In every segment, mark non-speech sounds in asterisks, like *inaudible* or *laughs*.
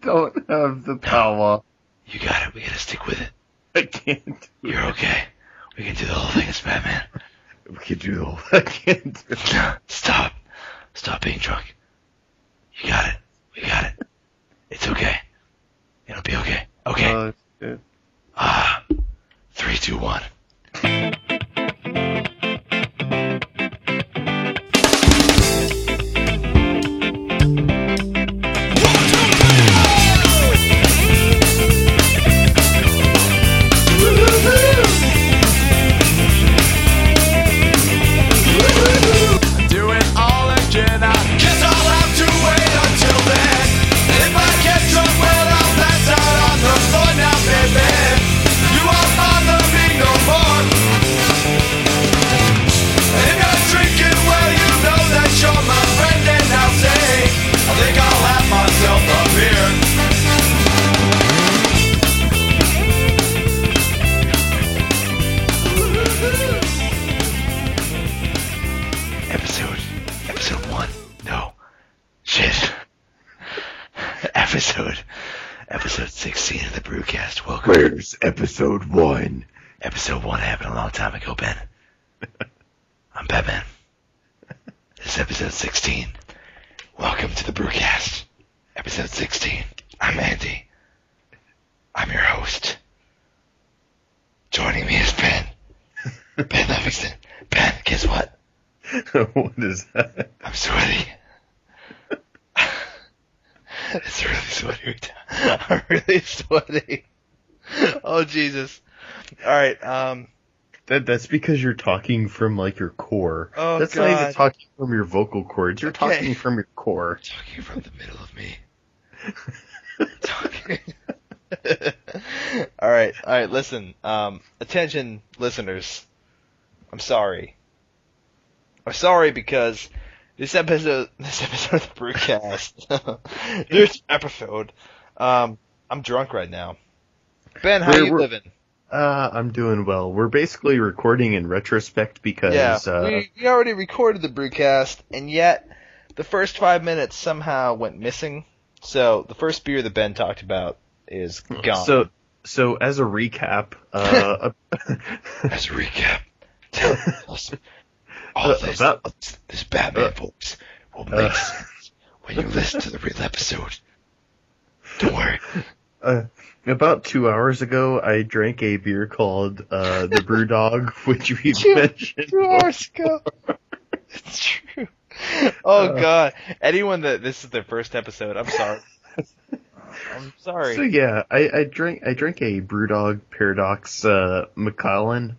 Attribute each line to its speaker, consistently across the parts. Speaker 1: don't have the power.
Speaker 2: You got it. We gotta stick with it.
Speaker 1: I can't.
Speaker 2: You're okay. We can do the whole thing as Batman.
Speaker 1: *laughs* We can do the whole. I can't do it.
Speaker 2: *laughs* Stop. Stop being drunk. You got it. We got it. It's okay. It'll be okay. Okay.
Speaker 1: Oh, shit. *laughs*
Speaker 2: Ah, three, two, one.
Speaker 3: Do it all in Jedi. Guess I'll have to wait until then. If I get drunk, well, I'll pass out on the floor now, baby. You won't bother me no more. If you're drinking, well, you know that you're my friend, and I'll say, I think I'll have myself a beer.
Speaker 2: Episode. Episode one. No. Shit. *laughs* episode. Episode 16 of the Brewcast. Welcome.
Speaker 1: Where's episode one?
Speaker 2: Episode one happened a long time
Speaker 1: *laughs*
Speaker 2: ago, Ben. I'm Batman. This is episode 16. Welcome to the Brewcast. Episode 16. I'm Andy. I'm your host. Joining me
Speaker 1: *laughs*
Speaker 2: is Ben. Ben Livingston. Ben, guess what?
Speaker 1: what is that?
Speaker 2: I'm sweaty. *laughs* it's really sweaty right now. *laughs* I'm really sweaty. Oh Jesus. Alright, um
Speaker 1: that? That's because you're talking from like your core.
Speaker 2: Oh,
Speaker 1: that's not even
Speaker 2: God.
Speaker 1: talking from your vocal cords. You're
Speaker 2: Okay.
Speaker 1: talking from your core. *laughs*
Speaker 2: talking from the middle of me.
Speaker 1: Uh,
Speaker 2: talking Alright, alright, listen. Um attention listeners. I'm sorry. I'm sorry because this episode *laughs* this episode of the
Speaker 1: *laughs*
Speaker 2: Brewcast *laughs* this episode. Um I'm drunk right now. Ben, how
Speaker 1: We're-
Speaker 2: you
Speaker 1: we're-
Speaker 2: living?
Speaker 1: Uh, I'm doing well. We're basically recording in retrospect because
Speaker 2: yeah,
Speaker 1: uh,
Speaker 2: we, we already recorded the brewcast, and yet the first five minutes somehow went missing. So the first beer that Ben talked about is gone.
Speaker 1: Hmm. So, so as a recap,
Speaker 2: *laughs*
Speaker 1: uh, ab- *laughs*
Speaker 2: as a recap, tell us all
Speaker 1: Uh,
Speaker 2: this,
Speaker 1: that-
Speaker 2: this Batman
Speaker 1: uh,
Speaker 2: folks will make
Speaker 1: uh.
Speaker 2: sense when you listen to the real episode. Don't worry.
Speaker 1: uh, about two hours ago, I drank a beer called uh, the Brew Dog, *laughs* which we
Speaker 2: Two-
Speaker 1: mentioned.
Speaker 2: two hours ago. It's true. Oh
Speaker 1: Uh.
Speaker 2: God! Anyone that this is their first episode, I'm sorry. I'm sorry.
Speaker 1: So yeah, I, I drank I drank a BrewDog Paradox uh, Macallan.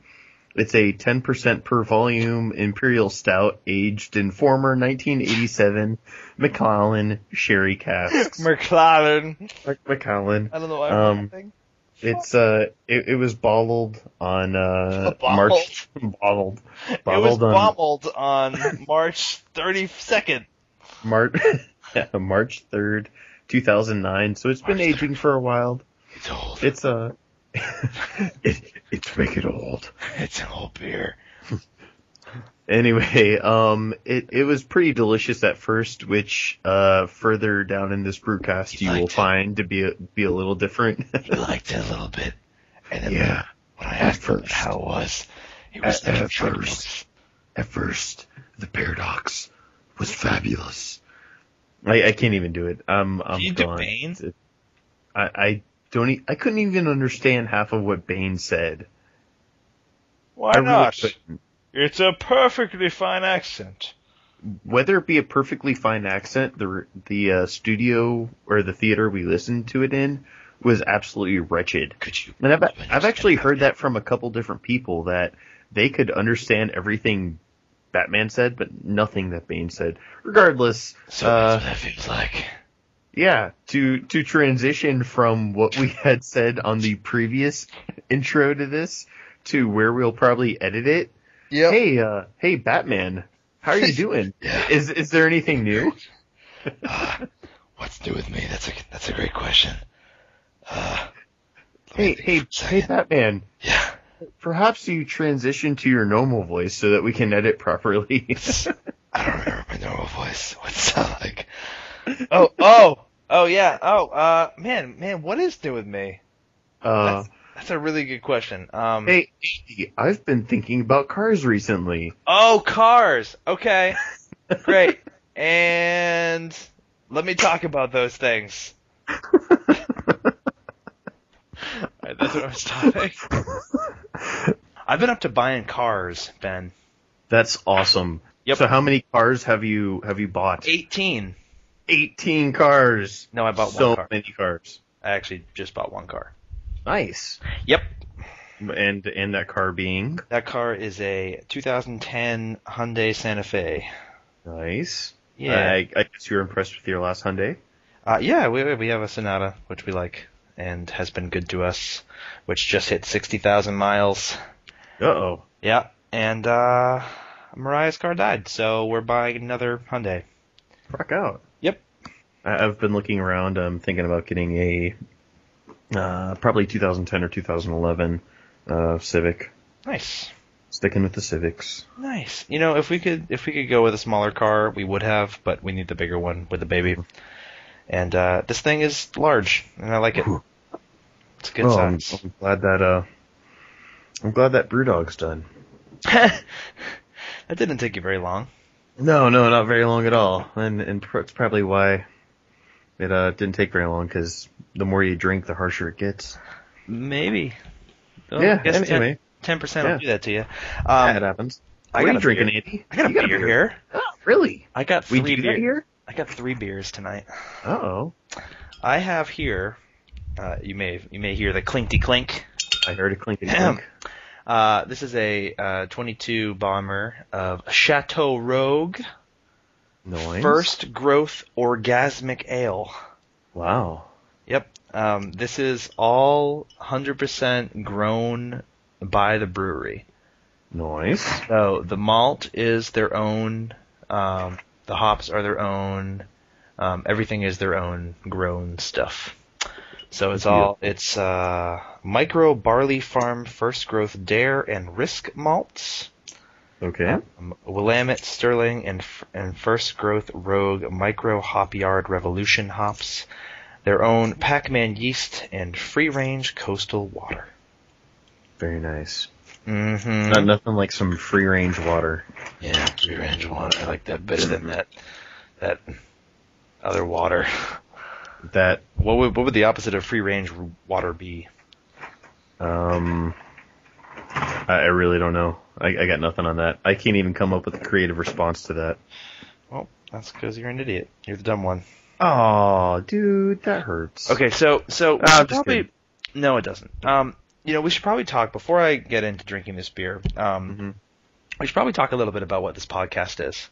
Speaker 1: It's a 10% per volume imperial stout aged in former 1987 Macallan sherry casks.
Speaker 2: McLaren.
Speaker 1: Mac- Macallan.
Speaker 2: I don't know why.
Speaker 1: Um,
Speaker 2: I'm laughing.
Speaker 1: It's uh, it, it was bottled on uh,
Speaker 2: Bottled.
Speaker 1: March *laughs* bottled
Speaker 2: it was
Speaker 1: bottled on
Speaker 2: bottled *laughs* on March 32nd.
Speaker 1: March *laughs* yeah, March third, two thousand nine. So it's been
Speaker 2: March
Speaker 1: aging for a while. *laughs*
Speaker 2: It's old.
Speaker 1: It's uh it, it's wicked old.
Speaker 2: It's an old beer.
Speaker 1: Anyway, *laughs* um, it it was pretty delicious at first, which uh further down in this brewcast
Speaker 2: You
Speaker 1: you will
Speaker 2: liked it.
Speaker 1: find to be a, be a little different. *laughs*
Speaker 2: He liked it a little bit. And then
Speaker 1: Yeah.
Speaker 2: when I asked
Speaker 1: At
Speaker 2: him
Speaker 1: first.
Speaker 2: how it was, he was
Speaker 1: At-
Speaker 2: thinking
Speaker 1: at
Speaker 2: drugs.
Speaker 1: first. at first, the paradox was fabulous. I, I can't even do it. I'm I'm
Speaker 2: you do
Speaker 1: gone.
Speaker 2: Bane?
Speaker 1: I I don't e- I couldn't even understand half of what Bane said.
Speaker 2: Why
Speaker 1: I really
Speaker 2: not?
Speaker 1: couldn't.
Speaker 2: it's a perfectly fine accent.
Speaker 1: Whether it be a perfectly fine accent, the the uh, studio or the theater we listened to it in was absolutely wretched.
Speaker 2: Could you?
Speaker 1: And I've,
Speaker 2: understand
Speaker 1: I've actually
Speaker 2: that?
Speaker 1: heard that from a couple different people that they could understand everything Batman said, but nothing that Bane said. Regardless,
Speaker 2: So
Speaker 1: uh,
Speaker 2: that's what that feels like.
Speaker 1: yeah, to to transition from what we *laughs* had said on the previous intro to this to where we'll probably edit it.
Speaker 2: Yep.
Speaker 1: Hey, uh, hey, Batman, how are you doing?
Speaker 2: Yeah.
Speaker 1: Is is there anything new?
Speaker 2: Uh, what's new with me? That's a that's a great question. Uh, let me
Speaker 1: Hey,
Speaker 2: think
Speaker 1: hey,
Speaker 2: for a second.
Speaker 1: hey,
Speaker 2: *laughs*
Speaker 1: Batman.
Speaker 2: Yeah.
Speaker 1: Perhaps you transition to your normal voice so that we can edit properly. *laughs*
Speaker 2: *laughs* I don't remember my normal voice. What's it sound like? Oh, oh, Oh yeah. Oh uh, man, man, what is new with me?
Speaker 1: Uh,
Speaker 2: That's, that's a really good question. Um,
Speaker 1: hey, Andy, I've been thinking about cars
Speaker 2: *laughs*
Speaker 1: recently.
Speaker 2: Oh, cars. Okay, great. and let me talk about those *laughs* things. All right, that's what I was talking. I've been up to buying cars, Ben.
Speaker 1: That's awesome.
Speaker 2: Yep.
Speaker 1: So how many cars have you have you bought?
Speaker 2: Eighteen.
Speaker 1: 18 cars.
Speaker 2: No, I bought
Speaker 1: so
Speaker 2: one car.
Speaker 1: many cars.
Speaker 2: I actually just bought one car.
Speaker 1: Nice.
Speaker 2: Yep.
Speaker 1: And and that car being
Speaker 2: That car is a 2010 Hyundai Santa Fe.
Speaker 1: nice.
Speaker 2: Yeah.
Speaker 1: I, I guess you were impressed with your last Hyundai.
Speaker 2: Uh, yeah, we we have a Sonata which we like and has been good to us, which just hit sixty thousand miles.
Speaker 1: Uh oh.
Speaker 2: Yeah, and uh, Mariah's car died, so we're buying another Hyundai.
Speaker 1: Rock out.
Speaker 2: Yep.
Speaker 1: I, I've been looking around. I'm thinking about getting a uh, probably 2010 or 2011 uh, Civic.
Speaker 2: Nice,
Speaker 1: Sticking with the Civics.
Speaker 2: nice. You know, if we could if we could go with a smaller car, we would have, but we need the bigger one with the baby. And uh, this thing is large, and I like it.
Speaker 1: Whew.
Speaker 2: It's a good
Speaker 1: Oh, I'm,
Speaker 2: size.
Speaker 1: I'm glad that uh, I'm glad that BrewDog's done.
Speaker 2: *laughs* that didn't take you very long.
Speaker 1: No, no, not very long at all, and and pr- it's probably why it uh, didn't take very long because the more you drink, the harsher it gets.
Speaker 2: Maybe. Well,
Speaker 1: yeah,
Speaker 2: I guess ten-
Speaker 1: anyway,
Speaker 2: Ten percent will
Speaker 1: Yeah.
Speaker 2: do that to you. Um,
Speaker 1: that happens.
Speaker 2: I
Speaker 1: what
Speaker 2: got
Speaker 1: are you
Speaker 2: a
Speaker 1: drinking,
Speaker 2: beer.
Speaker 1: Andy?
Speaker 2: I got a
Speaker 1: You
Speaker 2: beer here.
Speaker 1: Oh, really?
Speaker 2: I got
Speaker 1: We
Speaker 2: three
Speaker 1: do that
Speaker 2: beer-
Speaker 1: here?
Speaker 2: I got three beers tonight.
Speaker 1: Uh oh.
Speaker 2: I have here. Uh, you may you may hear the clinky clink.
Speaker 1: I heard a clinking clink.
Speaker 2: Uh, this is a uh, 22 bomber of Chateau Rogue
Speaker 1: Noise.
Speaker 2: First Growth Orgasmic Ale.
Speaker 1: Wow.
Speaker 2: Yep. Um, this is all 100% grown by the brewery.
Speaker 1: Noise.
Speaker 2: So the malt is their own. Um, the hops are their own. Um, everything is their own grown stuff. So it's all it's uh, micro barley farm first growth dare and risk malts,
Speaker 1: Okay.
Speaker 2: um, Willamette Sterling and f- and first growth rogue micro hop yard revolution hops, their own Pac-Man yeast and free range coastal water.
Speaker 1: Very nice.
Speaker 2: Mm-hmm.
Speaker 1: Not nothing like some free range water.
Speaker 2: Yeah, free range water. I like that better than that that other water.
Speaker 1: That
Speaker 2: What would what would the opposite of free range water be?
Speaker 1: um, I, I really don't know. I, I got nothing on that. I can't even come up with a creative response to that.
Speaker 2: Well, that's because you're an idiot. You're the dumb one.
Speaker 1: Oh, dude, that hurts.
Speaker 2: Okay, so so we
Speaker 1: Ah,
Speaker 2: should
Speaker 1: I'm just kidding.
Speaker 2: no, it doesn't. Um, you know, we should probably talk before I get into drinking this beer. Um,
Speaker 1: Mhm.
Speaker 2: we should probably talk a little bit about what this podcast is.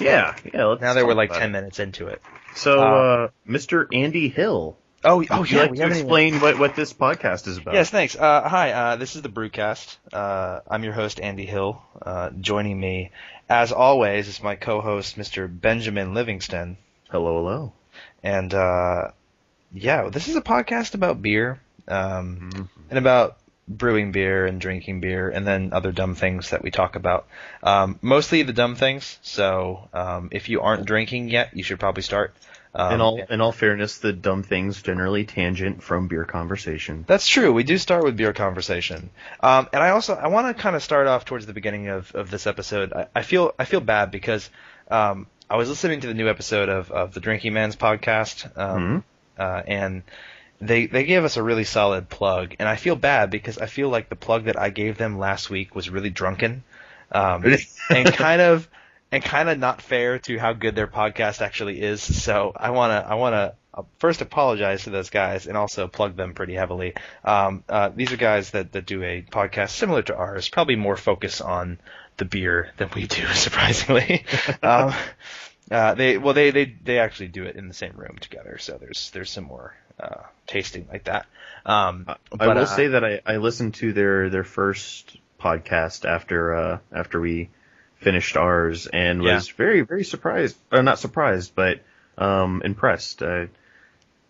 Speaker 1: Yeah, yeah. Let's
Speaker 2: Now that
Speaker 1: talk
Speaker 2: we're like
Speaker 1: about
Speaker 2: ten
Speaker 1: it.
Speaker 2: minutes into it.
Speaker 1: So,
Speaker 2: uh,
Speaker 1: uh, Mr. Andy Hill.
Speaker 2: Oh, oh
Speaker 1: would
Speaker 2: yeah,
Speaker 1: you like
Speaker 2: we
Speaker 1: to
Speaker 2: haven't even-
Speaker 1: explain what, what this podcast is about?
Speaker 2: Yes, thanks. Uh, hi, uh, this is the Brewcast. Uh, I'm your host, Andy Hill. Uh, joining me, as always, is my co-host, Mr. Benjamin Livingston.
Speaker 1: Hello, hello.
Speaker 2: And uh, yeah, this is a podcast about beer um,
Speaker 1: Mhm.
Speaker 2: and about brewing beer and drinking beer and then other dumb things that we talk about. Um, mostly the dumb things. So um, if you aren't drinking yet, you should probably start. Um,
Speaker 1: in all in all fairness, the dumb things generally tangent from beer conversation.
Speaker 2: That's true. We do start with beer conversation, um, and I also I want to kind of start off towards the beginning of, of this episode. I, I feel I feel bad because um, I was listening to the new episode of, of the Drinking Man's podcast, um,
Speaker 1: Mm-hmm.
Speaker 2: uh, and they they gave us a really solid plug, and I feel bad because I feel like the plug that I gave them last week was really drunken, um, and kind of and kind of not fair to how good their podcast actually is. So I wanna I wanna uh, first apologize to those guys and also plug them pretty heavily. Um, uh, these are guys that that do a podcast similar to ours, probably more focus on the beer than we do, *laughs*
Speaker 1: *laughs*
Speaker 2: surprisingly. um, uh, they well they, they they actually do it in the same room together, so there's there's some more uh, tasting like that. Um,
Speaker 1: I
Speaker 2: but,
Speaker 1: will
Speaker 2: uh,
Speaker 1: say that I, I listened to their their first podcast after uh, after we finished ours and
Speaker 2: Yeah.
Speaker 1: uh, was very very surprised, or not surprised, but um, impressed. I,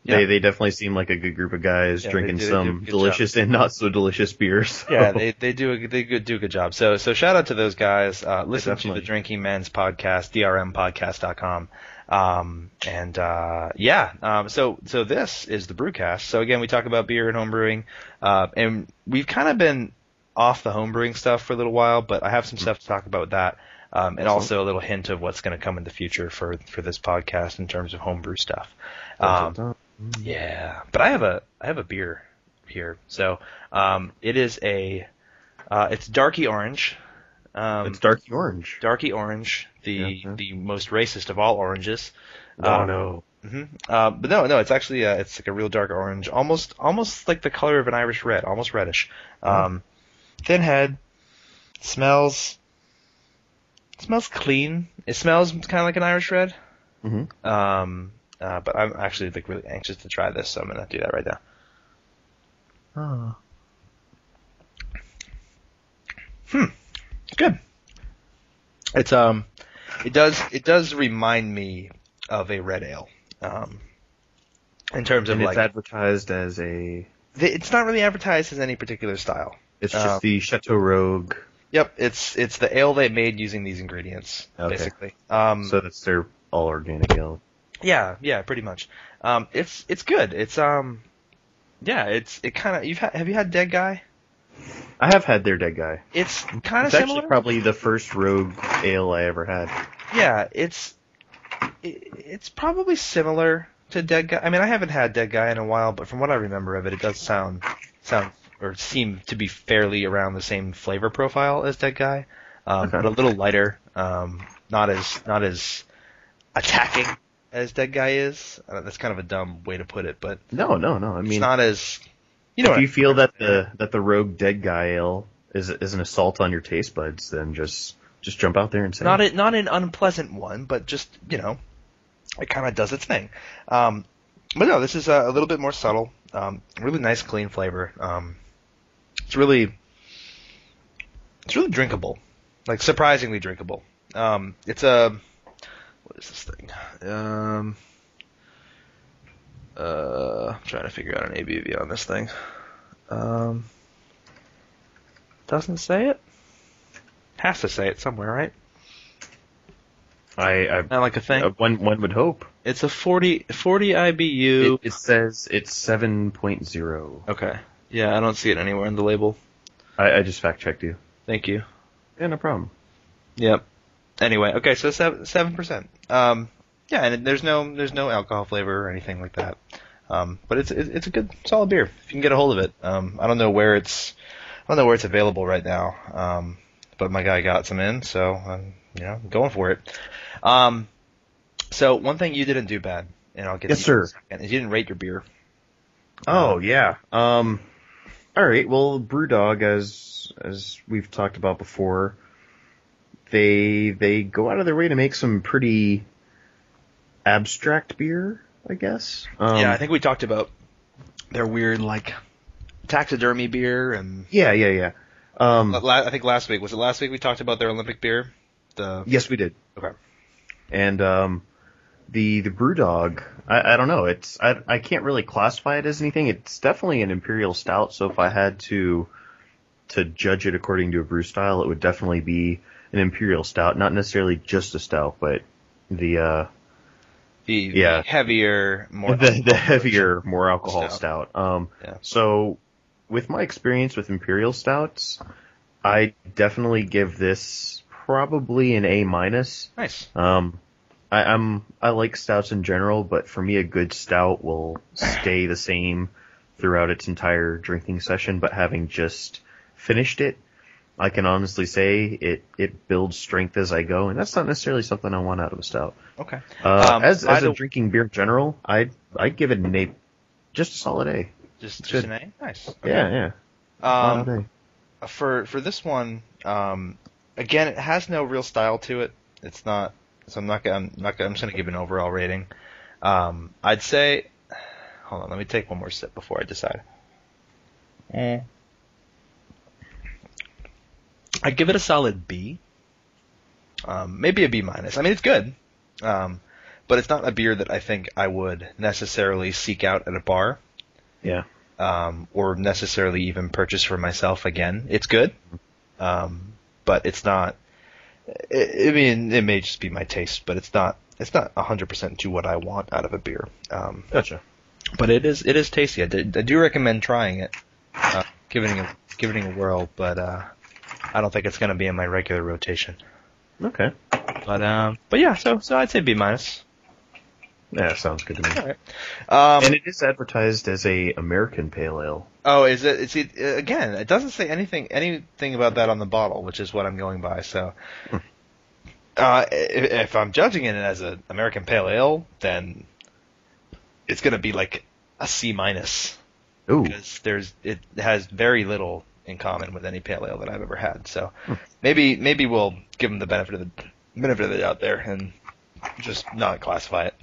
Speaker 1: They
Speaker 2: Yeah.
Speaker 1: they definitely seem like a good group of guys
Speaker 2: Yeah, they
Speaker 1: drinking
Speaker 2: do- they do a
Speaker 1: some
Speaker 2: good job.
Speaker 1: delicious and not so delicious beers.
Speaker 2: *laughs* yeah, they they do a, they do a good job. So so shout out to those guys. Uh, listen to
Speaker 1: Definitely.
Speaker 2: the Drinking Men's podcast, drmpodcast.com. Um, and uh, yeah, um, so so this is the Brewcast. So again, we talk about beer and home brewing, uh, and we've kind of been off the home brewing stuff for a little while, but I have some stuff to talk about with that. Um, and also a little hint of what's going to come in the future for, for this podcast in terms of homebrew stuff. Um, yeah, but I have a I have a beer here, so um, it is a uh, it's darky orange. Um,
Speaker 1: it's darky orange.
Speaker 2: darky orange, the
Speaker 1: Yeah.
Speaker 2: the most racist of all oranges.
Speaker 1: oh
Speaker 2: Uh,
Speaker 1: no!
Speaker 2: mhm. Uh, but no, no, it's actually uh it's like a real dark orange, almost almost like the color of an Irish red, almost reddish. Um, Thin head, smells smells clean. It smells kind of like an Irish red.
Speaker 1: Mhm.
Speaker 2: Um, uh, but I'm actually like really anxious to try this, so I'm gonna do that right now. Hmm. good. It's um, it does it does remind me of a red ale, um, in terms of
Speaker 1: And it's
Speaker 2: like
Speaker 1: advertised as a.
Speaker 2: th- it's not really advertised as any particular style.
Speaker 1: It's just
Speaker 2: Um,
Speaker 1: the Chateau Rogue.
Speaker 2: Yep, it's it's the ale they made using these ingredients
Speaker 1: Okay.
Speaker 2: basically. Um,
Speaker 1: So that's their all organic ale.
Speaker 2: yeah, yeah, pretty much. Um, it's it's good. It's um, yeah, it's it kind of you've had, have you had Dead Guy?
Speaker 1: I have had their dead guy.
Speaker 2: It's kind of
Speaker 1: It's
Speaker 2: similar.
Speaker 1: actually probably the first rogue ale I ever had.
Speaker 2: yeah, it's it, it's probably similar to Dead Guy. I mean, I haven't had Dead Guy in a while, but from what I remember of it, it does sound sound or seem to be fairly around the same flavor profile as Dead Guy, um,
Speaker 1: Okay.
Speaker 2: but a little lighter, um, not as not as attacking as Dead Guy is. Uh, that's kind of a dumb way to put it, but
Speaker 1: No, no, no. I
Speaker 2: it's
Speaker 1: mean,
Speaker 2: not as you know.
Speaker 1: if
Speaker 2: what
Speaker 1: you
Speaker 2: I-
Speaker 1: feel that the that the rogue dead guy ale is is an assault on your taste buds, then just just jump out there and say
Speaker 2: not
Speaker 1: it.
Speaker 2: a, not an unpleasant one, but just you know, it kind of does its thing. Um, but no, this is a, a little bit more subtle. Um, really nice, clean flavor. Um, it's really it's really drinkable, like surprisingly drinkable. Um, it's a what is this thing? Um, uh, I'm trying to figure out an ABV on this thing. Um, doesn't say it. Has to say it somewhere, right?
Speaker 1: I, I
Speaker 2: Not like a thing.
Speaker 1: uh, one one would hope.
Speaker 2: It's a 40, 40 IBU.
Speaker 1: It, it says it's seven point zero.
Speaker 2: okay. Yeah, I don't see it anywhere in the label.
Speaker 1: I, I just fact checked you.
Speaker 2: Thank you.
Speaker 1: Yeah, no problem.
Speaker 2: Yep. Anyway, okay, so seven percent. Um, yeah, and there's no there's no alcohol flavor or anything like that. Um, but it's it- it's a good solid beer if you can get a hold of it. Um, I don't know where it's I don't know where it's available right now. Um, but my guy got some in, so I'm you know going for it. Um, so one thing you didn't do bad, and I'll get
Speaker 1: Yes,
Speaker 2: to you in a
Speaker 1: sir.
Speaker 2: second, is you didn't rate your beer.
Speaker 1: Oh yeah. Um. All right. Well, BrewDog, as as we've talked about before, they they go out of their way to make some pretty abstract beer, I guess. Um,
Speaker 2: yeah, I think we talked about their weird like taxidermy beer, and
Speaker 1: Yeah, yeah, yeah. Um,
Speaker 2: la- I think last week was it last week we talked about their Olympic beer. The
Speaker 1: yes, we did.
Speaker 2: okay,
Speaker 1: And um, the the BrewDog, I, I don't know. It's I I can't really classify it as anything. It's definitely an imperial stout. So if I had to to judge it according to a brew style, it would definitely be an imperial stout, not necessarily just a stout, but the uh,
Speaker 2: the, the
Speaker 1: Yeah.
Speaker 2: heavier, more
Speaker 1: the, the heavier, more alcohol stout. Um,
Speaker 2: Yeah.
Speaker 1: So, with my experience with imperial stouts, I definitely give this probably an A minus.
Speaker 2: nice.
Speaker 1: Um, I, I'm I like stouts in general, but for me, a good stout will stay the same throughout its entire drinking session. But having just finished it, I can honestly say it it builds strength as I go, and that's not necessarily something I want out of a stout.
Speaker 2: Okay,
Speaker 1: Uh,
Speaker 2: Um,
Speaker 1: as
Speaker 2: by
Speaker 1: as a
Speaker 2: the-
Speaker 1: drinking beer in general, I I give it an A, just a solid A.
Speaker 2: just just
Speaker 1: Good.
Speaker 2: an A. Nice.
Speaker 1: Yeah,
Speaker 2: Okay.
Speaker 1: yeah.
Speaker 2: Um,
Speaker 1: solid
Speaker 2: for for this one, um, again, it has no real style to it. It's not. So I'm not. gonna- I'm not. gonna- I'm just gonna give an overall rating. Um, I'd say. Hold on. Let me take one more sip before I decide. Mm. I give it a solid B. Um, maybe a B minus. I mean, it's good. Um, but it's not a beer that I think I would necessarily seek out at a bar
Speaker 1: Yeah.
Speaker 2: um, or necessarily even purchase for myself again. It's good, um, but it's not. I I mean, it may just be my taste, but it's not. It's not 100% to what I want out of a beer. Um,
Speaker 1: Gotcha.
Speaker 2: but it is. It is tasty. I, did, I do recommend trying it, uh, giving it, giving it a whirl. But uh, I don't think it's going to be in my regular rotation.
Speaker 1: Okay.
Speaker 2: But um, but yeah. So so I'd say B minus.
Speaker 1: Yeah, sounds good to me.
Speaker 2: Um,
Speaker 1: And it is advertised as a American pale ale.
Speaker 2: Oh, is it? It's it, again. It doesn't say anything anything about that on the bottle, which is what I'm going by. So,
Speaker 1: Hmm.
Speaker 2: uh, if, if I'm judging it as an American Pale Ale, then it's going to be like a C minus
Speaker 1: Ooh.
Speaker 2: because there's it has very little in common with any pale ale that I've ever had. So
Speaker 1: Hmm.
Speaker 2: maybe maybe we'll give them the benefit of the benefit of the doubt there and just not classify it.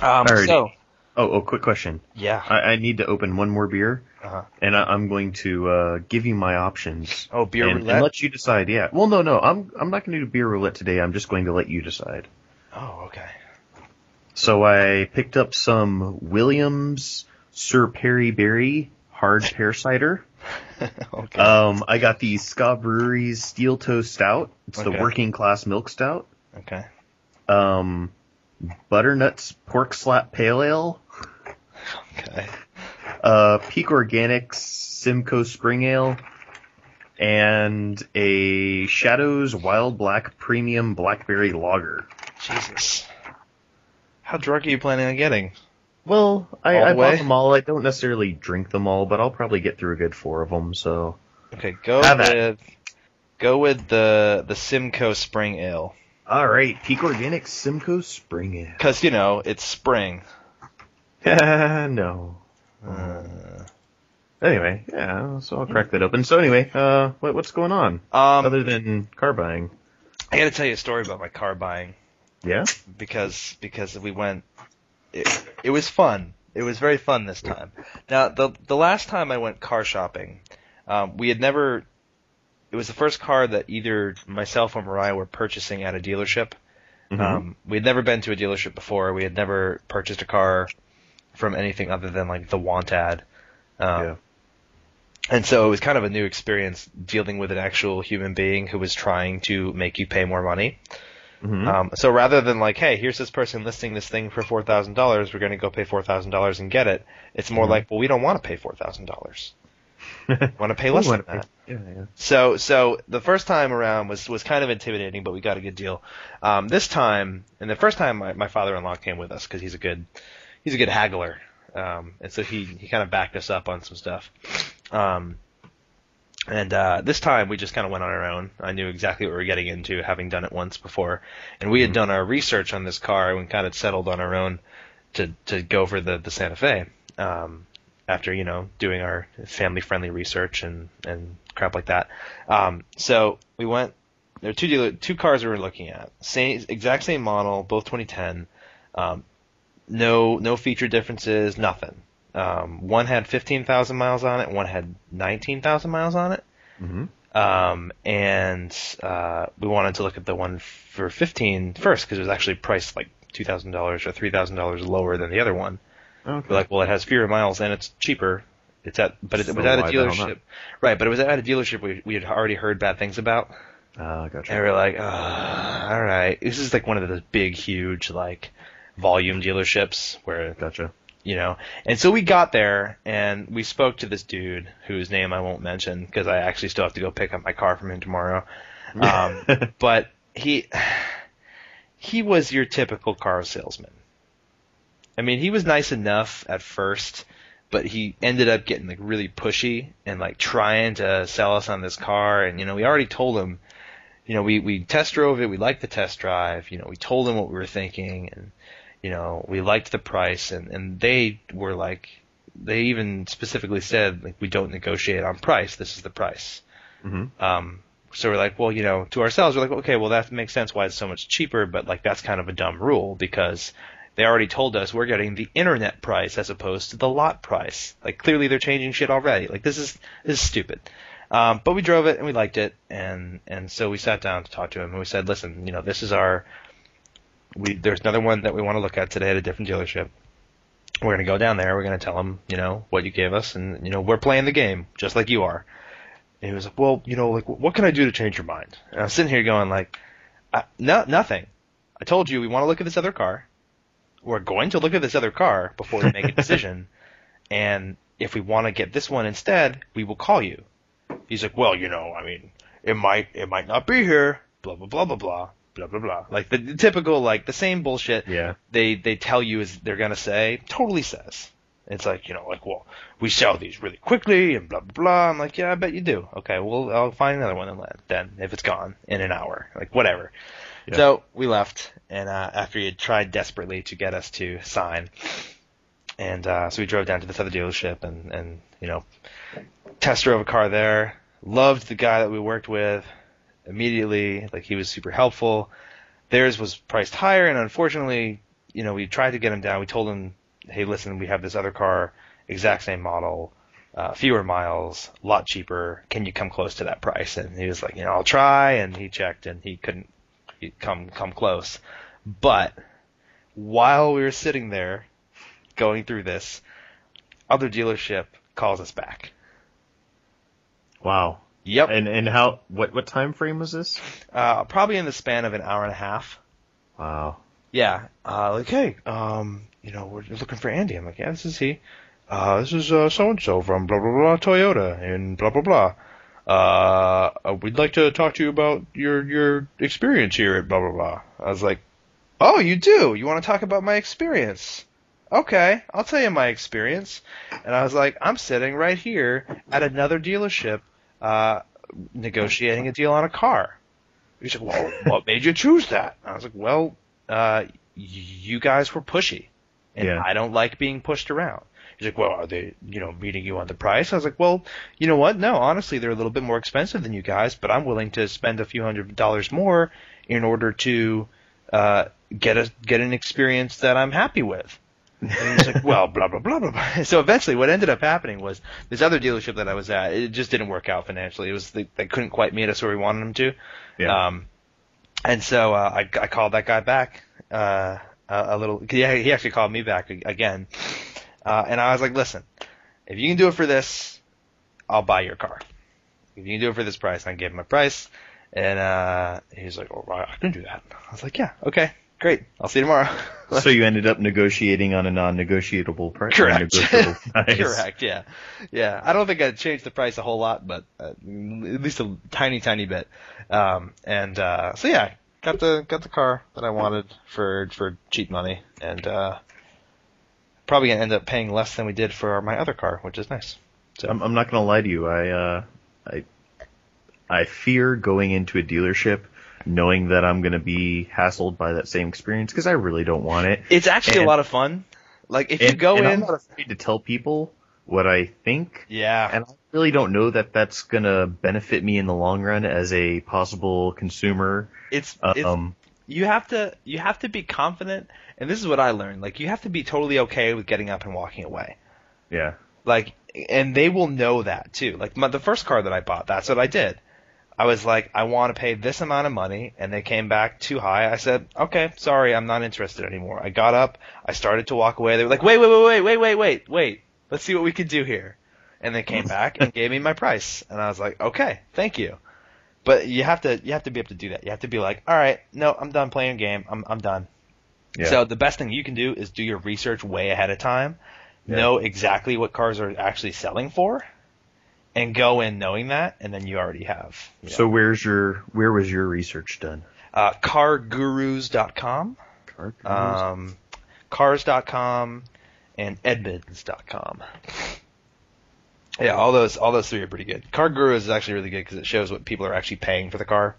Speaker 2: Um,
Speaker 1: Alrighty.
Speaker 2: so
Speaker 1: Oh, oh, quick question.
Speaker 2: yeah.
Speaker 1: I, I need to open one more beer,
Speaker 2: Uh-huh.
Speaker 1: and I, I'm going to uh, give you my options.
Speaker 2: Oh, beer
Speaker 1: and,
Speaker 2: roulette.
Speaker 1: and let you decide. Yeah. Well, no, no. I'm I'm not going to do beer roulette today. I'm just going to let you decide.
Speaker 2: oh,
Speaker 1: *laughs*
Speaker 2: okay.
Speaker 1: So I picked up some Williams Sir Perry Berry hard pear cider.
Speaker 2: okay.
Speaker 1: Um, I got the Ska Brewery's Steel Toe Stout. It's the
Speaker 2: Okay.
Speaker 1: working class milk stout.
Speaker 2: okay.
Speaker 1: Um, Butternut's Pork Slap Pale Ale.
Speaker 2: Okay.
Speaker 1: uh, Peak Organics Simcoe Spring Ale, and a Shadows Wild Black Premium Blackberry Lager.
Speaker 2: Jesus. How drunk are you planning on getting?
Speaker 1: Well, I,
Speaker 2: All the
Speaker 1: I
Speaker 2: way?
Speaker 1: bought them all. I don't necessarily drink them all, but I'll probably get through a good four of them. So
Speaker 2: Okay, go
Speaker 1: Have at
Speaker 2: with go with the the Simcoe Spring Ale
Speaker 1: all right, Peak Organics Simcoe Spring *laughs* Ale.
Speaker 2: because you know it's spring.
Speaker 1: no.
Speaker 2: Uh,
Speaker 1: Anyway, yeah. So I'll crack that open. So anyway, uh, what, what's going on
Speaker 2: um,
Speaker 1: other than car buying?
Speaker 2: I got to tell you a story about my car buying
Speaker 1: Yeah.
Speaker 2: because because we went. It, it was fun. It was very fun this time. Now the the last time I went car shopping, um, we had never. It was the first car that either myself or Mariah were purchasing at a dealership.
Speaker 1: Mhm.
Speaker 2: Um, we had never been to a dealership before. We had never purchased a car from anything other than like the want ad. Um,
Speaker 1: Yeah.
Speaker 2: And so it was kind of a new experience dealing with an actual human being who was trying to make you pay more money.
Speaker 1: Mhm.
Speaker 2: Um, so rather than like, hey, here's this person listing this thing for four thousand dollars, we're going to go pay four thousand dollars and get it. It's more
Speaker 1: Mhm.
Speaker 2: like, well, we don't want to pay four thousand dollars. Want to pay
Speaker 1: Oh,
Speaker 2: less than that.
Speaker 1: Yeah, yeah.
Speaker 2: So so the first time around was was kind of intimidating, but we got a good deal. Um, this time, and the first time, my, my father-in-law came with us because he's a good he's a good haggler, um, and so he he kind of backed us up on some stuff. Um, and uh, this time we just kind of went on our own. I knew exactly what we were getting into, having done it once before, and we had done our research on this car and kind of settled on our own to to go for the the Santa Fe. Um, after you know doing our family friendly research and and crap like that. Um, so we went. There were two dealer, two cars we were looking at, same exact same model, both 2010. Um, no no feature differences, nothing. Um, one had 15,000 miles on it, one had 19,000 miles on it.
Speaker 1: Mhm.
Speaker 2: Um, and uh, we wanted to look at the one for 15 first because it was actually priced like $2,000 or $3,000 lower than the other one.
Speaker 1: Okay.
Speaker 2: We're like, well, it has fewer miles and it's cheaper. It's at, but it
Speaker 1: So
Speaker 2: was at a
Speaker 1: why the hell not?
Speaker 2: dealership, right? But it was at a dealership we we had already heard bad things about,
Speaker 1: Ah, gotcha.
Speaker 2: and we were like, "Ugh, all right, this is like one of those big, huge, like volume dealerships where
Speaker 1: Gotcha.
Speaker 2: you know. And so we got there and we spoke to this dude whose name I won't mention because I actually still have to go pick up my car from him tomorrow. Um, but he he was your typical car salesman. I mean, he was nice enough at first, but he ended up getting like really pushy and like trying to sell us on this car. And you know, we already told him, you know, we we test drove it, we liked the test drive. You know, we told him what we were thinking, and you know, we liked the price, and and they were like, they even specifically said like we don't negotiate on price. This is the price.
Speaker 1: Mhm.
Speaker 2: Um, so we're like, well, you know, to ourselves, we're like, okay, well that makes sense why it's so much cheaper, but like that's kind of a dumb rule because they already told us we're getting the internet price as opposed to the lot price. Like clearly they're changing shit already. Like this is this is stupid. Um, but we drove it and we liked it, and and so we sat down to talk to him and we said, listen, you know, this is our we there's another one that we want to look at today at a different dealership. We're gonna go down there. We're gonna tell them, you know, what you gave us, and you know, we're playing the game just like you are. And he was like, well, you know, like wh- what can I do to change your mind? And I'm sitting here going like, I, no, nothing. I told you we want to look at this other car. We're going to look at this other car before we make a decision. And if we want to get this one instead, we will call you. He's like, well, you know, I mean, it might it might not be here. Blah blah blah blah blah blah blah blah. Like the, the typical like the same bullshit
Speaker 1: Yeah.
Speaker 2: they they tell you is they're gonna say totally says. It's like you know like well we sell these really quickly and blah blah blah. I'm like yeah I bet you do. Okay, well I'll find another one then then if it's gone in an hour like whatever.
Speaker 1: Yeah.
Speaker 2: So we left and uh, after he had tried desperately to get us to sign. And uh, so we drove down to this other dealership and, and you know test drove a car there. Loved the guy that we worked with immediately. Like he was super helpful. Theirs was priced higher, and unfortunately, you know, we tried to get him down. We told him, "Hey, listen, we have this other car, exact same model, uh, fewer miles, a lot cheaper. Can you come close to that price?" And he was like, "You know, I'll try." And he checked, and he couldn't he come come close. But while we were sitting there going through this, other dealership calls us back.
Speaker 1: Wow.
Speaker 2: Yep.
Speaker 1: And and how what what time frame was this?
Speaker 2: uh, probably in the span of an hour and a half.
Speaker 1: Wow.
Speaker 2: Yeah. Uh, like, hey, um, you know, we're looking for Andy. I'm like, yeah, this is he. Uh, this is uh, so and so from blah blah blah Toyota and blah blah blah. Uh, uh, we'd like to talk to you about your your experience here at blah blah blah. I was like, oh, you do? You want to talk about my experience? Okay, I'll tell you my experience. And I was like, I'm sitting right here at another dealership, uh, negotiating a deal on a car. He's like, well, *laughs* what made you choose that? I was like, well, uh, y- you guys were pushy, and
Speaker 1: Yeah.
Speaker 2: I don't like being pushed around. He's like, well, are they, you know, meeting you on the price? I was like, well, you know what? No, honestly, they're a little bit more expensive than you guys, but I'm willing to spend a few hundred dollars more in order to uh, get a get an experience that I'm happy with. And he's like, well, blah blah blah blah blah. *laughs* So eventually, what ended up happening was this other dealership that I was at, it just didn't work out financially. It was they, they couldn't quite meet us where we wanted them to.
Speaker 1: Yeah.
Speaker 2: Um, and so uh, I, I called that guy back uh, a, a little. Yeah, he actually called me back a- again, uh, and I was like, "Listen, if you can do it for this, I'll buy your car. If you can do it for this price, and I gave him a price." And uh, he's like, "Oh, I I can do that." I was like, "Yeah, okay, great. I'll see you tomorrow." *laughs*
Speaker 1: so you ended up negotiating on a non-negotiable price.
Speaker 2: Correct. *laughs*
Speaker 1: non-negotiable *laughs* price.
Speaker 2: Correct. Yeah, yeah. I don't think I changed the price a whole lot, but uh, at least a tiny, tiny bit. Um, and uh, so yeah, got the got the car that I wanted for for cheap money, and uh, probably gonna end up paying less than we did for my other car, which is nice.
Speaker 1: I'm, I'm not gonna lie to you. I uh, I I fear going into a dealership knowing that I'm gonna be hassled by that same experience because I really don't want it.
Speaker 2: It's actually
Speaker 1: And-
Speaker 2: a lot of fun. Like if you
Speaker 1: And-
Speaker 2: go
Speaker 1: and
Speaker 2: in,
Speaker 1: I'm not afraid to tell people what I think,
Speaker 2: yeah,
Speaker 1: and I really don't know that that's gonna benefit me in the long run as a possible consumer.
Speaker 2: it's it's
Speaker 1: Um,
Speaker 2: you have to you have to be confident, and this is what I learned. Like you have to be totally okay with getting up and walking away.
Speaker 1: yeah,
Speaker 2: Like, and they will know that too. Like my, the first car that I bought, that's what I did. I was like, I want to pay this amount of money, and they came back too high. I said, okay, sorry, I'm not interested anymore. I got up, I started to walk away. They were like, wait, wait, wait, wait, wait, wait, wait, wait. Let's see what we can do here. And
Speaker 1: *laughs*
Speaker 2: they came back and gave me my price, and I was like, okay, thank you. But you have to you have to be able to do that. You have to be like, all right, no, I'm done playing a game. I'm I'm done.
Speaker 1: yeah.
Speaker 2: So the best thing you can do is do your research way ahead of time,
Speaker 1: Yeah.
Speaker 2: know exactly what cars are actually selling for, and go in knowing that, and then you already have. you know.
Speaker 1: So where's your where was your research done?
Speaker 2: uh, cargurus.com,
Speaker 1: Mm-hmm.
Speaker 2: um, cars.com, and edmunds.com. Yeah, all those all those three are pretty good. Car Gurus is actually really good because it shows what people are actually paying for the car.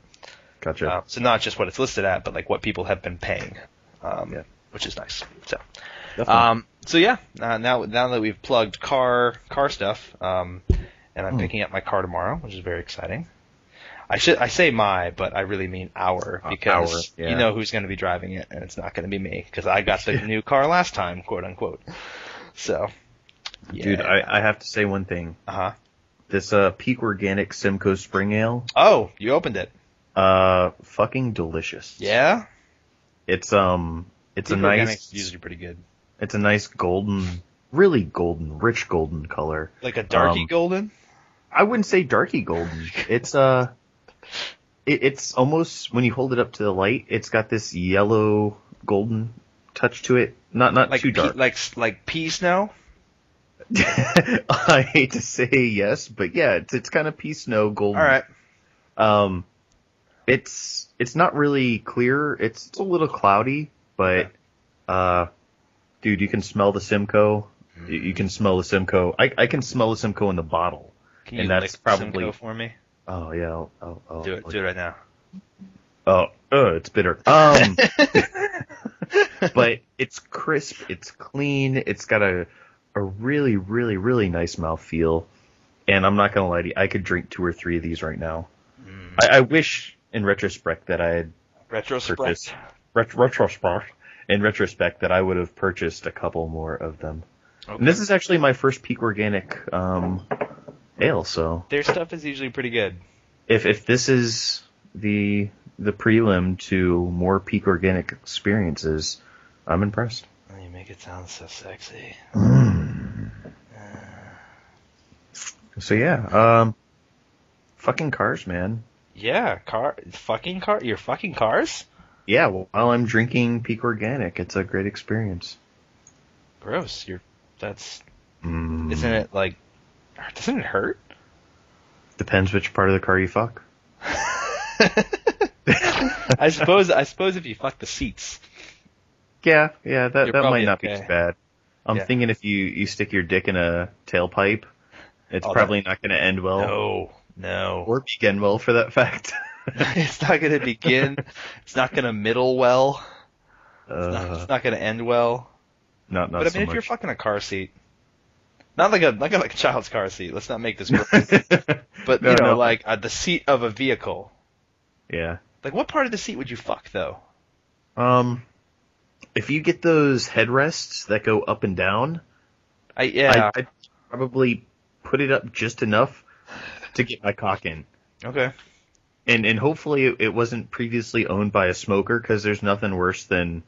Speaker 1: gotcha.
Speaker 2: Uh, so not just what it's listed at, but like what people have been paying, um,
Speaker 1: Yeah.
Speaker 2: which is nice. So.
Speaker 1: Definitely.
Speaker 2: Um, so yeah, uh, now now that we've plugged car car stuff, um, and I'm
Speaker 1: Hmm.
Speaker 2: picking up my car tomorrow, which is very exciting. I should I say my, but I really mean our
Speaker 1: Uh,
Speaker 2: because
Speaker 1: our, yeah.
Speaker 2: you know who's going to be driving it, and it's not going to be me because I
Speaker 1: *laughs*
Speaker 2: got the new car last time, quote unquote. So, yeah.
Speaker 1: Dude, uh, I, I have to say one thing.
Speaker 2: uh
Speaker 4: Uh-huh.
Speaker 2: huh.
Speaker 1: This uh, Peak Organic Simcoe Spring Ale,
Speaker 2: Oh, you opened it?
Speaker 1: uh, fucking delicious.
Speaker 2: Yeah.
Speaker 1: It's um, it's a
Speaker 4: Deep
Speaker 1: nice,
Speaker 4: organic's usually pretty good.
Speaker 1: it's a nice golden, really golden, rich golden color.
Speaker 4: Like a darky
Speaker 1: Um,
Speaker 4: golden.
Speaker 1: I wouldn't say darky
Speaker 4: *laughs*
Speaker 1: golden. It's uh, it, it's almost when you hold it up to the light, it's got this yellow golden touch to it. Not not
Speaker 4: Like
Speaker 1: too
Speaker 4: pea,
Speaker 1: dark.
Speaker 4: like like pea snow.
Speaker 1: *laughs* I hate to say yes, but yeah, it's it's kind of pea snow golden.
Speaker 4: All right.
Speaker 1: Um, it's it's not really clear. It's, it's a little cloudy, but uh, dude, you can smell the Simcoe. You, you can smell the Simcoe. I I can smell the Simcoe in the bottle.
Speaker 4: Can
Speaker 1: And
Speaker 4: you
Speaker 1: that's
Speaker 4: lick
Speaker 1: probably-
Speaker 4: Simcoe for me?
Speaker 1: Oh yeah. I'll, I'll, I'll,
Speaker 4: Do it. Do it right now.
Speaker 1: Oh, oh, it's
Speaker 4: *laughs*
Speaker 1: bitter. Um, but it's crisp. It's clean. It's got a a really really really nice mouthfeel. And I'm not gonna lie to you, I could drink two or three of these right now.
Speaker 4: Mm.
Speaker 1: I, I wish, in retrospect, that I had
Speaker 4: Retrospect.
Speaker 1: purchased ret- retrospect in retrospect that I would have purchased a couple more of them.
Speaker 4: Okay.
Speaker 1: And this is actually my first peak organic um, ale, so
Speaker 4: Their stuff is usually pretty good.
Speaker 1: if if this is the the prelim to more peak organic experiences, I'm impressed.
Speaker 4: Oh, You make it sound so sexy.
Speaker 1: So yeah, um, fucking cars, man.
Speaker 4: Yeah, car, fucking car, your fucking cars.
Speaker 1: Yeah, well, while I'm drinking peak organic, it's a great experience.
Speaker 4: Gross. You're. That's.
Speaker 1: Mm,
Speaker 4: Isn't it like? Doesn't it hurt?
Speaker 1: Depends which part of the car you fuck. *laughs*
Speaker 4: I suppose. I suppose if you fuck the seats.
Speaker 1: Yeah, yeah, that,
Speaker 4: You're
Speaker 1: that
Speaker 4: probably
Speaker 1: might not be
Speaker 4: okay.
Speaker 1: too bad. I'm
Speaker 4: Yeah.
Speaker 1: thinking if you, you stick your dick in a tailpipe, it's
Speaker 4: Oh, that-
Speaker 1: probably not going to end well
Speaker 4: No. No.
Speaker 1: or begin well for that fact.
Speaker 4: *laughs*
Speaker 1: *laughs*
Speaker 4: it's not gonna begin. It's not gonna middle well. It's not-
Speaker 1: uh,
Speaker 4: it's not gonna end well.
Speaker 1: not, not
Speaker 4: but I mean,
Speaker 1: so
Speaker 4: if
Speaker 1: much.
Speaker 4: you're fucking a car seat, not like a not like a child's car seat. Let's not
Speaker 1: *laughs*
Speaker 4: make this. gross. *laughs* but
Speaker 1: No,
Speaker 4: you know,
Speaker 1: no.
Speaker 4: like uh, the seat of a vehicle.
Speaker 1: yeah.
Speaker 4: Like, what part of the seat would you fuck though?
Speaker 1: Um, if you get those headrests that go up and down,
Speaker 4: I yeah.
Speaker 1: I, I'd probably put it up just enough to get my cock in.
Speaker 4: okay.
Speaker 1: *laughs* and and hopefully it, it wasn't previously owned by a smoker because there's nothing worse than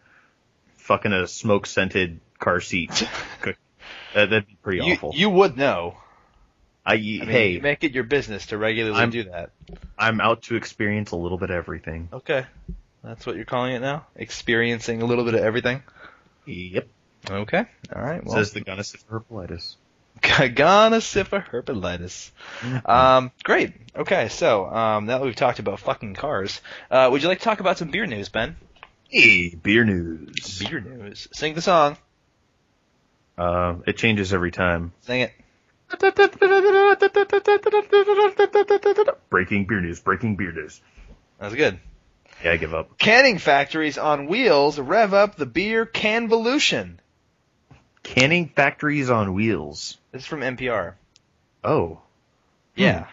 Speaker 1: fucking a smoke scented car seat. that, that'd be pretty
Speaker 4: You,
Speaker 1: awful.
Speaker 4: you would know.
Speaker 1: I,
Speaker 4: I mean,
Speaker 1: hey,
Speaker 4: you make it your business to regularly
Speaker 1: I'm-
Speaker 4: do that.
Speaker 1: I'm out to experience a little bit of everything.
Speaker 4: Okay. That's what you're calling it now? Experiencing a little bit of everything?
Speaker 1: Yep,
Speaker 4: Okay. All right. Well, *laughs*
Speaker 1: says the goddess of herpelitis.
Speaker 4: Gonocypha herpetitis.
Speaker 1: Mm-hmm.
Speaker 4: Um, great. Okay, so um, now that we've talked about fucking cars, uh, would you like to talk about some beer news, Ben?
Speaker 1: Hey, beer news.
Speaker 4: Beer news. Sing the song.
Speaker 1: Uh, it changes every time.
Speaker 4: Sing it.
Speaker 1: Breaking beer news. Breaking beer news.
Speaker 4: That was good.
Speaker 1: Yeah, I give up.
Speaker 4: Canning factories on wheels rev up the beer canvolution.
Speaker 1: Canning factories on wheels.
Speaker 4: This is from NPR.
Speaker 1: Oh,
Speaker 4: Yeah.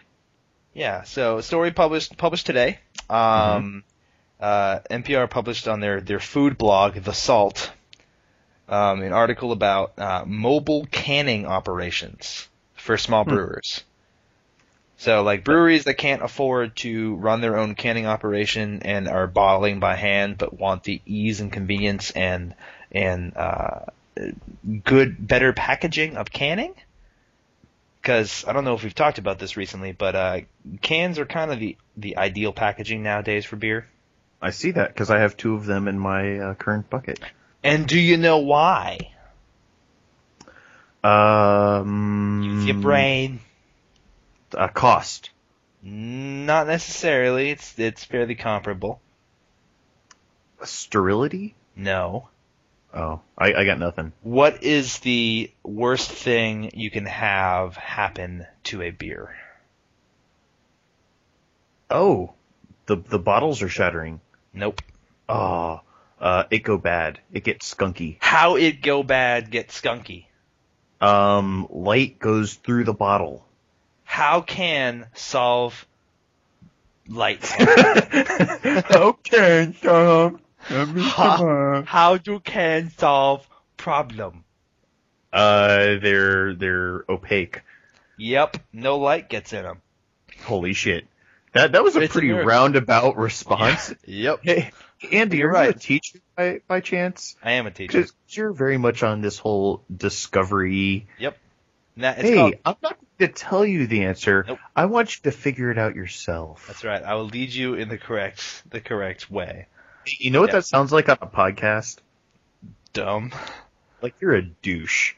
Speaker 4: Yeah. So story published published today. Um, uh, NPR published on their their food blog, The Salt, um, an article about uh, mobile canning operations for small brewers. So like breweries that can't afford to run their own canning operation and are bottling by hand, but want the ease and convenience and and uh, good better packaging of canning because I don't know if we've talked about this recently, but uh, cans are kind of the the ideal packaging nowadays for beer.
Speaker 1: I see that because I have two of them in my uh, current bucket.
Speaker 4: And do you know why?
Speaker 1: Um,
Speaker 4: Use your brain.
Speaker 1: Uh, cost.
Speaker 4: Not necessarily. It's it's fairly comparable.
Speaker 1: Sterility.
Speaker 4: No.
Speaker 1: Oh, I, I got nothing.
Speaker 4: What is the worst thing you can have happen to a beer?
Speaker 1: Oh, the the bottles are shattering.
Speaker 4: Nope.
Speaker 1: Oh, uh, it go bad. It gets skunky.
Speaker 4: How it go bad get skunky.
Speaker 1: Um, light goes through the bottle.
Speaker 4: How can solve light?
Speaker 1: *laughs* okay, Tom.
Speaker 4: how, how you can solve problem?
Speaker 1: Uh, they're they're opaque.
Speaker 4: Yep, no light gets in them.
Speaker 1: Holy shit. That that was a
Speaker 4: It's a
Speaker 1: pretty
Speaker 4: miracle. *laughs*
Speaker 1: roundabout response.
Speaker 4: Yep.
Speaker 1: Hey, Andy,
Speaker 4: You're
Speaker 1: are you a
Speaker 4: right.
Speaker 1: teacher by, by chance?
Speaker 4: I am a teacher.
Speaker 1: Because you're very much on this whole discovery.
Speaker 4: Nah, it's
Speaker 1: hey,
Speaker 4: called-
Speaker 1: I'm not going to tell you the answer.
Speaker 4: Nope.
Speaker 1: I want you to figure it out yourself.
Speaker 4: that's right. I will lead you in the correct the correct way.
Speaker 1: you know what
Speaker 4: yeah.
Speaker 1: that sounds like on a podcast?
Speaker 4: Dumb.
Speaker 1: Like you're a
Speaker 4: *laughs*
Speaker 1: douche.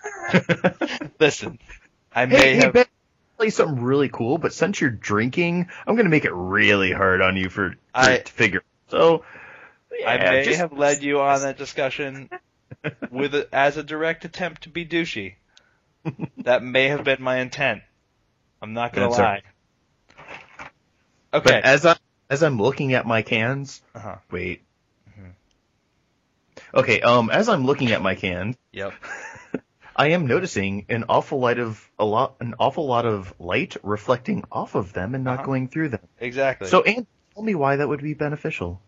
Speaker 1: *laughs*
Speaker 4: Listen, I may
Speaker 1: Hey, hey
Speaker 4: have
Speaker 1: Ben, play something really cool, but since you're drinking, I'm going to make it really hard on you for, for
Speaker 4: I-
Speaker 1: to figure. So,
Speaker 4: I
Speaker 1: yeah,
Speaker 4: may
Speaker 1: just-
Speaker 4: have led you on that
Speaker 1: *laughs*
Speaker 4: discussion with a, as a direct attempt to be douchey. that may have been my intent. I'm not gonna
Speaker 1: That's all
Speaker 4: lie.
Speaker 1: right. But
Speaker 4: Okay.
Speaker 1: as I as I'm looking at my cans,
Speaker 4: uh-huh. Mm-hmm.
Speaker 1: wait. Okay, um, as I'm looking at my cans,
Speaker 4: Yep.
Speaker 1: I am noticing an awful light of a lot, an awful lot of light reflecting off of them and not
Speaker 4: Uh-huh.
Speaker 1: going through them.
Speaker 4: Exactly.
Speaker 1: So, and tell me why that would be beneficial.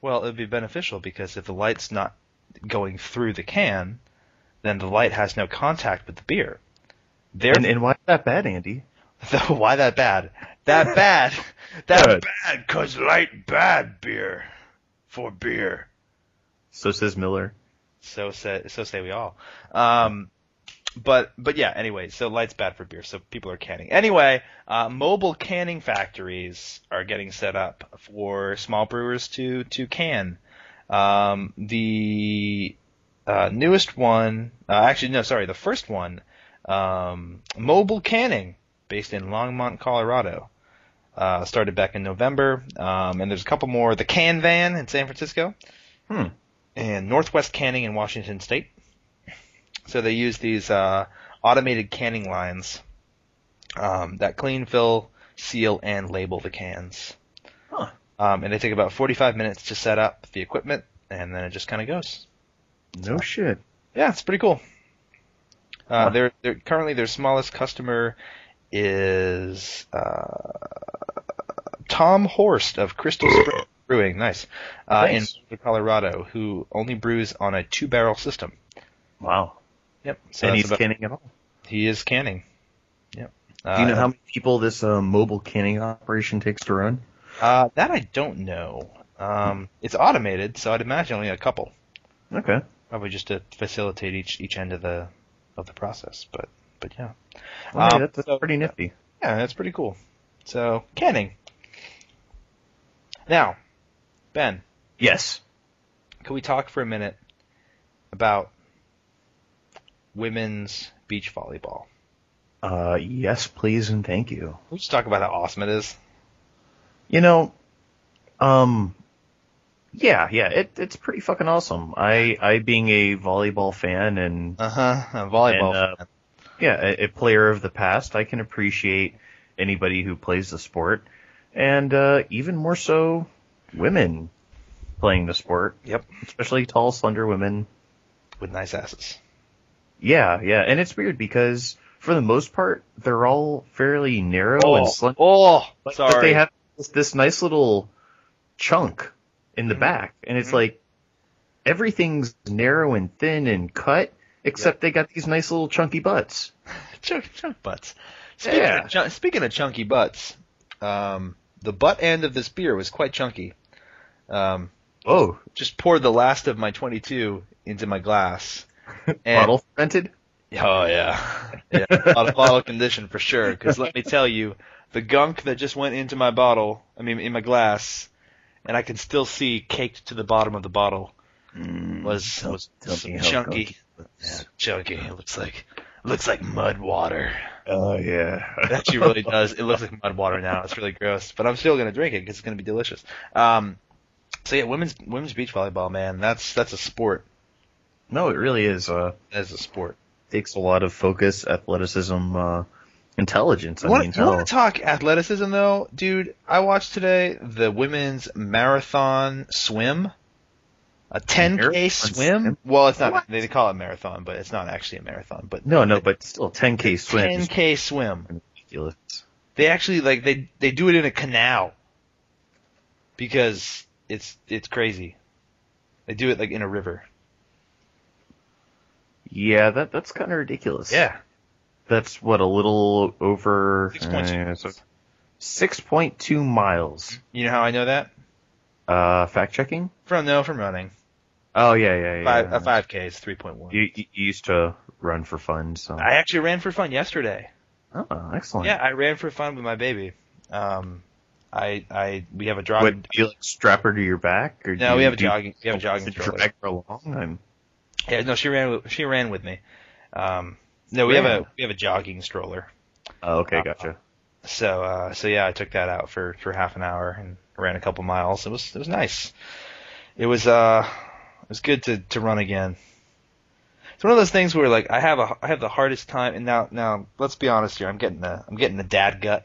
Speaker 4: Well, it would be beneficial because if the light's not going through the can, then the light has no contact with the beer. There,
Speaker 1: And, and why is that bad, Andy?
Speaker 4: *laughs* why that bad?
Speaker 1: *laughs*
Speaker 4: That bad, that
Speaker 1: Good.
Speaker 4: bad, cause light bad beer for beer.
Speaker 1: So says Miller.
Speaker 4: So say, so say we all. Um, but but yeah. Anyway, so light's bad for beer, so people are canning. Anyway, uh, mobile canning factories are getting set up for small brewers to to can. Um, the uh, newest one, uh, actually no, sorry, the first one, um, mobile canning, based in Longmont, Colorado. Uh, started back in November, um, and there's a couple more. The Can Van in San Francisco,
Speaker 1: Hmm.
Speaker 4: and Northwest Canning in Washington State. So they use these uh, automated canning lines um, that clean, fill, seal, and label the cans.
Speaker 1: Huh.
Speaker 4: Um, and they take about 45 minutes to set up the equipment, and then it just kind of goes.
Speaker 1: No shit.
Speaker 4: Yeah, it's pretty cool. Uh,
Speaker 1: Huh.
Speaker 4: Their their currently their smallest customer is uh, Tom Horst of Crystal Spring Brewing, nice, uh,
Speaker 1: Nice.
Speaker 4: in Colorado, who only brews on a two barrel system.
Speaker 1: Wow.
Speaker 4: Yep. So
Speaker 1: and
Speaker 4: that's
Speaker 1: he's
Speaker 4: about-
Speaker 1: canning it all.
Speaker 4: he is canning. Yep. Uh,
Speaker 1: Do you know how many people this uh, mobile canning operation takes to run?
Speaker 4: Uh, that I don't know. Um, it's automated, so I'd imagine only a couple,
Speaker 1: Okay.
Speaker 4: probably just to facilitate each each end of the of the process. But but yeah.
Speaker 1: All right,
Speaker 4: Um,
Speaker 1: that's, that's
Speaker 4: so-
Speaker 1: pretty nifty.
Speaker 4: Yeah, that's pretty cool. So, canning. Now, Ben,
Speaker 1: Yes.
Speaker 4: can we talk for a minute about women's beach volleyball?
Speaker 1: Uh, yes, please, and thank you.
Speaker 4: Can we just talk about how awesome it is?
Speaker 1: You know, um, yeah, yeah, it, it's pretty fucking awesome. I, I being a volleyball fan and
Speaker 4: Uh huh. Volleyball.
Speaker 1: And, uh,
Speaker 4: fan.
Speaker 1: yeah, a, a player of the past, I can appreciate anybody who plays the sport, and uh, even more so, women playing the sport,
Speaker 4: yep.
Speaker 1: especially tall, slender women.
Speaker 4: With nice asses.
Speaker 1: Yeah, yeah, and it's weird because for the most part, they're all fairly narrow and slender.
Speaker 4: oh,
Speaker 1: But,
Speaker 4: sorry.
Speaker 1: but they have this, this nice little chunk in the
Speaker 4: Mhm.
Speaker 1: back, and it's
Speaker 4: Mhm.
Speaker 1: like everything's narrow and thin and cut, except they got these nice little chunky butts.
Speaker 4: chunk, chunk butts. Speaking,
Speaker 1: Yeah.
Speaker 4: of chun- speaking of chunky butts, um, the butt end of this beer was quite chunky. Um,
Speaker 1: Oh,
Speaker 4: just poured the last of my 22 into my *laughs* glass. And,
Speaker 1: bottle fermented.
Speaker 4: Oh yeah, *laughs* yeah, bottle, bottle condition for sure. Because let me tell you, the gunk that just went into my bottle, I mean in my glass, and I can still see caked to the bottom of the bottle was was
Speaker 1: tell me how
Speaker 4: chunky,
Speaker 1: gunky was.
Speaker 4: chunky. It looks like looks like mud water.
Speaker 1: Oh yeah. *laughs*
Speaker 4: It actually really does. It looks like mud water now. It's really gross, but I'm still gonna drink it because it's gonna be delicious. Um, so yeah, women's women's beach volleyball, man. That's that's a sport.
Speaker 1: no, it really is. Uh,
Speaker 4: That's a sport.
Speaker 1: takes a lot of focus, athleticism, uh, intelligence. I
Speaker 4: You wanna-
Speaker 1: mean,
Speaker 4: you
Speaker 1: hell.
Speaker 4: want to talk athleticism though, dude? I watched today the women's marathon swim, a 10k
Speaker 1: Marathon
Speaker 4: swim.
Speaker 1: swim?
Speaker 4: Well, it's not.
Speaker 1: What?
Speaker 4: They call it marathon, but it's not actually a marathon. But
Speaker 1: no, no, but still, 10k swim is
Speaker 4: 10k swim.
Speaker 1: ridiculous.
Speaker 4: They actually like they they do it in a canal because it's it's crazy. They do it like in a river.
Speaker 1: Yeah, that that's kind of ridiculous.
Speaker 4: Yeah,
Speaker 1: That's what a little over uh,
Speaker 4: Six points.
Speaker 1: six point two miles.
Speaker 4: you know how I know that?
Speaker 1: Uh, fact checking?
Speaker 4: From no, from running.
Speaker 1: Oh yeah, yeah, yeah.
Speaker 4: Five, a five k is three point one.
Speaker 1: You, you you used to run for fun, so.
Speaker 4: I actually ran for fun yesterday.
Speaker 1: oh, excellent.
Speaker 4: Yeah, I ran for fun with my baby. Um, I I we have a jog.
Speaker 1: What do you like, strap her to your back? Or
Speaker 4: no,
Speaker 1: do
Speaker 4: we
Speaker 1: you
Speaker 4: have a
Speaker 1: do
Speaker 4: jogging. We have a jogging.
Speaker 1: to
Speaker 4: stroller.
Speaker 1: drag her along. I'm,
Speaker 4: Yeah, no, she ran. With, she ran with me. Um, no, we have
Speaker 1: Ran.
Speaker 4: a we have a jogging stroller.
Speaker 1: oh, okay,
Speaker 4: Uh,
Speaker 1: gotcha.
Speaker 4: So uh, so yeah, I took that out for for half an hour and ran a couple miles. It was it was nice. It was uh it was good to to run again. It's one of those things where like I have a I have the hardest time and now now let's be honest here I'm getting the I'm getting the dad gut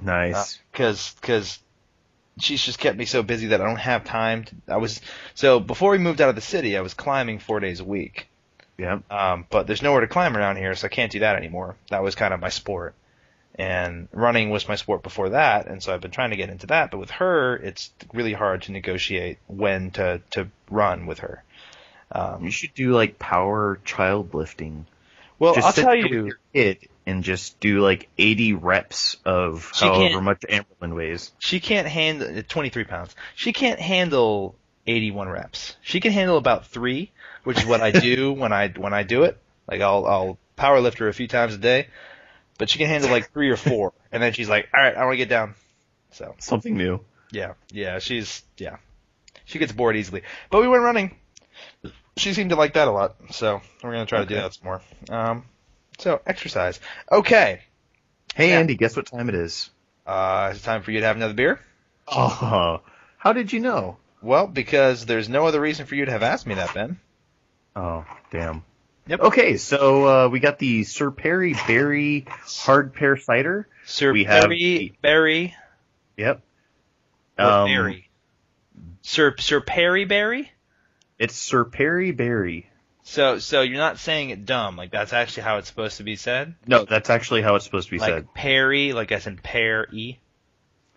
Speaker 1: Nice.
Speaker 4: because because Uh, she's just kept me so busy that I don't have time. To, I was so before we moved out of the city, I was climbing four days a week.
Speaker 1: Yep.
Speaker 4: Um, but there's nowhere to climb around here, so I can't do that anymore. That was kind of my sport, and running was my sport before that, and so I've been trying to get into that. But with her, it's really hard to negotiate when to to run with her. um,
Speaker 1: You should do like power child lifting.
Speaker 4: Well,
Speaker 1: just
Speaker 4: I'll
Speaker 1: sit
Speaker 4: tell
Speaker 1: there with
Speaker 4: you,
Speaker 1: your kid and just do like 80 reps of
Speaker 4: She
Speaker 1: however
Speaker 4: can't-
Speaker 1: much Amberlin weighs.
Speaker 4: she can't handle 23 pounds. She can't handle 81 reps. She can handle about three, which is what I do when I when I do it. Like I'll I'll power lift her a few times a day, but she can handle like three or four, and then she's like, all right, I want to get down. So
Speaker 1: Something new.
Speaker 4: yeah, yeah, she's yeah, she gets bored easily. But we went running. She seemed to like that a lot, so we're gonna try to do
Speaker 1: Okay.
Speaker 4: that some more. Um, so exercise. Okay,
Speaker 1: Hey
Speaker 4: Yeah.
Speaker 1: Andy, guess what time it is?
Speaker 4: uh, it's time for you to have another beer.
Speaker 1: Oh, *laughs* how did you know?
Speaker 4: Well, because there's no other reason for you to have asked me that, Ben.
Speaker 1: Oh, damn.
Speaker 4: Yep.
Speaker 1: Okay, so uh, we got the Sir Perry Berry Hard Pear Cider.
Speaker 4: Sir
Speaker 1: We have
Speaker 4: Perry Berry
Speaker 1: Yep.
Speaker 4: or
Speaker 1: Um,
Speaker 4: Berry. Sir Sir Perry Berry.
Speaker 1: It's Sir Perry Berry.
Speaker 4: So so you're not saying it dumb. Like that's actually how it's supposed to be said.
Speaker 1: No, that's actually how it's supposed to be
Speaker 4: like
Speaker 1: said.
Speaker 4: Perry, like as in pear e.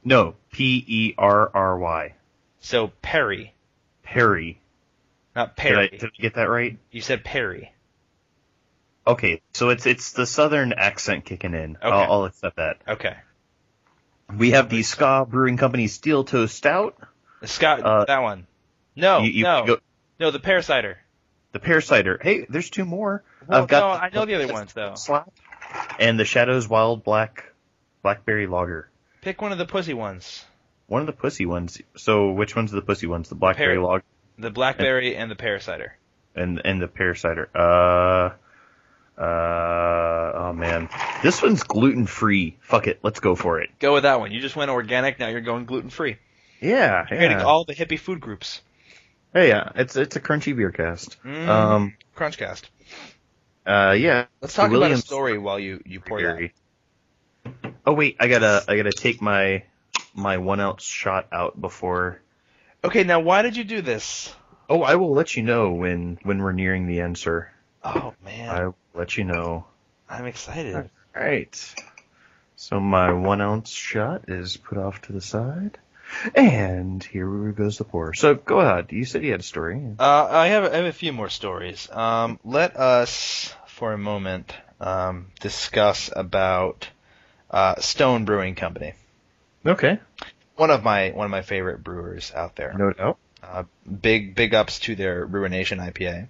Speaker 1: No, P E R R Y.
Speaker 4: So Perry,
Speaker 1: Perry.
Speaker 4: not
Speaker 1: Did I,
Speaker 4: Perry.
Speaker 1: did I get that right?
Speaker 4: You said Perry.
Speaker 1: Okay, so it's it's the southern accent kicking in.
Speaker 4: Okay.
Speaker 1: I'll, I'll accept that.
Speaker 4: Okay.
Speaker 1: We have the Ska Brewing Company Steel Toe Stout.
Speaker 4: Scott,
Speaker 1: Uh,
Speaker 4: that one. No,
Speaker 1: You- you
Speaker 4: Oh, no,
Speaker 1: go-
Speaker 4: no. The pear cider.
Speaker 1: the pear cider. Hey, there's two more.
Speaker 4: Well,
Speaker 1: I've got
Speaker 4: no, I know the other ones though.
Speaker 1: Slap and the Shadows Wild Black Blackberry Lager.
Speaker 4: Pick one of the pussy ones.
Speaker 1: One of the pussy ones. So which one's the pussy ones? The Blackberry
Speaker 4: Pear.
Speaker 1: Lager
Speaker 4: The blackberry and the pear cider.
Speaker 1: and and the pear cider. Uh uh oh man. This one's gluten free. Fuck it, let's go for it.
Speaker 4: Go with that one. You just went organic. Now you're going gluten free.
Speaker 1: Yeah,
Speaker 4: You're
Speaker 1: yeah.
Speaker 4: getting all the hippie food groups.
Speaker 1: Hey, yeah, it's it's a crunchy beer cast.
Speaker 4: Mm.
Speaker 1: Um
Speaker 4: Crunchcast.
Speaker 1: uh yeah.
Speaker 4: Let's talk about a
Speaker 1: Williams-
Speaker 4: story while you you pour that.
Speaker 1: Very. Oh wait, I gotta I gotta take my my one ounce shot out before.
Speaker 4: Okay, now why did you do this?
Speaker 1: Oh, I will let you know when when we're nearing the end, sir.
Speaker 4: Oh
Speaker 1: I
Speaker 4: man,
Speaker 1: will let you know.
Speaker 4: I, am excited.
Speaker 1: All right. So my one ounce shot is put off to the side, and here goes the pour. So go ahead. You said you had a story.
Speaker 4: Uh, I have I have a few more stories. Um, let us for a moment um, discuss about uh, Stone Brewing Company,
Speaker 1: Okay.
Speaker 4: one of my one of my favorite brewers out there.
Speaker 1: No doubt.
Speaker 4: Uh, big big ups to their Ruination IPA.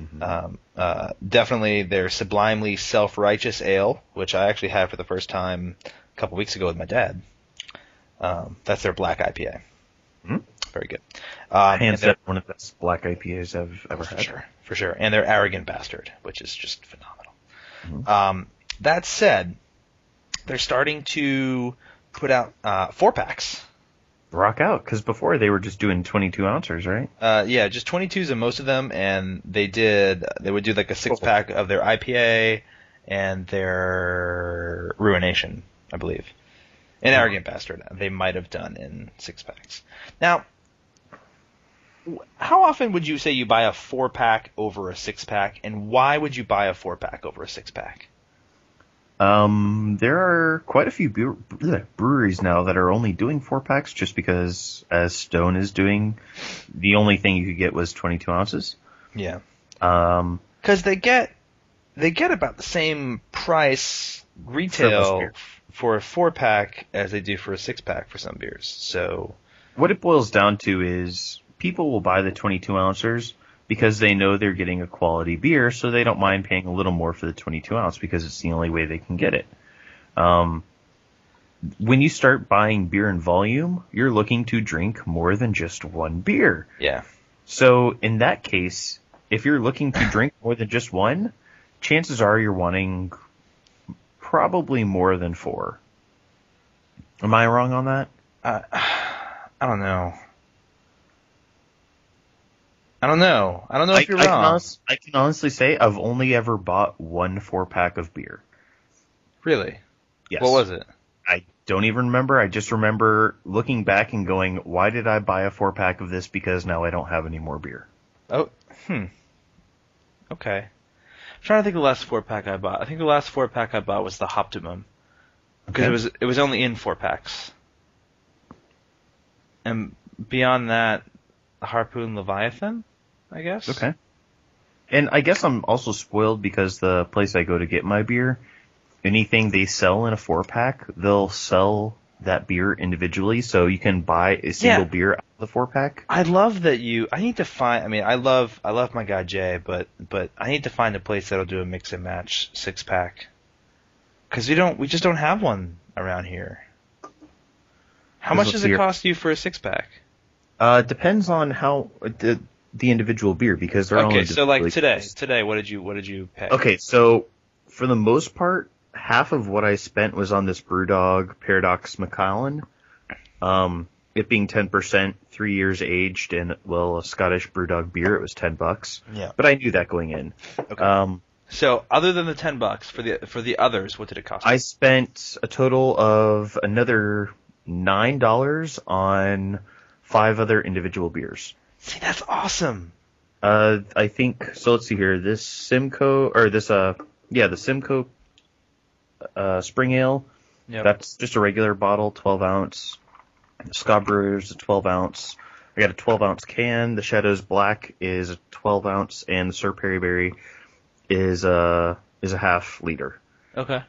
Speaker 1: Mm-hmm.
Speaker 4: Um, uh, definitely their sublimely self righteous ale, which I actually had for the first time a couple weeks ago with my dad. Um, that's their black IPA.
Speaker 1: Hmm.
Speaker 4: Very good. Um, and
Speaker 1: Hands
Speaker 4: their-
Speaker 1: down, one of the best black IPAs I've ever
Speaker 4: for
Speaker 1: had.
Speaker 4: sure, for sure. And their arrogant bastard, which is just phenomenal.
Speaker 1: Mm-hmm.
Speaker 4: Um, that said, they're starting to put out uh, four packs.
Speaker 1: Rock out, because before they were just doing 22 ounces, right?
Speaker 4: Uh, yeah, just 22s in most of them, and they did. They would do like a six pack of their IPA and their Ruination, I believe. An arrogant bastard. They might have done in six packs. Now, wh- how often would you say you buy a four pack over a six pack, and why would you buy a four pack over a six pack?
Speaker 1: Um, there are quite a few bre- bleh, breweries now that are only doing four packs just because, as Stone is doing, the only thing you could get was 22 ounces.
Speaker 4: Yeah,
Speaker 1: Um,
Speaker 4: because they get they get about the same price
Speaker 1: For
Speaker 4: retail
Speaker 1: most beer.
Speaker 4: f- for a four pack as they do for a six pack for some beers. So
Speaker 1: what it boils down to is people will buy the 22 ounces because they know they're getting a quality beer, so they don't mind paying a little more for the 22 ounce because it's the only way they can get it. Um, when you start buying beer in volume, you're looking to drink more than just one beer.
Speaker 4: Yeah.
Speaker 1: So in that case, if you're looking to drink more than just one, chances are you're wanting probably more than four. Am I wrong on that?
Speaker 4: Uh, I don't know. I don't know. I don't know
Speaker 1: I,
Speaker 4: if you're
Speaker 1: I can
Speaker 4: wrong.
Speaker 1: honest- I can honestly say I've only ever bought one four pack of beer.
Speaker 4: really?
Speaker 1: Yes.
Speaker 4: What was it?
Speaker 1: I don't even remember. I just remember looking back and going, "Why did I buy a four pack of this? Because now I don't have any more beer."
Speaker 4: Oh, hmm. Okay. I'm trying to think of the last four pack I bought. I think the last four pack I bought was the Optimum because it was it was only in four packs. And beyond that, Harpoon Leviathan, I guess.
Speaker 1: Okay. And I guess I'm also spoiled because the place I go to get my beer, anything they sell in a four pack, they'll sell that beer individually, so you can buy a single
Speaker 4: Yeah.
Speaker 1: beer out of the four pack.
Speaker 4: I love that you. I need to find. I mean, I love. I love my guy Jay, but but I need to find a place that'll do a mix and match six pack. Because we don't. We just don't have one around here. How
Speaker 1: This
Speaker 4: much
Speaker 1: looks
Speaker 4: does it
Speaker 1: here.
Speaker 4: cost you for a six pack?
Speaker 1: Uh, depends on how uh, the the individual beer because they're all
Speaker 4: Okay, so like
Speaker 1: individually
Speaker 4: today,
Speaker 1: priced.
Speaker 4: today, what did you what did you pay?
Speaker 1: Okay, so for the most part, half of what I spent was on this BrewDog Paradox Macallan. Um, it being ten percent, three years aged, and well, a Scottish BrewDog beer, it was ten bucks.
Speaker 4: Yeah.
Speaker 1: But I knew that going in.
Speaker 4: Okay.
Speaker 1: Um,
Speaker 4: So other than the ten bucks for the for the others, what did it cost?
Speaker 1: I spent a total of another nine dollars on five other individual beers.
Speaker 4: See, that's awesome.
Speaker 1: Uh, I think so. Let's see here. This Simcoe or this uh, yeah, the Simcoe uh, Spring Ale.
Speaker 4: Yeah.
Speaker 1: That's just a regular bottle, 12 ounce. Scott Brewer's a 12 ounce. I got a 12 ounce can. The Shadows Black is a 12 ounce, and the Sir Perry Berry is a is a half liter.
Speaker 4: okay.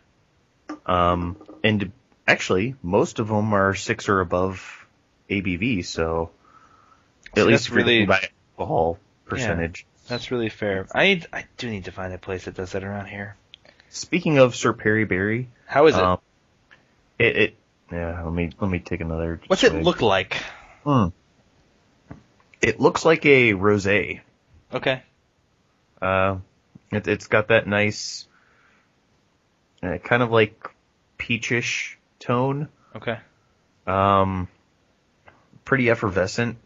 Speaker 1: Um, and actually, most of them are six or above ABV, so at
Speaker 4: So that's
Speaker 1: least if you're
Speaker 4: really-
Speaker 1: looking by alcohol percentage.
Speaker 4: That's really fair. I need, I do need to find a place that does that around here.
Speaker 1: Speaking of Sir Perry Berry,
Speaker 4: How is it?
Speaker 1: um, it, it yeah. Let me let me take another.
Speaker 4: What's it
Speaker 1: swig.
Speaker 4: look like?
Speaker 1: Hmm. It looks like a rosé.
Speaker 4: Okay.
Speaker 1: Uh, it, it's got that nice, uh, kind of like peachish tone.
Speaker 4: Okay.
Speaker 1: Um, pretty effervescent.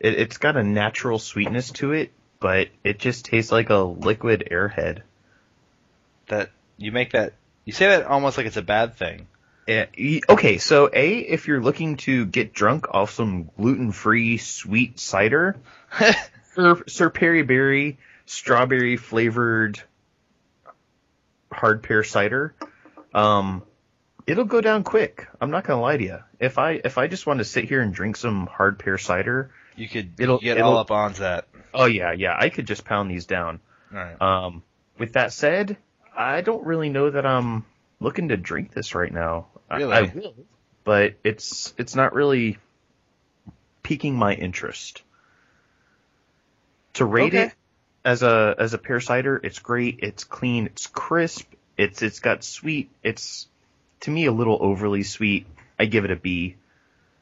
Speaker 1: It, it's got a natural sweetness to it, but it just tastes like a liquid airhead.
Speaker 4: That you make that you say that almost like it's a bad thing.
Speaker 1: Yeah, Eh, y- okay, so A, if you're looking to get drunk off some gluten free sweet cider, Sir, Sir Perry Berry strawberry flavored hard pear cider, um, it'll go down quick. I'm not gonna lie to you. If I if I just want to sit here and drink some hard pear cider,
Speaker 4: You could
Speaker 1: It'll-
Speaker 4: get
Speaker 1: it'll-
Speaker 4: all up on that.
Speaker 1: oh yeah, yeah, I could just pound these down.
Speaker 4: All right.
Speaker 1: Um, with that said, I don't really know that I'm looking to drink this right now. I-
Speaker 4: Really?
Speaker 1: I, will, but it's it's not really piquing my interest. To rate
Speaker 4: Okay.
Speaker 1: it as a as a pear cider, it's great. It's clean. It's crisp. It's it's got sweet. It's to me a little overly sweet. I give it a B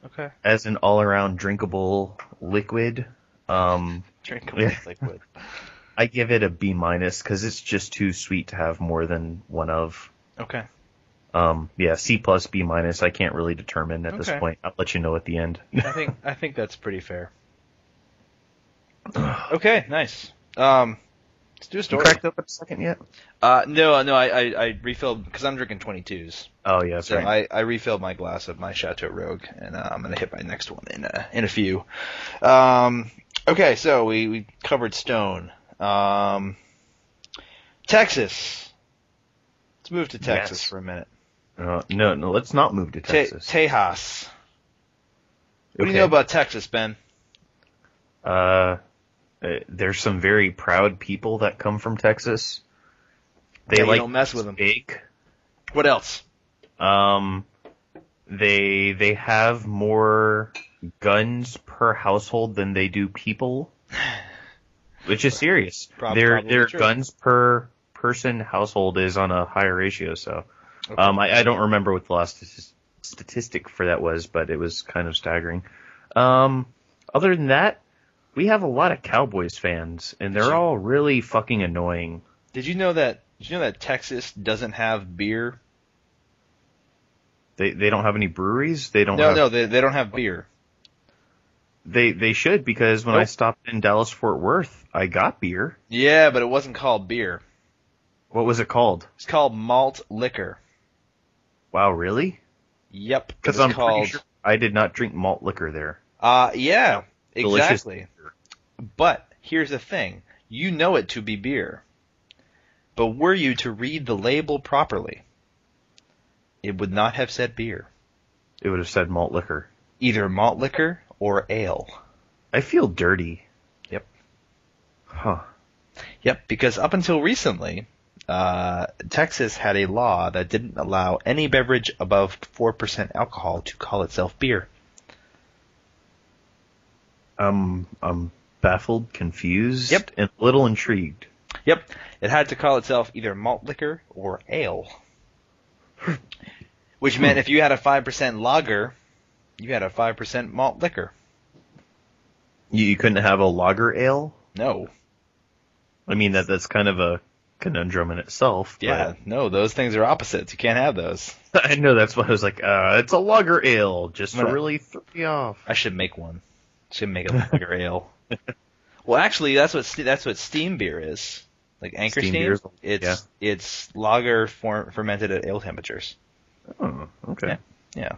Speaker 4: Okay.
Speaker 1: as an all around drinkable liquid. Um,
Speaker 4: Drinkable
Speaker 1: Yeah. *laughs*
Speaker 4: liquid.
Speaker 1: I give it a B minus because it's just too sweet to have more than one of.
Speaker 4: Okay.
Speaker 1: Um, yeah, C plus B minus. I can't really determine at
Speaker 4: Okay.
Speaker 1: this point. I'll let you know at the end. *laughs*
Speaker 4: I think I think that's
Speaker 1: *sighs*
Speaker 4: pretty fair. Okay, nice. Um, let's do a
Speaker 1: You
Speaker 4: story.
Speaker 1: cracked up a second yet?
Speaker 4: Uh, no, no, I I, I refilled because I'm drinking 22s,
Speaker 1: Oh yeah, that's
Speaker 4: so
Speaker 1: right.
Speaker 4: I I refilled my glass of my Chateau Rogue, and uh, I'm gonna hit my next one in a in a few. Um, okay, so we we covered Stone. Um, Texas. Let's move to Texas
Speaker 1: Yes.
Speaker 4: for a minute.
Speaker 1: Uh, no, no, let's not move to
Speaker 4: Te-
Speaker 1: Texas.
Speaker 4: Tejas. What do
Speaker 1: Okay.
Speaker 4: you know about Texas, Ben?
Speaker 1: Uh, uh, there's some very proud people that come from Texas. They
Speaker 4: Yeah, you
Speaker 1: like
Speaker 4: don't mess with 'em.
Speaker 1: big.
Speaker 4: What else?
Speaker 1: Um, They they have more guns per household than they do people, which is serious.
Speaker 4: *sighs* Prob-
Speaker 1: their
Speaker 4: probably
Speaker 1: their
Speaker 4: true.
Speaker 1: guns per person household is on a higher ratio. So,
Speaker 4: Okay.
Speaker 1: um, I, I don't remember what the last statis- statistic for that was, but it was kind of staggering. Um, other than that, we have a lot of Cowboys fans, and they're all really fucking annoying.
Speaker 4: Did you know that? Did you know that Texas doesn't have beer?
Speaker 1: They they don't have any breweries. They don't.
Speaker 4: No,
Speaker 1: have,
Speaker 4: no, they, they don't have beer.
Speaker 1: They they should because when I
Speaker 4: Nope.
Speaker 1: stopped in Dallas Fort Worth, I got beer.
Speaker 4: Yeah, but it wasn't called beer.
Speaker 1: What was it called?
Speaker 4: It's called malt liquor.
Speaker 1: Wow, really?
Speaker 4: Yep. it
Speaker 1: Because
Speaker 4: was
Speaker 1: I'm
Speaker 4: called-
Speaker 1: pretty sure I did not drink malt liquor there.
Speaker 4: Uh, yeah,
Speaker 1: Delicious.
Speaker 4: exactly. But here's the thing. You know it to be beer. But were you to read the label properly, it would not have said beer.
Speaker 1: It would have said malt liquor.
Speaker 4: Either malt liquor or ale.
Speaker 1: I feel dirty.
Speaker 4: Yep.
Speaker 1: Huh.
Speaker 4: Yep, because up until recently, uh, Texas had a law that didn't allow any beverage above 4% alcohol to call itself beer.
Speaker 1: I'm I'm baffled, confused,
Speaker 4: Yep.
Speaker 1: and a little intrigued.
Speaker 4: Yep, it had to call itself either malt liquor or ale. Which meant if you had a 5% lager, you had a 5% malt liquor.
Speaker 1: You, you couldn't have a lager ale?
Speaker 4: No.
Speaker 1: I mean that that's kind of a conundrum in itself.
Speaker 4: Yeah, no, those things are opposites. You can't have those.
Speaker 1: but *laughs* I know that's why I was like, uh, it's a lager ale, just to
Speaker 4: Right.
Speaker 1: really throw me off.
Speaker 4: I should make one. Should make a *laughs* lager ale. Well, actually, that's what ste- that's what steam beer is. Like Anchor
Speaker 1: Steam
Speaker 4: Steam,
Speaker 1: beer is-
Speaker 4: it's it's lager form, fermented at ale temperatures.
Speaker 1: Oh, okay.
Speaker 4: Yeah. Yeah.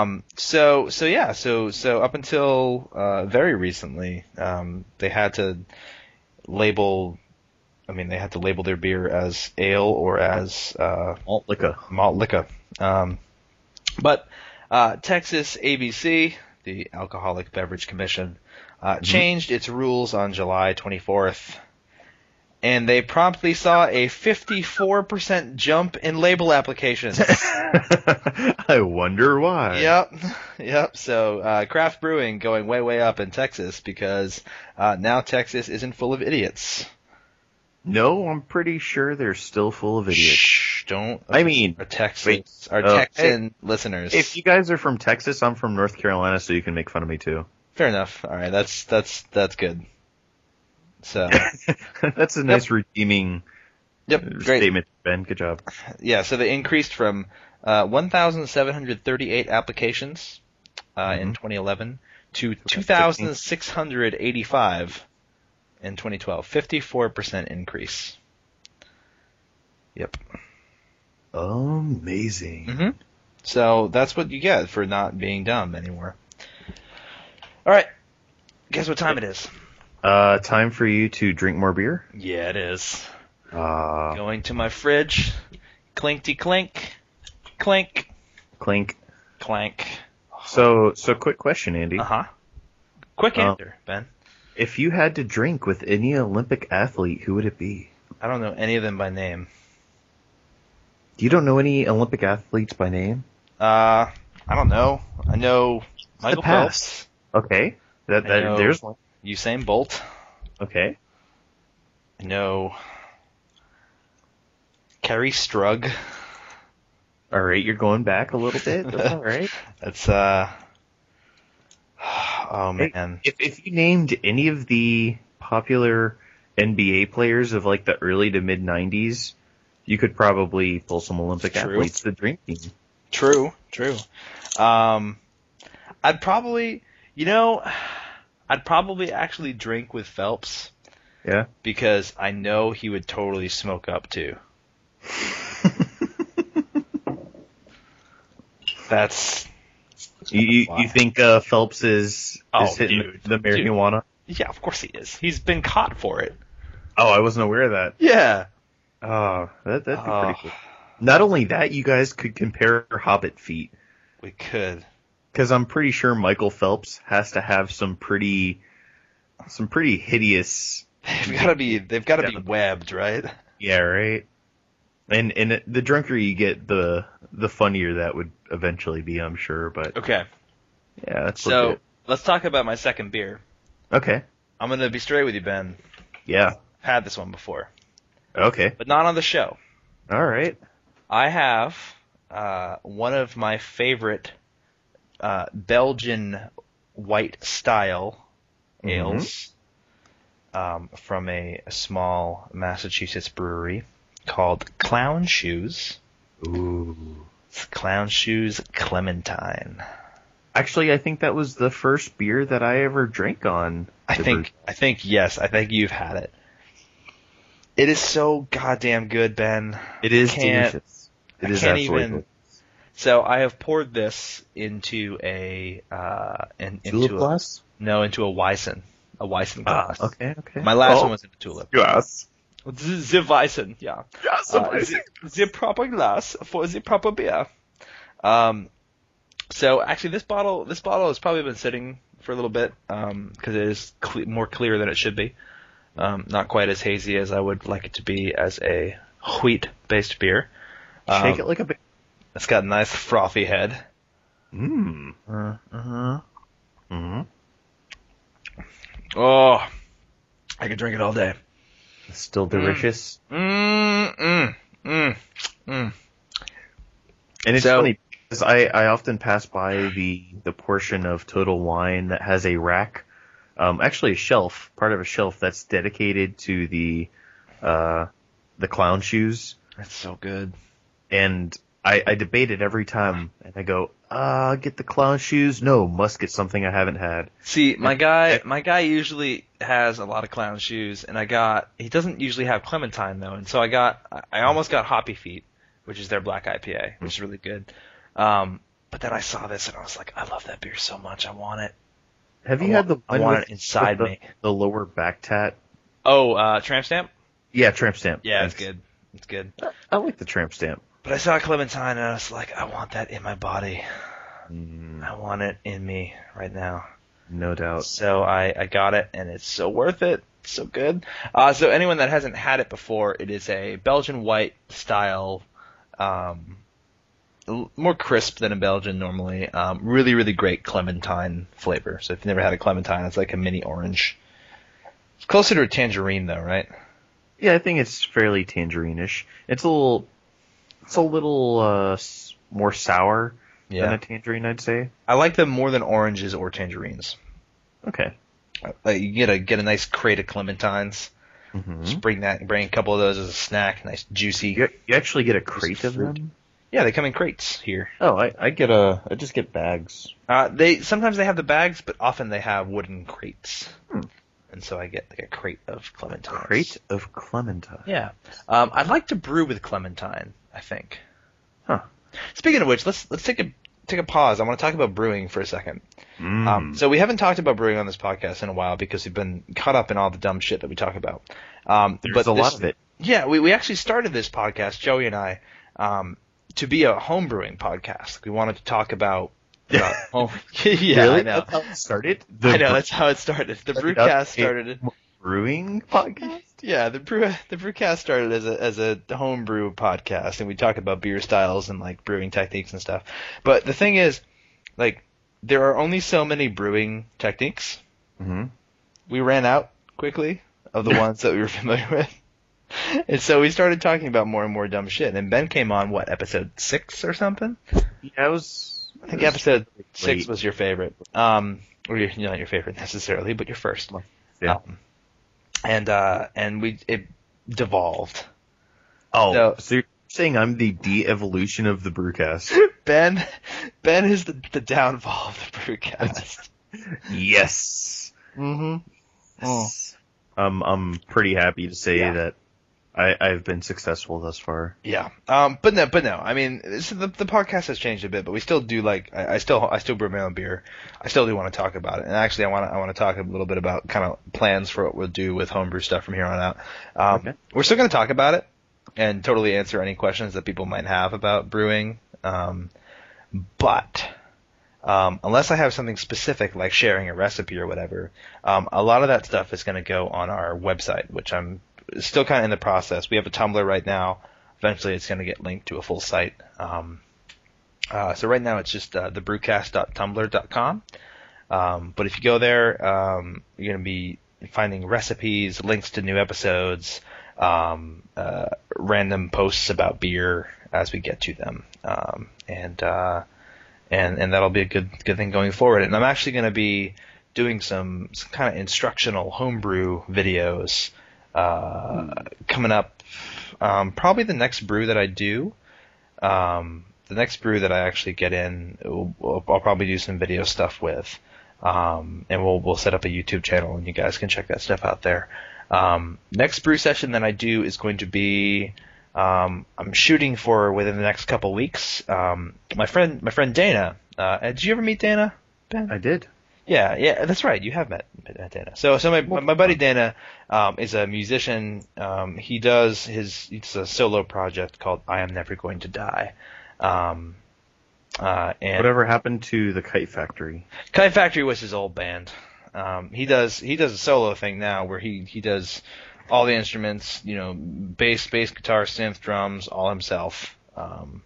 Speaker 4: Um, so so yeah. So so up until uh, very recently, um, they had to label. I mean, they had to label their beer as ale or as uh,
Speaker 1: Malt liquor.
Speaker 4: malt liquor. Um, but uh, Texas ABC, the Alcoholic Beverage Commission,
Speaker 1: Mm-hmm.
Speaker 4: uh, changed its rules on July 24th, and they promptly saw a 54% jump in label applications.
Speaker 1: *laughs* I wonder why.
Speaker 4: Yep, *laughs* yep. So uh, craft brewing going way, way up in Texas because uh, now Texas isn't full of idiots.
Speaker 1: No, I'm pretty sure they're still full of idiots.
Speaker 4: Shh, don't.
Speaker 1: I mean,
Speaker 4: our Texas,
Speaker 1: wait.
Speaker 4: our
Speaker 1: Oh.
Speaker 4: Texan listeners.
Speaker 1: if you guys are from Texas, I'm from North Carolina, so you can make fun of me too. *laughs*
Speaker 4: Fair enough. All right, that's that's that's good.
Speaker 1: *laughs*
Speaker 4: So
Speaker 1: That's a nice redeeming
Speaker 4: yep,
Speaker 1: uh,
Speaker 4: great.
Speaker 1: statement, Ben. Good job.
Speaker 4: Yeah, so they increased from uh, 1,738 applications uh, in 2011 to 2,685 in 2012, 54% increase. Yep.
Speaker 1: Amazing.
Speaker 4: hmm So that's what you get for not being dumb anymore. All right, guess what time it is?
Speaker 1: Uh, time for you to drink more beer.
Speaker 4: Yeah, it is.
Speaker 1: Uh,
Speaker 4: Going to my fridge. Clinkety clink. Clink.
Speaker 1: clink.
Speaker 4: Clank.
Speaker 1: So, so quick question, Andy.
Speaker 4: Uh huh. Quick
Speaker 1: Uh,
Speaker 4: answer, Ben.
Speaker 1: If you had to drink with any Olympic athlete, who would it be?
Speaker 4: I don't know any of them by name.
Speaker 1: You don't know any Olympic athletes by name?
Speaker 4: Uh, I don't know. I know Michael
Speaker 1: past.
Speaker 4: Phelps,
Speaker 1: Okay. That,
Speaker 4: I
Speaker 1: that
Speaker 4: know.
Speaker 1: there's one.
Speaker 4: Usain Bolt.
Speaker 1: Okay.
Speaker 4: I know Carrie Strug.
Speaker 1: All right, you're going back a little bit. That's all
Speaker 4: *laughs*
Speaker 1: right.
Speaker 4: That's uh. *sighs* Oh
Speaker 1: Hey,
Speaker 4: man.
Speaker 1: If, if you named any of the popular NBA players of like the early to mid 90s, you could probably pull some Olympic
Speaker 4: True.
Speaker 1: athletes to drink team.
Speaker 4: True. True. Um, I'd probably, you know, I'd probably actually drink with Phelps.
Speaker 1: Yeah.
Speaker 4: because I know he would totally smoke up too. That's
Speaker 1: You, you, you think uh, Phelps is,
Speaker 4: Oh,
Speaker 1: is hitting
Speaker 4: dude.
Speaker 1: the marijuana?
Speaker 4: yeah, of course he is. He's been caught for it.
Speaker 1: Oh, I wasn't aware of that.
Speaker 4: Yeah.
Speaker 1: Oh, that, that'd be
Speaker 4: Oh.
Speaker 1: pretty cool. Not only that, you guys could compare Hobbit feet.
Speaker 4: We could.
Speaker 1: Because I'm pretty sure Michael Phelps has to have some pretty, some pretty hideous
Speaker 4: They've got to be they've got to be
Speaker 1: Yeah.
Speaker 4: webbed, right?
Speaker 1: Yeah, right. And and the drunker you get, the the funnier that would eventually be, I'm sure. But
Speaker 4: Okay,
Speaker 1: yeah, that's
Speaker 4: so
Speaker 1: legit.
Speaker 4: let's talk about my second beer.
Speaker 1: okay.
Speaker 4: I'm gonna be straight with you, Ben.
Speaker 1: Yeah.
Speaker 4: I've had this one before,
Speaker 1: Okay.
Speaker 4: but not on the show.
Speaker 1: All right.
Speaker 4: I have uh, one of my favorite uh, Belgian white style
Speaker 1: Mhm.
Speaker 4: ales um, from a, a small Massachusetts brewery called Clown Shoes.
Speaker 1: Ooh.
Speaker 4: It's Clown Shoes Clementine.
Speaker 1: Actually, I think that was the first beer that I ever drank on.
Speaker 4: I
Speaker 1: the
Speaker 4: think I think yes, I think you've had it. It is so goddamn good, Ben.
Speaker 1: brew- it is
Speaker 4: can't-
Speaker 1: delicious. It
Speaker 4: I
Speaker 1: is
Speaker 4: can't
Speaker 1: absolutely
Speaker 4: even-
Speaker 1: delicious.
Speaker 4: So I have poured this into a uh, in,
Speaker 1: Tulip
Speaker 4: into a,
Speaker 1: glass. Ah,
Speaker 4: no into a Weissen, a Weissen glass.
Speaker 1: okay. Okay.
Speaker 4: My last
Speaker 1: Oh,
Speaker 4: one was in a tulip.
Speaker 1: Yes.
Speaker 4: Z- The Weissen, yeah.
Speaker 1: Yes.
Speaker 4: Uh, the, the proper glass for the proper beer. Um, so actually, this bottle this bottle has probably been sitting for a little bit because it is cle- more clear than it should be. Um, not quite as hazy as I would like it to be as a wheat based beer. Um,
Speaker 1: Shake it like a. Ba-
Speaker 4: It's got a nice frothy head.
Speaker 1: mm.
Speaker 4: Uh-huh.
Speaker 1: Mm.
Speaker 4: Oh, I could drink it all day.
Speaker 1: Still delicious.
Speaker 4: Mm mm mm.
Speaker 1: And it's
Speaker 4: So-
Speaker 1: funny because I, I often pass by the the portion of Total Wine that has a rack, um, actually a shelf, part of a shelf that's dedicated to the uh, the clown shoes.
Speaker 4: It's so good.
Speaker 1: And I, I debate it every time, and I go, uh, get the clown shoes. No, must get something I haven't had.
Speaker 4: See, my guy, my guy usually has a lot of clown shoes, and I got he doesn't usually have clementine though, and so I got I almost got Hoppy Feet, which is their black IPA, which is really good. Um, but then I saw this and I was like, I love that beer so much, I want it.
Speaker 1: Have you
Speaker 4: I
Speaker 1: had the
Speaker 4: want-
Speaker 1: one
Speaker 4: Oh, I want
Speaker 1: with-
Speaker 4: it inside
Speaker 1: with
Speaker 4: me.
Speaker 1: the, the lower back tat?
Speaker 4: Oh, uh, Tramp Stamp.
Speaker 1: Yeah, tramp stamp.
Speaker 4: Yeah, it's
Speaker 1: Thanks.
Speaker 4: good. It's good.
Speaker 1: I like the tramp stamp.
Speaker 4: But I saw clementine and I was like, I want that in my body. I want it in me right now.
Speaker 1: No doubt.
Speaker 4: So I, I got it, and it's so worth it. It's so good. Uh, so anyone that hasn't had it before, it is a Belgian white style, um, l- more crisp than a Belgian normally. Um, really, really great clementine flavor. So if you've never had a clementine, it's like a mini orange. It's closer to a tangerine though, right?
Speaker 1: Yeah, I think it's fairly tangerine-ish. It's a little, it's a little uh, s- more sour than a tangerine, I'd say.
Speaker 4: I like them more than oranges or tangerines.
Speaker 1: Okay.
Speaker 4: Like you get a get a nice crate of clementines.
Speaker 1: hmm
Speaker 4: Just bring that, bring a couple of those as a snack. Nice juicy.
Speaker 1: You, you actually get a crate of
Speaker 4: fruit.
Speaker 1: them.
Speaker 4: Yeah, they come in crates here.
Speaker 1: Oh, I, I get a, I just get bags.
Speaker 4: Uh, they sometimes they have the bags, but often they have wooden crates,
Speaker 1: Hmm.
Speaker 4: and so I get like a crate of clementines.
Speaker 1: Crate of clementine.
Speaker 4: Yeah, um, I'd like to brew with clementine. I think.
Speaker 1: Huh.
Speaker 4: Speaking of which, let's let's take a take a pause. I want to talk about brewing for a second.
Speaker 1: Mm.
Speaker 4: Um, so we haven't talked about brewing on this podcast in a while because we've been caught up in all the dumb shit that we talk about. Um,
Speaker 1: There's
Speaker 4: but
Speaker 1: a lot
Speaker 4: this-
Speaker 1: of it.
Speaker 4: yeah, we, we actually started this podcast, Joey and I, um, to be a homebrewing podcast. We wanted to talk about,
Speaker 1: *laughs*
Speaker 4: about home. *laughs* *laughs* yeah,
Speaker 1: really?
Speaker 4: I know.
Speaker 1: That's how it started. The
Speaker 4: I know that's how it started. The
Speaker 1: Started
Speaker 4: brewcast
Speaker 1: up-
Speaker 4: started.
Speaker 1: brewing podcast.
Speaker 4: Yeah, the brew the brewcast started as a as a homebrew podcast, and we talk about beer styles and like brewing techniques and stuff. But the thing is, like, there are only so many brewing techniques.
Speaker 1: hmm
Speaker 4: we ran out quickly
Speaker 1: *laughs*
Speaker 4: of the ones that we were familiar with. And so we started talking about more and more dumb shit. And Ben came on, what, episode six or something?
Speaker 1: Yeah, I was.
Speaker 4: I think episode six
Speaker 1: late.
Speaker 4: was your favorite. Um, or your, not your favorite necessarily, but your first one.
Speaker 1: Yeah.
Speaker 4: Um, and, uh, and we, it devolved.
Speaker 1: Oh,
Speaker 4: so-
Speaker 1: so, you're saying I'm the de-evolution of the brewcast?
Speaker 4: Ben, *laughs* Ben is the, the downfall of the brewcast.
Speaker 1: yes.
Speaker 4: mm-hmm. Oh.
Speaker 1: Um, I'm pretty happy to say
Speaker 4: Yeah.
Speaker 1: that I, I've been successful thus far.
Speaker 4: Yeah. Um, but no, but no. I mean, this, the the podcast has changed a bit, but we still do like I, I still I still brew my own beer. I still do want to talk about it. And actually, I want to I want to talk a little bit about kind of plans for what we'll do with homebrew stuff from here on out. Um,
Speaker 1: Okay.
Speaker 4: We're still going to talk about it and totally answer any questions that people might have about brewing. Um, but um, unless I have something specific like sharing a recipe or whatever, um, a lot of that stuff is going to go on our website, which I'm still kind of in the process. We have a Tumblr right now. Eventually, it's going to get linked to a full site. Um, Uh, so right now it's just uh, thebrewcast.tumblr.com. Um, but if you go there, um, you're going to be finding recipes, links to new episodes, um, uh, random posts about beer as we get to them, um, and uh, and and that'll be a good good thing going forward. And I'm actually going to be doing some, some kind of instructional homebrew videos uh, coming up. Um, probably the next brew that I do. Um, the next brew that I actually get in, will- will- I'll probably do some video stuff with, um, and we'll we'll set up a YouTube channel, and you guys can check that stuff out there. Um, next brew session that I do is going to be, um, I'm shooting for within the next couple weeks. Um, my friend, my friend Dana. Uh, did you ever meet Dana? Ben?
Speaker 1: I did.
Speaker 4: Yeah, yeah, that's right. You have met, met Dana. So, so my, my, my buddy Dana um, is a musician. Um, he does his it's a solo project called "I Am Never Going to Die." Um, uh, and
Speaker 1: Whatever happened to the Kite Factory?
Speaker 4: Kite Factory was his old band. Um, he does he does a solo thing now where he he does all the instruments, you know, bass, bass, guitar, synth, drums, all himself. Um,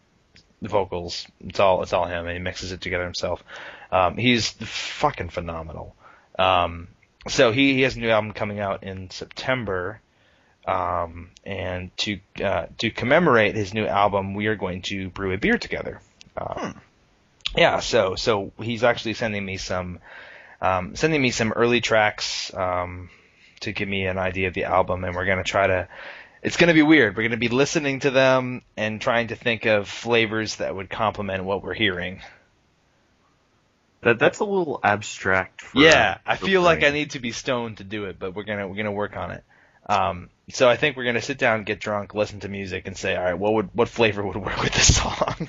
Speaker 4: the vocals, it's all it's all him, and he mixes it together himself. Um, he's fucking phenomenal. Um, so he, he has a new album coming out in September. Um, and to uh, to commemorate his new album, we are going to brew a beer together. Um, Yeah, so so he's actually sending me some um, sending me some early tracks um, to give me an idea of the album, and we're gonna try to. It's gonna be weird. We're gonna be listening to them and trying to think of flavors that would complement what we're hearing.
Speaker 1: That that's a little abstract. For,
Speaker 4: Yeah, I
Speaker 1: for
Speaker 4: feel like I
Speaker 1: brain.
Speaker 4: need to be stoned to do it, but we're gonna we're gonna work on it. Um, so I think we're gonna sit down, get drunk, listen to music, and say, all right, what would what flavor would work with
Speaker 1: *laughs*
Speaker 4: this song?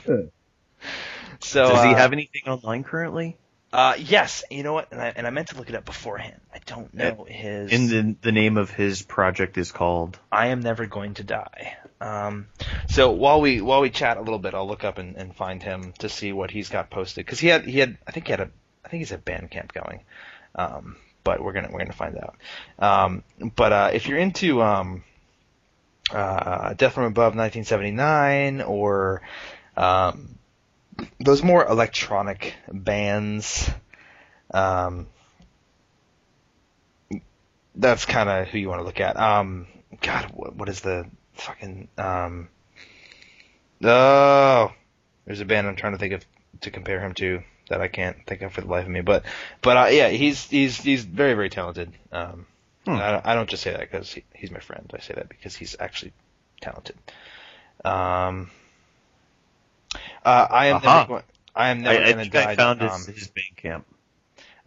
Speaker 4: so
Speaker 1: Does he
Speaker 4: uh,
Speaker 1: have anything online currently?
Speaker 4: Uh, yes, you know what? And I and I meant to look it up beforehand. I don't know his.
Speaker 1: And the the name of his project is called.
Speaker 4: I am never going to die. Um, so while we while we chat a little bit, I'll look up and, and find him to see what he's got posted because he had he had I think he had a I think he's had Bandcamp going, um, but we're gonna we're gonna find out. Um, but uh, if you're into um, uh, Death from Above 1979 or um, those more electronic bands, um, that's kind of who you want to look at. Um, God, what, what is the fucking um? Oh, there's a band I'm trying to think of to compare him to that I can't think of for the life of me. But but uh, yeah, he's he's he's very very talented. Um, I, don't- I don't just say that because he, he's my friend. I say that because he's actually talented. Um, uh, I am
Speaker 1: Aha.
Speaker 4: never going. I am never
Speaker 1: I, I
Speaker 4: going to
Speaker 1: think
Speaker 4: die.
Speaker 1: I found his,
Speaker 4: um,
Speaker 1: his Bandcamp.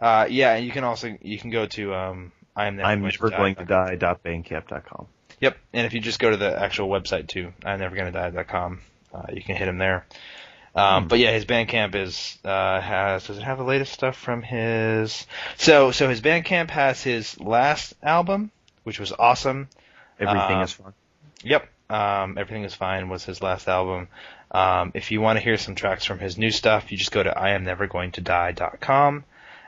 Speaker 4: uh, yeah, and you can also you can go to um, I am never
Speaker 1: I'm
Speaker 4: going
Speaker 1: never
Speaker 4: to
Speaker 1: going
Speaker 4: die.
Speaker 1: to die. Dot Bandcamp dot com.
Speaker 4: Yep, and if you just go to the actual website too, I'm never gonna die.com, uh, you can hit him there. Um, But yeah, his Bandcamp is uh, has does it have the latest stuff from his? So so his Bandcamp has his last album, which was awesome.
Speaker 1: Everything
Speaker 4: Uh,
Speaker 1: is fine.
Speaker 4: Yep. Um, Everything is Fine was his last album. Um, if you want to hear some tracks from his new stuff, you just go to I am never going to die.com.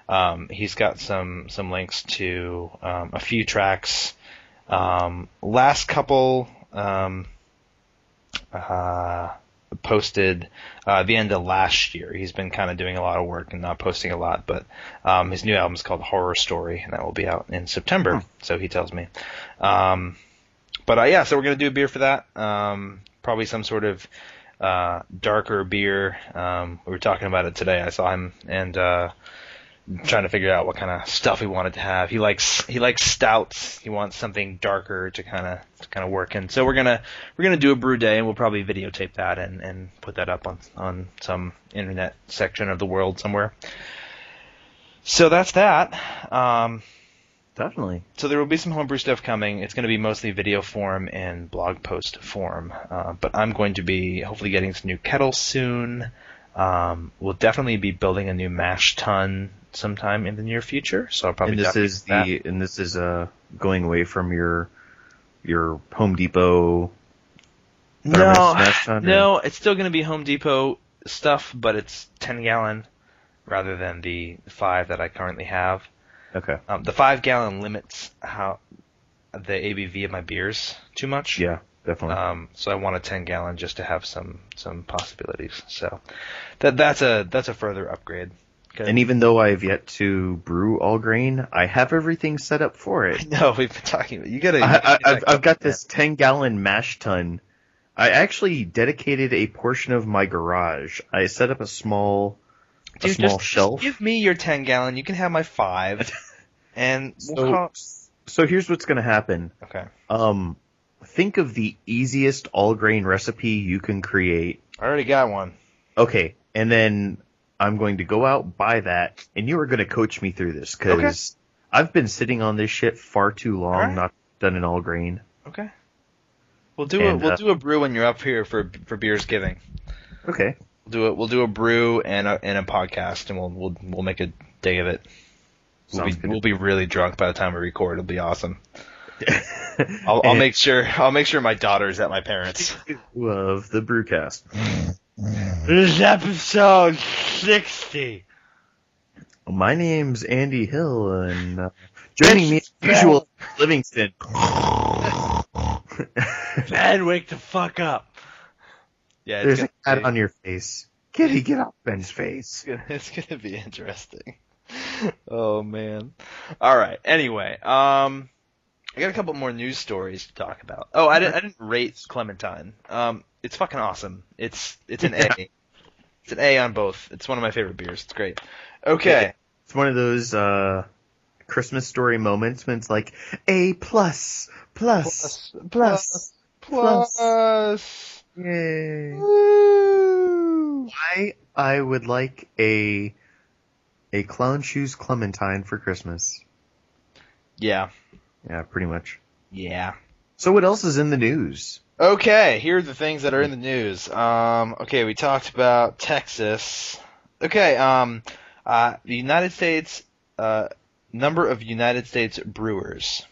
Speaker 4: Um, he's got some, some links to um, a few tracks. Um, last couple um, uh, posted uh, the end of last year. He's been kind of doing a lot of work and not posting a lot, but um, his new album is called Horror Story, and that will be out in September, so he tells me. Um, but uh, yeah, so we're gonna do a beer for that. Um, probably some sort of uh, darker beer. Um, we were talking about it today. I saw him and uh, trying to figure out what kind of stuff he wanted to have. He likes he likes stouts. He wants something darker to kind of to kind of work in. So we're gonna we're gonna do a brew day, and we'll probably videotape that and, and put that up on on some internet section of the world somewhere. So that's that. Um,
Speaker 1: Definitely.
Speaker 4: so there will be some homebrew stuff coming. It's going to be mostly video form and blog post form. Uh, but I'm going to be hopefully getting some new kettles soon. Um, we'll definitely be building a new mash tun sometime in the near future. So I'll probably
Speaker 1: And this
Speaker 4: document
Speaker 1: is
Speaker 4: that.
Speaker 1: the and this is uh going away from your your Home Depot. thermos mash
Speaker 4: no,
Speaker 1: tun,
Speaker 4: *laughs* no, it's still going to be Home Depot stuff, but it's 10 gallon rather than the five that I currently have.
Speaker 1: Okay.
Speaker 4: Um, the five gallon limits how the ABV of my beers too much.
Speaker 1: Yeah.
Speaker 5: Definitely.
Speaker 4: Um, so I want a 10 gallon just to have some some possibilities. So that that's a that's a further upgrade. Okay.
Speaker 1: And even though I have yet to brew all grain, I have everything set up for it.
Speaker 4: *laughs* no, we've been talking. about You gotta.
Speaker 1: I, I, I've, I've got this 10 gallon mash tun. I actually dedicated a portion of my garage. I set up a small, a
Speaker 4: Dude,
Speaker 1: small
Speaker 4: just, just
Speaker 1: shelf.
Speaker 4: give me your 10 gallon. You can have
Speaker 1: *laughs*
Speaker 4: my five. And we'll
Speaker 1: So-
Speaker 4: call-
Speaker 1: so here's what's going to happen.
Speaker 4: okay.
Speaker 1: Um, think of the easiest all grain recipe you can create.
Speaker 4: I already got one.
Speaker 1: Okay. And then I'm going to go out, buy that, and you are going to coach me through this because I've been sitting on this shit far too long,
Speaker 4: Alright.
Speaker 1: not done an all grain.
Speaker 4: Okay. We'll do a
Speaker 1: And,
Speaker 4: we'll
Speaker 1: uh,
Speaker 4: do a brew when you're up here for for beers giving.
Speaker 1: Okay.
Speaker 4: We'll do it. We'll do a brew and a and a podcast, and we'll we'll we'll make a day of it. We'll be,
Speaker 1: Sounds good.
Speaker 4: we'll be really drunk by the time we record. It'll be *laughs* awesome. I'll, I'll make sure I'll make sure my daughter's at my parents.
Speaker 1: Of the brewcast.
Speaker 2: This is episode 60.
Speaker 1: My name's Andy Hill, and uh, joining me as usual,
Speaker 2: *laughs*
Speaker 1: Livingston.
Speaker 2: Edwig, the fuck up.
Speaker 4: Yeah, it's
Speaker 1: There's
Speaker 4: gonna,
Speaker 1: a cat on your face. Kitty, get off Ben's face.
Speaker 4: it's gonna *laughs* it's gonna be interesting. Oh man. All right. Anyway, um, I got a couple more news stories to talk about. Oh, I didn't I didn't rate Clementine. Um, it's fucking awesome. It's it's an *laughs* A. It's an A on both. It's one of my favorite beers. It's great. Okay.
Speaker 1: It's one of those uh, Christmas story moments when it's like a plus, plus, plus, plus.
Speaker 4: Plus.
Speaker 1: Yay.
Speaker 4: Woo.
Speaker 1: I I would like a a clown shoes clementine for Christmas.
Speaker 4: Yeah.
Speaker 1: Yeah, pretty much.
Speaker 4: Yeah.
Speaker 1: So what else is in the news?
Speaker 4: Okay, here are the things that are in the news. Um, okay, we talked about Texas. Okay, um, uh, the United States uh, number of United States brewers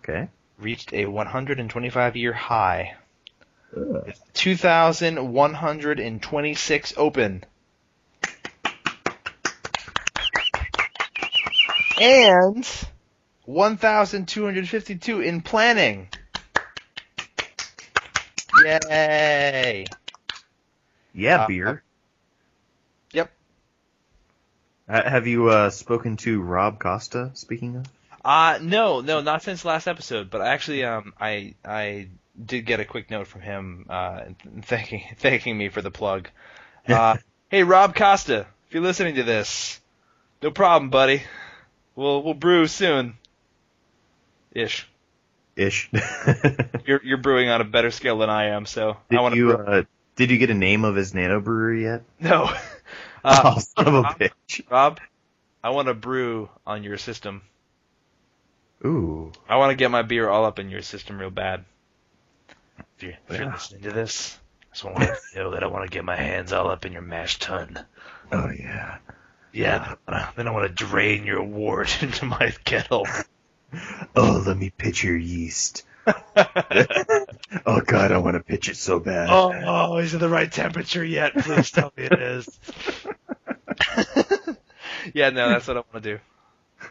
Speaker 1: Okay.
Speaker 4: reached a 125 year high. 2,126 open. And 1,252 in planning. Yay!
Speaker 1: Yeah,
Speaker 4: Uh,
Speaker 1: beer.
Speaker 4: yep.
Speaker 1: Uh, have you uh, spoken to Rob Costa? Speaking of,
Speaker 4: Uh no, no, not since last episode. But actually, um, I I did get a quick note from him, uh, *laughs* thanking thanking me for the plug. Uh, hey Rob Costa, if you're listening to this, no problem, buddy. We'll we'll brew soon. Ish.
Speaker 1: ish. *laughs*
Speaker 4: You're you're brewing on a better scale than I am, so I
Speaker 1: did
Speaker 4: want
Speaker 1: you
Speaker 4: to.
Speaker 1: uh, did you get a name of his nano brewery yet?
Speaker 4: *laughs* no. Uh,
Speaker 1: *laughs*
Speaker 4: uh-huh.
Speaker 1: oh, son of a
Speaker 4: Rob-
Speaker 1: bitch!
Speaker 4: Rob, I want to brew on your system.
Speaker 1: Ooh,
Speaker 4: I want to get my beer all up in your system real bad.
Speaker 2: If you're, if you're listening to this, I just want to let you know that I want to get my hands all up in your mash tun.
Speaker 1: oh yeah.
Speaker 2: Yeah, then I want to drain your wart *laughs* into my kettle.
Speaker 1: Oh, let me pitch your
Speaker 4: *laughs*
Speaker 1: yeast. oh god, I want to pitch it so bad. *laughs*
Speaker 2: Oh, oh, is it the right temperature yet? Please tell me it is.
Speaker 4: Yeah, no, that's what I want to do.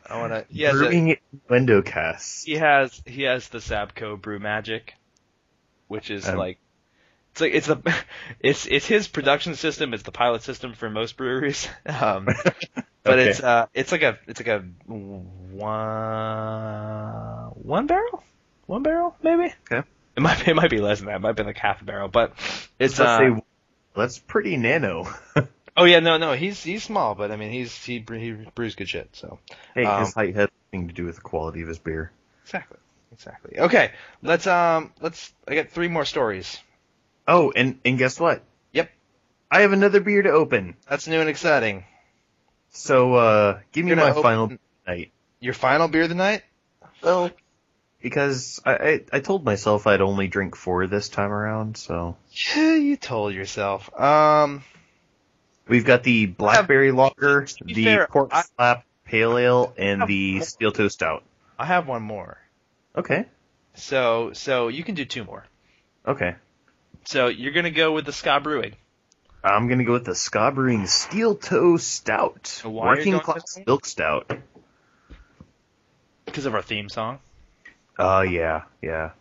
Speaker 4: I want to. He has, a,
Speaker 1: Brewing it window cast.
Speaker 4: he has he has the Sabco Brew Magic, which is
Speaker 1: Um,
Speaker 4: like it's like it's the *laughs* it's it's his production system. It's the pilot system for most breweries. *laughs* Um, but
Speaker 1: Okay.
Speaker 4: it's uh it's like a it's like a one one barrel one barrel maybe.
Speaker 1: Okay.
Speaker 4: It might be, it might be less than that. It might be like half a barrel, but
Speaker 1: Let's
Speaker 4: it's uh,
Speaker 1: say- that's pretty nano. *laughs*
Speaker 4: oh yeah no no he's he's small but I mean he's he bre- he brews good shit so.
Speaker 1: hey,
Speaker 4: Um,
Speaker 1: his height has nothing to do with the quality of his beer.
Speaker 4: Exactly. Exactly. Okay. Let's um let's I got three more stories.
Speaker 1: Oh, and and guess what?
Speaker 4: Yep.
Speaker 1: I have another beer to open.
Speaker 4: That's new and exciting.
Speaker 1: So uh give me
Speaker 4: You're
Speaker 1: my
Speaker 4: gonna
Speaker 1: final
Speaker 4: open-
Speaker 1: night.
Speaker 4: Your final beer of the night?
Speaker 1: Well, because I, I I told myself I'd only drink four this time around, so
Speaker 4: Yeah, you told yourself. Um
Speaker 1: we've got the blackberry lager,
Speaker 4: be
Speaker 1: the
Speaker 4: fair,
Speaker 1: pork
Speaker 4: I-
Speaker 1: slap pale ale, and
Speaker 4: have
Speaker 1: the
Speaker 4: more.
Speaker 1: steel toe stout.
Speaker 4: I have one more.
Speaker 1: Okay,
Speaker 4: So so you can do two more.
Speaker 1: okay.
Speaker 4: So you're gonna go with the Ska Brewing.
Speaker 1: I'm gonna go with the Ska Brewing Steel Toe Stout,
Speaker 4: why are you
Speaker 1: working
Speaker 4: going
Speaker 1: class
Speaker 4: this way?
Speaker 1: milk stout.
Speaker 4: Because of our theme song.
Speaker 1: Oh Uh, yeah, yeah.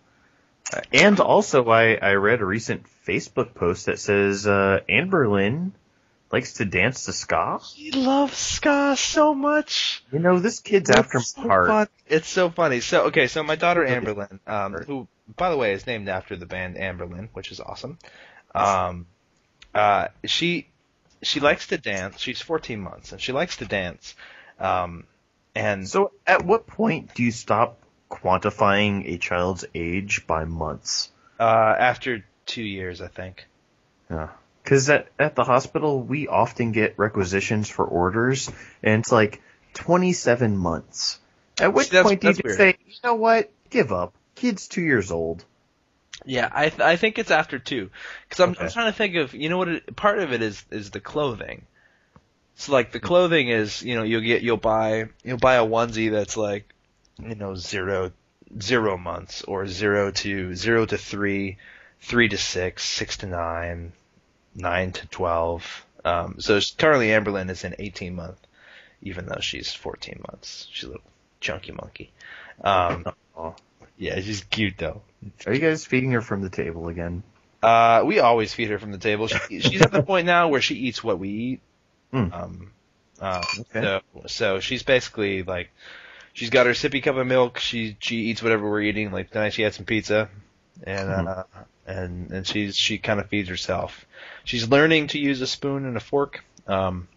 Speaker 1: And also, I, I read a recent Facebook post that says uh, Anne Berlin likes to dance to ska.
Speaker 4: He loves ska so much.
Speaker 1: You know, this kid's after
Speaker 4: It's so
Speaker 1: my heart.
Speaker 4: fun- It's so funny. So okay, so my daughter Amberlyn, um, who by the way is named after the band Amberlyn, which is awesome. Um, uh, she she likes to dance. She's 14 months and she likes to dance. Um, and
Speaker 1: So, at what point do you stop quantifying a child's age by months?
Speaker 4: uh, after two years, I think.
Speaker 1: Because at, at the hospital, we often get requisitions for orders, and it's like 27 months. At which
Speaker 4: See, that's-
Speaker 1: point do you
Speaker 4: that's
Speaker 1: just
Speaker 4: weird.
Speaker 1: say, you know what? Give up. Kid's two years old.
Speaker 4: Yeah, I th- I think it's after two, because I'm I'm
Speaker 1: Okay.
Speaker 4: trying to think of you know what it, part of it is is the clothing. So like the clothing is you know you'll get you'll buy you'll buy a onesie that's like you know zero zero months or zero to zero to three, three to six, six to nine, nine to twelve. Um, so it's- currently Amberlynn is an eighteen month, even though she's fourteen months. She's a little chunky monkey. Um,
Speaker 1: Aw.
Speaker 4: yeah, she's cute though.
Speaker 1: Are you guys feeding her from the table again?
Speaker 4: Uh, we always feed her from the
Speaker 1: *laughs*
Speaker 4: table. She, she's at the point now where she eats what we eat.
Speaker 1: Hmm.
Speaker 4: Um, um,
Speaker 1: Okay.
Speaker 4: so, so she's basically like, she's got her sippy cup of milk. She she eats whatever we're eating. Like tonight she had some pizza, and
Speaker 1: Hmm.
Speaker 4: uh, and and she's she kind of feeds herself. She's learning to use a spoon and a fork. Um,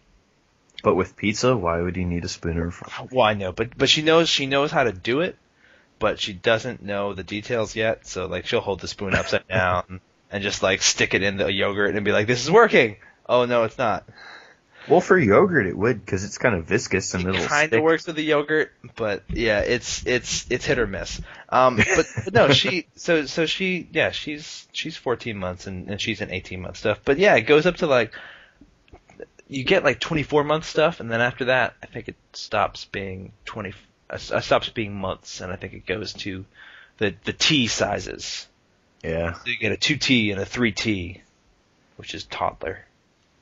Speaker 1: But with pizza, why would you need a spoon or a fork?
Speaker 4: well, I know, but but she knows she knows how to do it, but she doesn't know the details yet. So like she'll hold the spoon upside down and just like stick it in the yogurt and be like, "This is working." Oh no, it's not.
Speaker 1: Well, for yogurt, it would because it's kind of viscous and it'll
Speaker 4: It kind
Speaker 1: stick.
Speaker 4: of works with the yogurt, but yeah, it's it's it's hit or miss. Um, but, but no, she so so she yeah she's she's 14 months and and she's an 18 month stuff. But yeah, it goes up to like you get like 24 month stuff, and then after that, I think it stops being 20. Uh, s- uh, stops being months, and I think it goes to the the T sizes.
Speaker 1: Yeah.
Speaker 4: So you get a 2T and a 3T, which is toddler.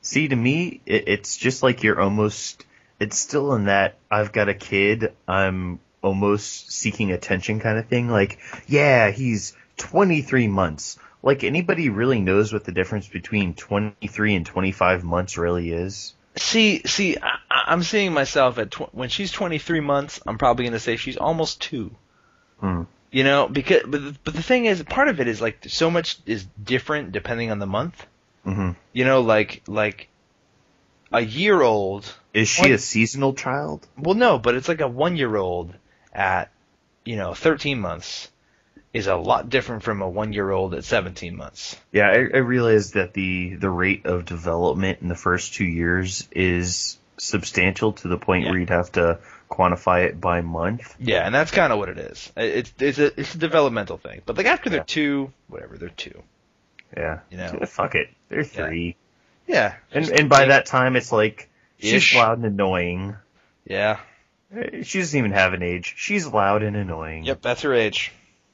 Speaker 1: See, to me, it, it's just like you're almost. It's still in that I've got a kid. I'm almost seeking attention kind of thing. Like, yeah, he's 23 months. Like anybody really knows what the difference between 23 and 25 months really is.
Speaker 4: See, see, I, I- I'm seeing myself at tw- when she's 23 months. I'm probably going to say she's almost two.
Speaker 1: Hmm.
Speaker 4: You know, because but the, but the thing is, part of it is like so much is different depending on the month.
Speaker 1: Mhm.
Speaker 4: You know, like like a year old.
Speaker 1: Is she a seasonal child?
Speaker 4: Well, no, but it's like a one year old at you know 13 months is a lot different from a one year old at 17 months.
Speaker 1: Yeah, I, I realize that the the rate of development in the first two years is substantial to the point
Speaker 4: Yeah.
Speaker 1: where you'd have to quantify it by month.
Speaker 4: Yeah, and that's kind of what it is. It- It's it's a it's a developmental thing. But like after they're
Speaker 1: Yeah.
Speaker 4: two, whatever they're two.
Speaker 1: Yeah,
Speaker 4: You know.
Speaker 1: fuck it, they're three,
Speaker 4: Yeah.
Speaker 1: and and by that time it's like
Speaker 4: Ish.
Speaker 1: she's loud and annoying.
Speaker 4: Yeah.
Speaker 1: Eh, She doesn't even have an age. She's loud and annoying.
Speaker 4: Yep, that's her age.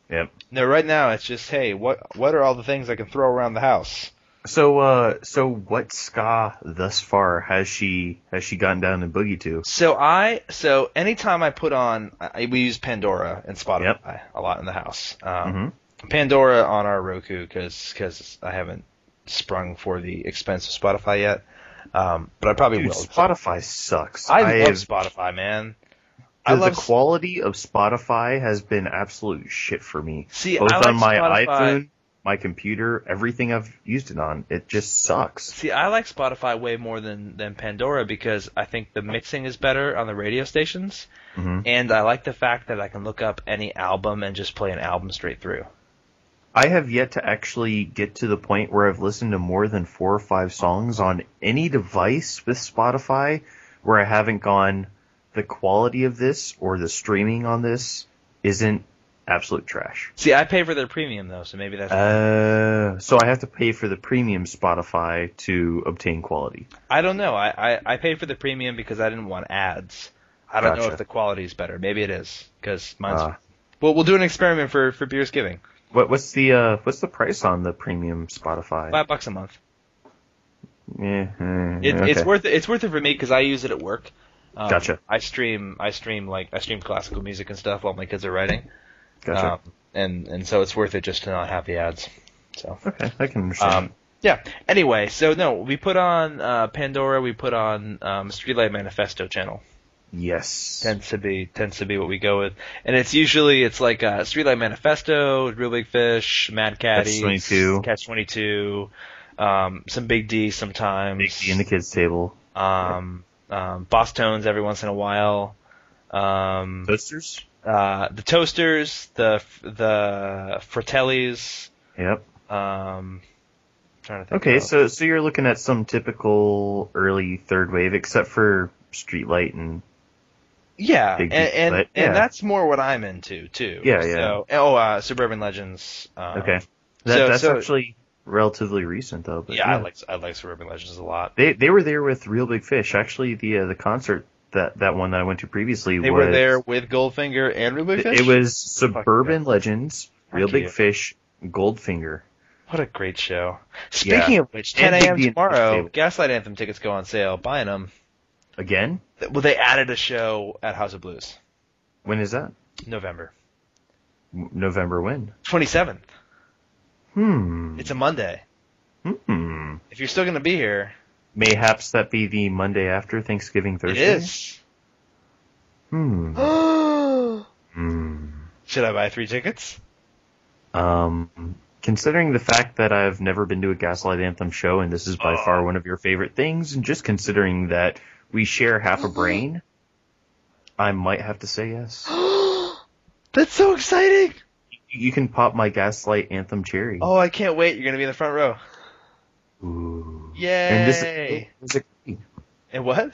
Speaker 1: Yep.
Speaker 4: No, right now it's just, hey, what what are all the things I can throw around the house?
Speaker 1: So uh, so what ska thus far has she has she gotten down and boogie to?
Speaker 4: So I so anytime I put on, I, we use Pandora and Spotify a lot in the house. Um, Pandora on our Roku because I haven't sprung for the expense of Spotify yet, um, but I probably
Speaker 1: Dude,
Speaker 4: will.
Speaker 1: Spotify sucks.
Speaker 4: I love
Speaker 1: have-
Speaker 4: Spotify, man.
Speaker 1: The,
Speaker 4: I love
Speaker 1: the quality of Spotify has been absolute shit for me.
Speaker 4: See,
Speaker 1: Both
Speaker 4: I like
Speaker 1: on my
Speaker 4: Spotify.
Speaker 1: iPhone, my computer, everything I've used it on, it just sucks.
Speaker 4: See, I like Spotify way more than than Pandora because I think the mixing is better on the radio stations,
Speaker 1: Mhm.
Speaker 4: and I like the fact that I can look up any album and just play an album straight through.
Speaker 1: I have yet to actually get to the point where I've listened to more than four or five songs on any device with Spotify where I haven't gone, the quality of this or the streaming on this isn't absolute trash.
Speaker 4: See, I pay for their premium though, so maybe that's.
Speaker 1: Uh, so I have to pay for the premium Spotify to obtain quality.
Speaker 4: I don't know. I, I I paid for the premium because I didn't want ads. I don't know
Speaker 1: Gotcha.
Speaker 4: if the quality is better. Maybe it is because mine's.
Speaker 1: Ah.
Speaker 4: well, we'll do an experiment for for beers giving.
Speaker 1: What, what's the uh, what's the price on the premium Spotify?
Speaker 4: Five bucks a month.
Speaker 1: Yeah, mm,
Speaker 4: It, It's
Speaker 1: okay.
Speaker 4: worth it. It's worth it for me because I use it at work. Um,
Speaker 1: Gotcha.
Speaker 4: I stream. I stream like I stream classical music and stuff while my kids are writing.
Speaker 1: Gotcha.
Speaker 4: Um, and and so it's worth it just to not have the ads. So.
Speaker 1: *laughs* Okay, I can understand.
Speaker 4: Um, yeah. Anyway, so no, we put on uh, Pandora. We put on um, Streetlight Manifesto channel.
Speaker 1: yes.
Speaker 4: Tends to be tends to be what we go with, and it's usually it's like uh, Streetlight Manifesto, Real Big Fish, Mad Caddy,
Speaker 1: 22.
Speaker 4: Catch Twenty Two, um, some Big D sometimes,
Speaker 1: Big D and the kids table.
Speaker 4: um, um, Boss Tones every once in a while, um,
Speaker 1: Posters.
Speaker 4: uh, the Toasters, the the Fratellis.
Speaker 1: Yep.
Speaker 4: Um, trying to think
Speaker 1: Okay,
Speaker 4: of-
Speaker 1: so so you're looking at some typical early third wave, except for Streetlight and
Speaker 4: Yeah,
Speaker 1: Big
Speaker 4: and
Speaker 1: deep
Speaker 4: and,
Speaker 1: sweat, yeah.
Speaker 4: and that's more what I'm into too.
Speaker 1: Yeah, yeah.
Speaker 4: So, oh, uh, Suburban Legends. Um,
Speaker 1: okay, that,
Speaker 4: so-
Speaker 1: that's
Speaker 4: so-
Speaker 1: actually relatively recent though. But
Speaker 4: Yeah, I like I like Suburban Legends a lot.
Speaker 1: they they were there with Real Big Fish. Actually, the uh, the concert that that one that I went to previously
Speaker 4: They
Speaker 1: was,
Speaker 4: were there with Goldfinger and Ruby Fish.
Speaker 1: It was Suburban Legends, Real
Speaker 4: Fuck
Speaker 1: Big
Speaker 4: you.
Speaker 1: Fish, Goldfinger.
Speaker 4: what a great show.
Speaker 1: Yeah.
Speaker 4: Speaking of which, 10
Speaker 1: And Big
Speaker 4: a.m.
Speaker 1: D and Fish
Speaker 4: tomorrow,
Speaker 1: Table.
Speaker 4: Gaslight Anthem tickets go on sale. Buying them.
Speaker 1: Again?
Speaker 4: Well, they added a show at House of Blues,
Speaker 1: When is that?
Speaker 4: November
Speaker 1: M- November when?
Speaker 4: 27th.
Speaker 1: Hmm.
Speaker 4: It's a Monday.
Speaker 1: Hmm.
Speaker 4: If you're still going to be here,
Speaker 1: Mayhaps that be the Monday after Thanksgiving Thursday.
Speaker 4: it is.
Speaker 1: Hmm.
Speaker 4: *gasps*
Speaker 1: hmm.
Speaker 4: Should I buy three tickets?
Speaker 1: Um, considering the fact that I've never been to a Gaslight Anthem show, and this is by far one of your favorite things, and just considering that we share half
Speaker 4: Mm-hmm.
Speaker 1: a brain, I might have to say yes.
Speaker 4: That's so exciting!
Speaker 1: you can pop my Gaslight Anthem cherry.
Speaker 4: Oh, I can't wait. You're going to be in the front row.
Speaker 1: Ooh.
Speaker 4: Yay!
Speaker 1: And this is, is it-
Speaker 4: And what?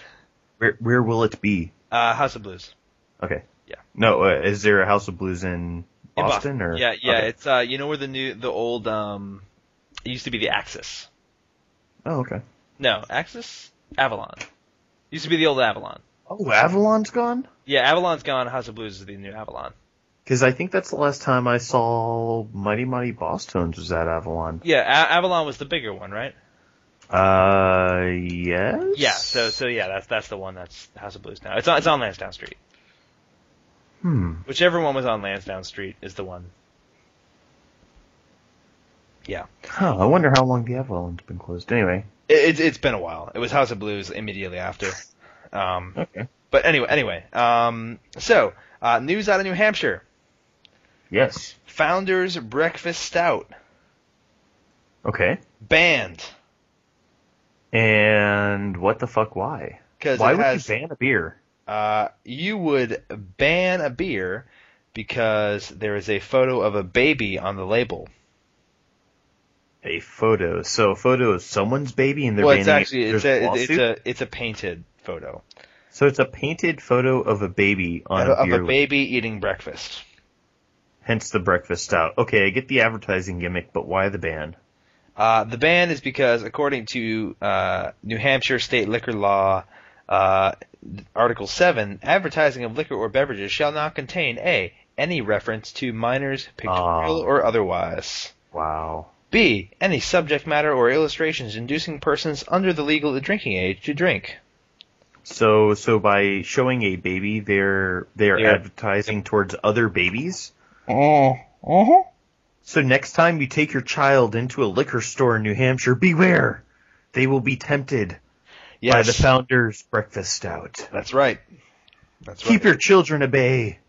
Speaker 1: where where will it be?
Speaker 4: Uh, House of Blues.
Speaker 1: Okay.
Speaker 4: Yeah.
Speaker 1: No, uh, is there a House of Blues in
Speaker 4: In
Speaker 1: Boston, or
Speaker 4: Yeah, yeah.
Speaker 1: Okay.
Speaker 4: It's uh, you know where the new, the old, um, it used to be the Axis.
Speaker 1: Oh, okay.
Speaker 4: No, Axis, Avalon. Used to be the old Avalon.
Speaker 1: Oh, Avalon's gone.
Speaker 4: Yeah, Avalon's gone. House of Blues is the new Avalon.
Speaker 1: Because I think that's the last time I saw Mighty Mighty Boston's was at Avalon.
Speaker 4: Yeah, A- Avalon was the bigger one, right?
Speaker 1: Uh, yes.
Speaker 4: Yeah. So, so yeah, that's that's the one that's House of Blues now. It's on it's on Lansdowne Street.
Speaker 1: Hmm.
Speaker 4: Whichever one was on Lansdowne Street is the one. Yeah,
Speaker 1: Huh, I wonder how long the Avalon's been closed. Anyway.
Speaker 4: it, it's it's been a while. It was House of Blues immediately after. Um,
Speaker 1: Okay.
Speaker 4: But anyway, anyway, um, so uh, news out of New Hampshire:
Speaker 1: Yes.
Speaker 4: Founders Breakfast Stout
Speaker 1: Okay.
Speaker 4: banned
Speaker 1: And what the fuck? Why?
Speaker 4: because
Speaker 1: Why
Speaker 4: it
Speaker 1: would
Speaker 4: has,
Speaker 1: you ban a beer?
Speaker 4: Uh, you would ban a beer because there is a photo of a baby on the label.
Speaker 1: A photo. So a photo of someone's baby and they're
Speaker 4: well,
Speaker 1: banning
Speaker 4: it's actually
Speaker 1: it.
Speaker 4: it's
Speaker 1: There's
Speaker 4: a,
Speaker 1: lawsuit?
Speaker 4: it's a it's a painted photo
Speaker 1: So it's a painted photo of a baby on
Speaker 4: of,
Speaker 1: a
Speaker 4: of
Speaker 1: beer
Speaker 4: a
Speaker 1: label,
Speaker 4: baby eating breakfast.
Speaker 1: hence the breakfast stout. Okay, I get the advertising gimmick, but why the ban?
Speaker 4: Uh, the ban is because, according to uh, New Hampshire state liquor law, uh, Article 7, advertising of liquor or beverages shall not contain A. Any reference to minors, pictorial
Speaker 1: Ah.
Speaker 4: or otherwise.
Speaker 1: Wow.
Speaker 4: B. Any subject matter or illustrations inducing persons under the legal drinking age to drink.
Speaker 1: So so by showing a baby, they're they're
Speaker 4: Yeah.
Speaker 1: advertising towards other babies.
Speaker 4: Oh, uh-huh.
Speaker 1: So next time you take your child into a liquor store in New Hampshire, beware. They will be tempted by the
Speaker 4: Yes,
Speaker 1: founder's breakfast stout.
Speaker 4: that's right. That's right.
Speaker 1: Keep your children at bay.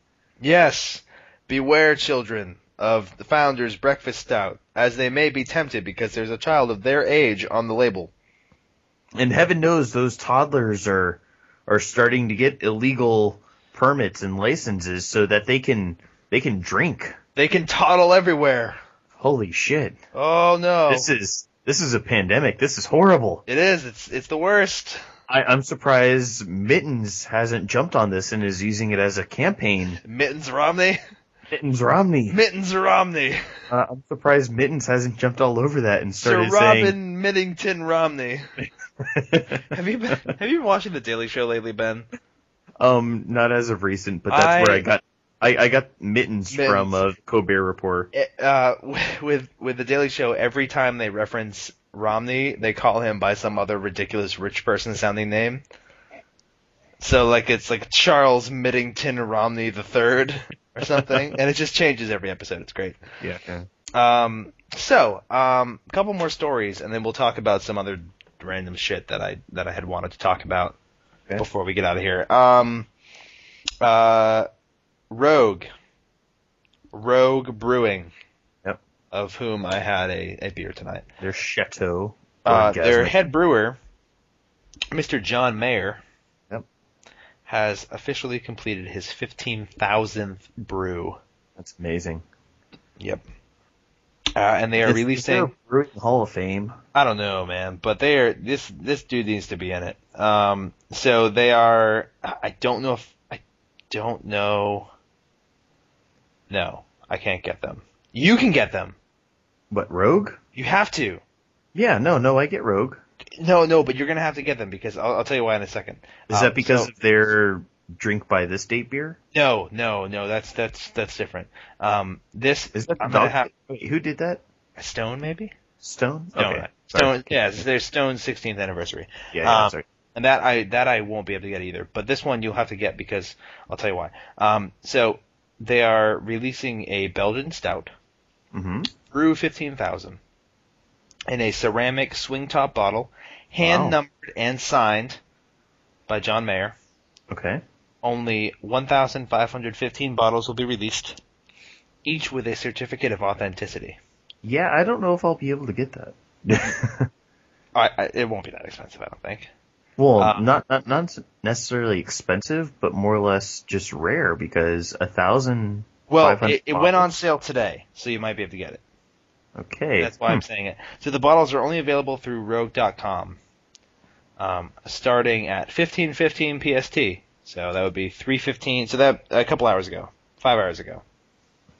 Speaker 4: Yes, beware, children, of the founder's breakfast stout, as they may be tempted because there's a child of their age on the label.
Speaker 1: and heaven knows those toddlers are are starting to get illegal permits and licenses so that they can they can drink.
Speaker 4: They can toddle everywhere.
Speaker 1: Holy shit.
Speaker 4: Oh no,
Speaker 1: This is this is a pandemic. This is horrible.
Speaker 4: it is. It's it's the worst.
Speaker 1: I, I'm surprised Mittens hasn't jumped on this and is using it as a campaign.
Speaker 4: Mittens Romney, *laughs*
Speaker 1: Mittens Romney.
Speaker 4: Mittens Romney,
Speaker 1: Uh, I'm surprised Mittens hasn't jumped all over that and
Speaker 4: Sir
Speaker 1: started saying
Speaker 4: Robin Mittington Romney. *laughs* Have you been Have you been watching the Daily Show lately, Ben?
Speaker 1: *laughs* um not as of recent, but that's
Speaker 4: I-
Speaker 1: where I got I, I got Mittens,
Speaker 4: Mittens.
Speaker 1: from uh, Colbert Report.
Speaker 4: It, uh, *laughs* with with the Daily Show, every time they reference Romney, they call him by some other ridiculous rich person sounding name. So like it's like Charles Mittington Romney the third. or something, and it just changes every episode. It's great.
Speaker 1: Yeah.
Speaker 4: Um, so, um, a couple more stories, and then we'll talk about some other random shit that I that I had wanted to talk about
Speaker 1: Okay.
Speaker 4: before we get out of here. Um, uh, Rogue, Rogue Brewing,
Speaker 1: Yep.
Speaker 4: of whom I had a, a beer tonight.
Speaker 1: Their chateau.
Speaker 4: Uh, their
Speaker 1: orgasmic.
Speaker 4: head brewer, Mr. John Mayer,
Speaker 1: Yep.
Speaker 4: has officially completed his fifteen thousandth brew.
Speaker 1: That's amazing.
Speaker 4: Yep. Uh, and they are
Speaker 1: Is- is
Speaker 4: releasing.
Speaker 1: there a Brewing Hall of Fame.
Speaker 4: I don't know, man, but they are this this dude needs to be in it. Um, so they are. I I don't know if I don't know. No, I can't get them. You can get them.
Speaker 1: What Rogue?
Speaker 4: You have to.
Speaker 1: Yeah. No. No. I get Rogue.
Speaker 4: No, no, but you're gonna have to get them because I'll, I'll tell you why in a second.
Speaker 1: Is
Speaker 4: Um,
Speaker 1: that because
Speaker 4: so-
Speaker 1: of their drink by this date beer?
Speaker 4: no, no, no. That's that's that's different. Um, this
Speaker 1: Is that the
Speaker 4: I'm gonna
Speaker 1: dog?
Speaker 4: have
Speaker 1: Wait, who did that?
Speaker 4: Stone maybe.
Speaker 1: Stone.
Speaker 4: Stone.
Speaker 1: okay.
Speaker 4: Stone. Yeah, it's their Stone's 16th anniversary.
Speaker 1: Yeah. yeah
Speaker 4: Um,
Speaker 1: sorry.
Speaker 4: and that I that I won't be able to get either. But this one you'll have to get because I'll tell you why. Um, so they are releasing a Belgian stout,
Speaker 1: Mm-hmm.
Speaker 4: brew fifteen thousand, in a ceramic swing top bottle, hand numbered and signed by John Mayer.
Speaker 1: Okay.
Speaker 4: Only one thousand five hundred fifteen bottles will be released, each with a certificate of authenticity.
Speaker 1: Yeah. I don't know if I'll be able to get
Speaker 4: *laughs*
Speaker 1: that.
Speaker 4: I, I, it won't be that expensive, I don't think.
Speaker 1: well,
Speaker 4: Uh,
Speaker 1: not, not not necessarily expensive, but more or less just rare because a thousand.
Speaker 4: Well,
Speaker 1: 500
Speaker 4: it, it went on
Speaker 1: bottles.
Speaker 4: sale today, so you might be able to get it.
Speaker 1: Okay.
Speaker 4: That's why I'm saying it. So the bottles are only available through rogue.com. Um, starting at 15:15 PST. So that would be 3:15. So that a couple hours ago. 5 hours ago.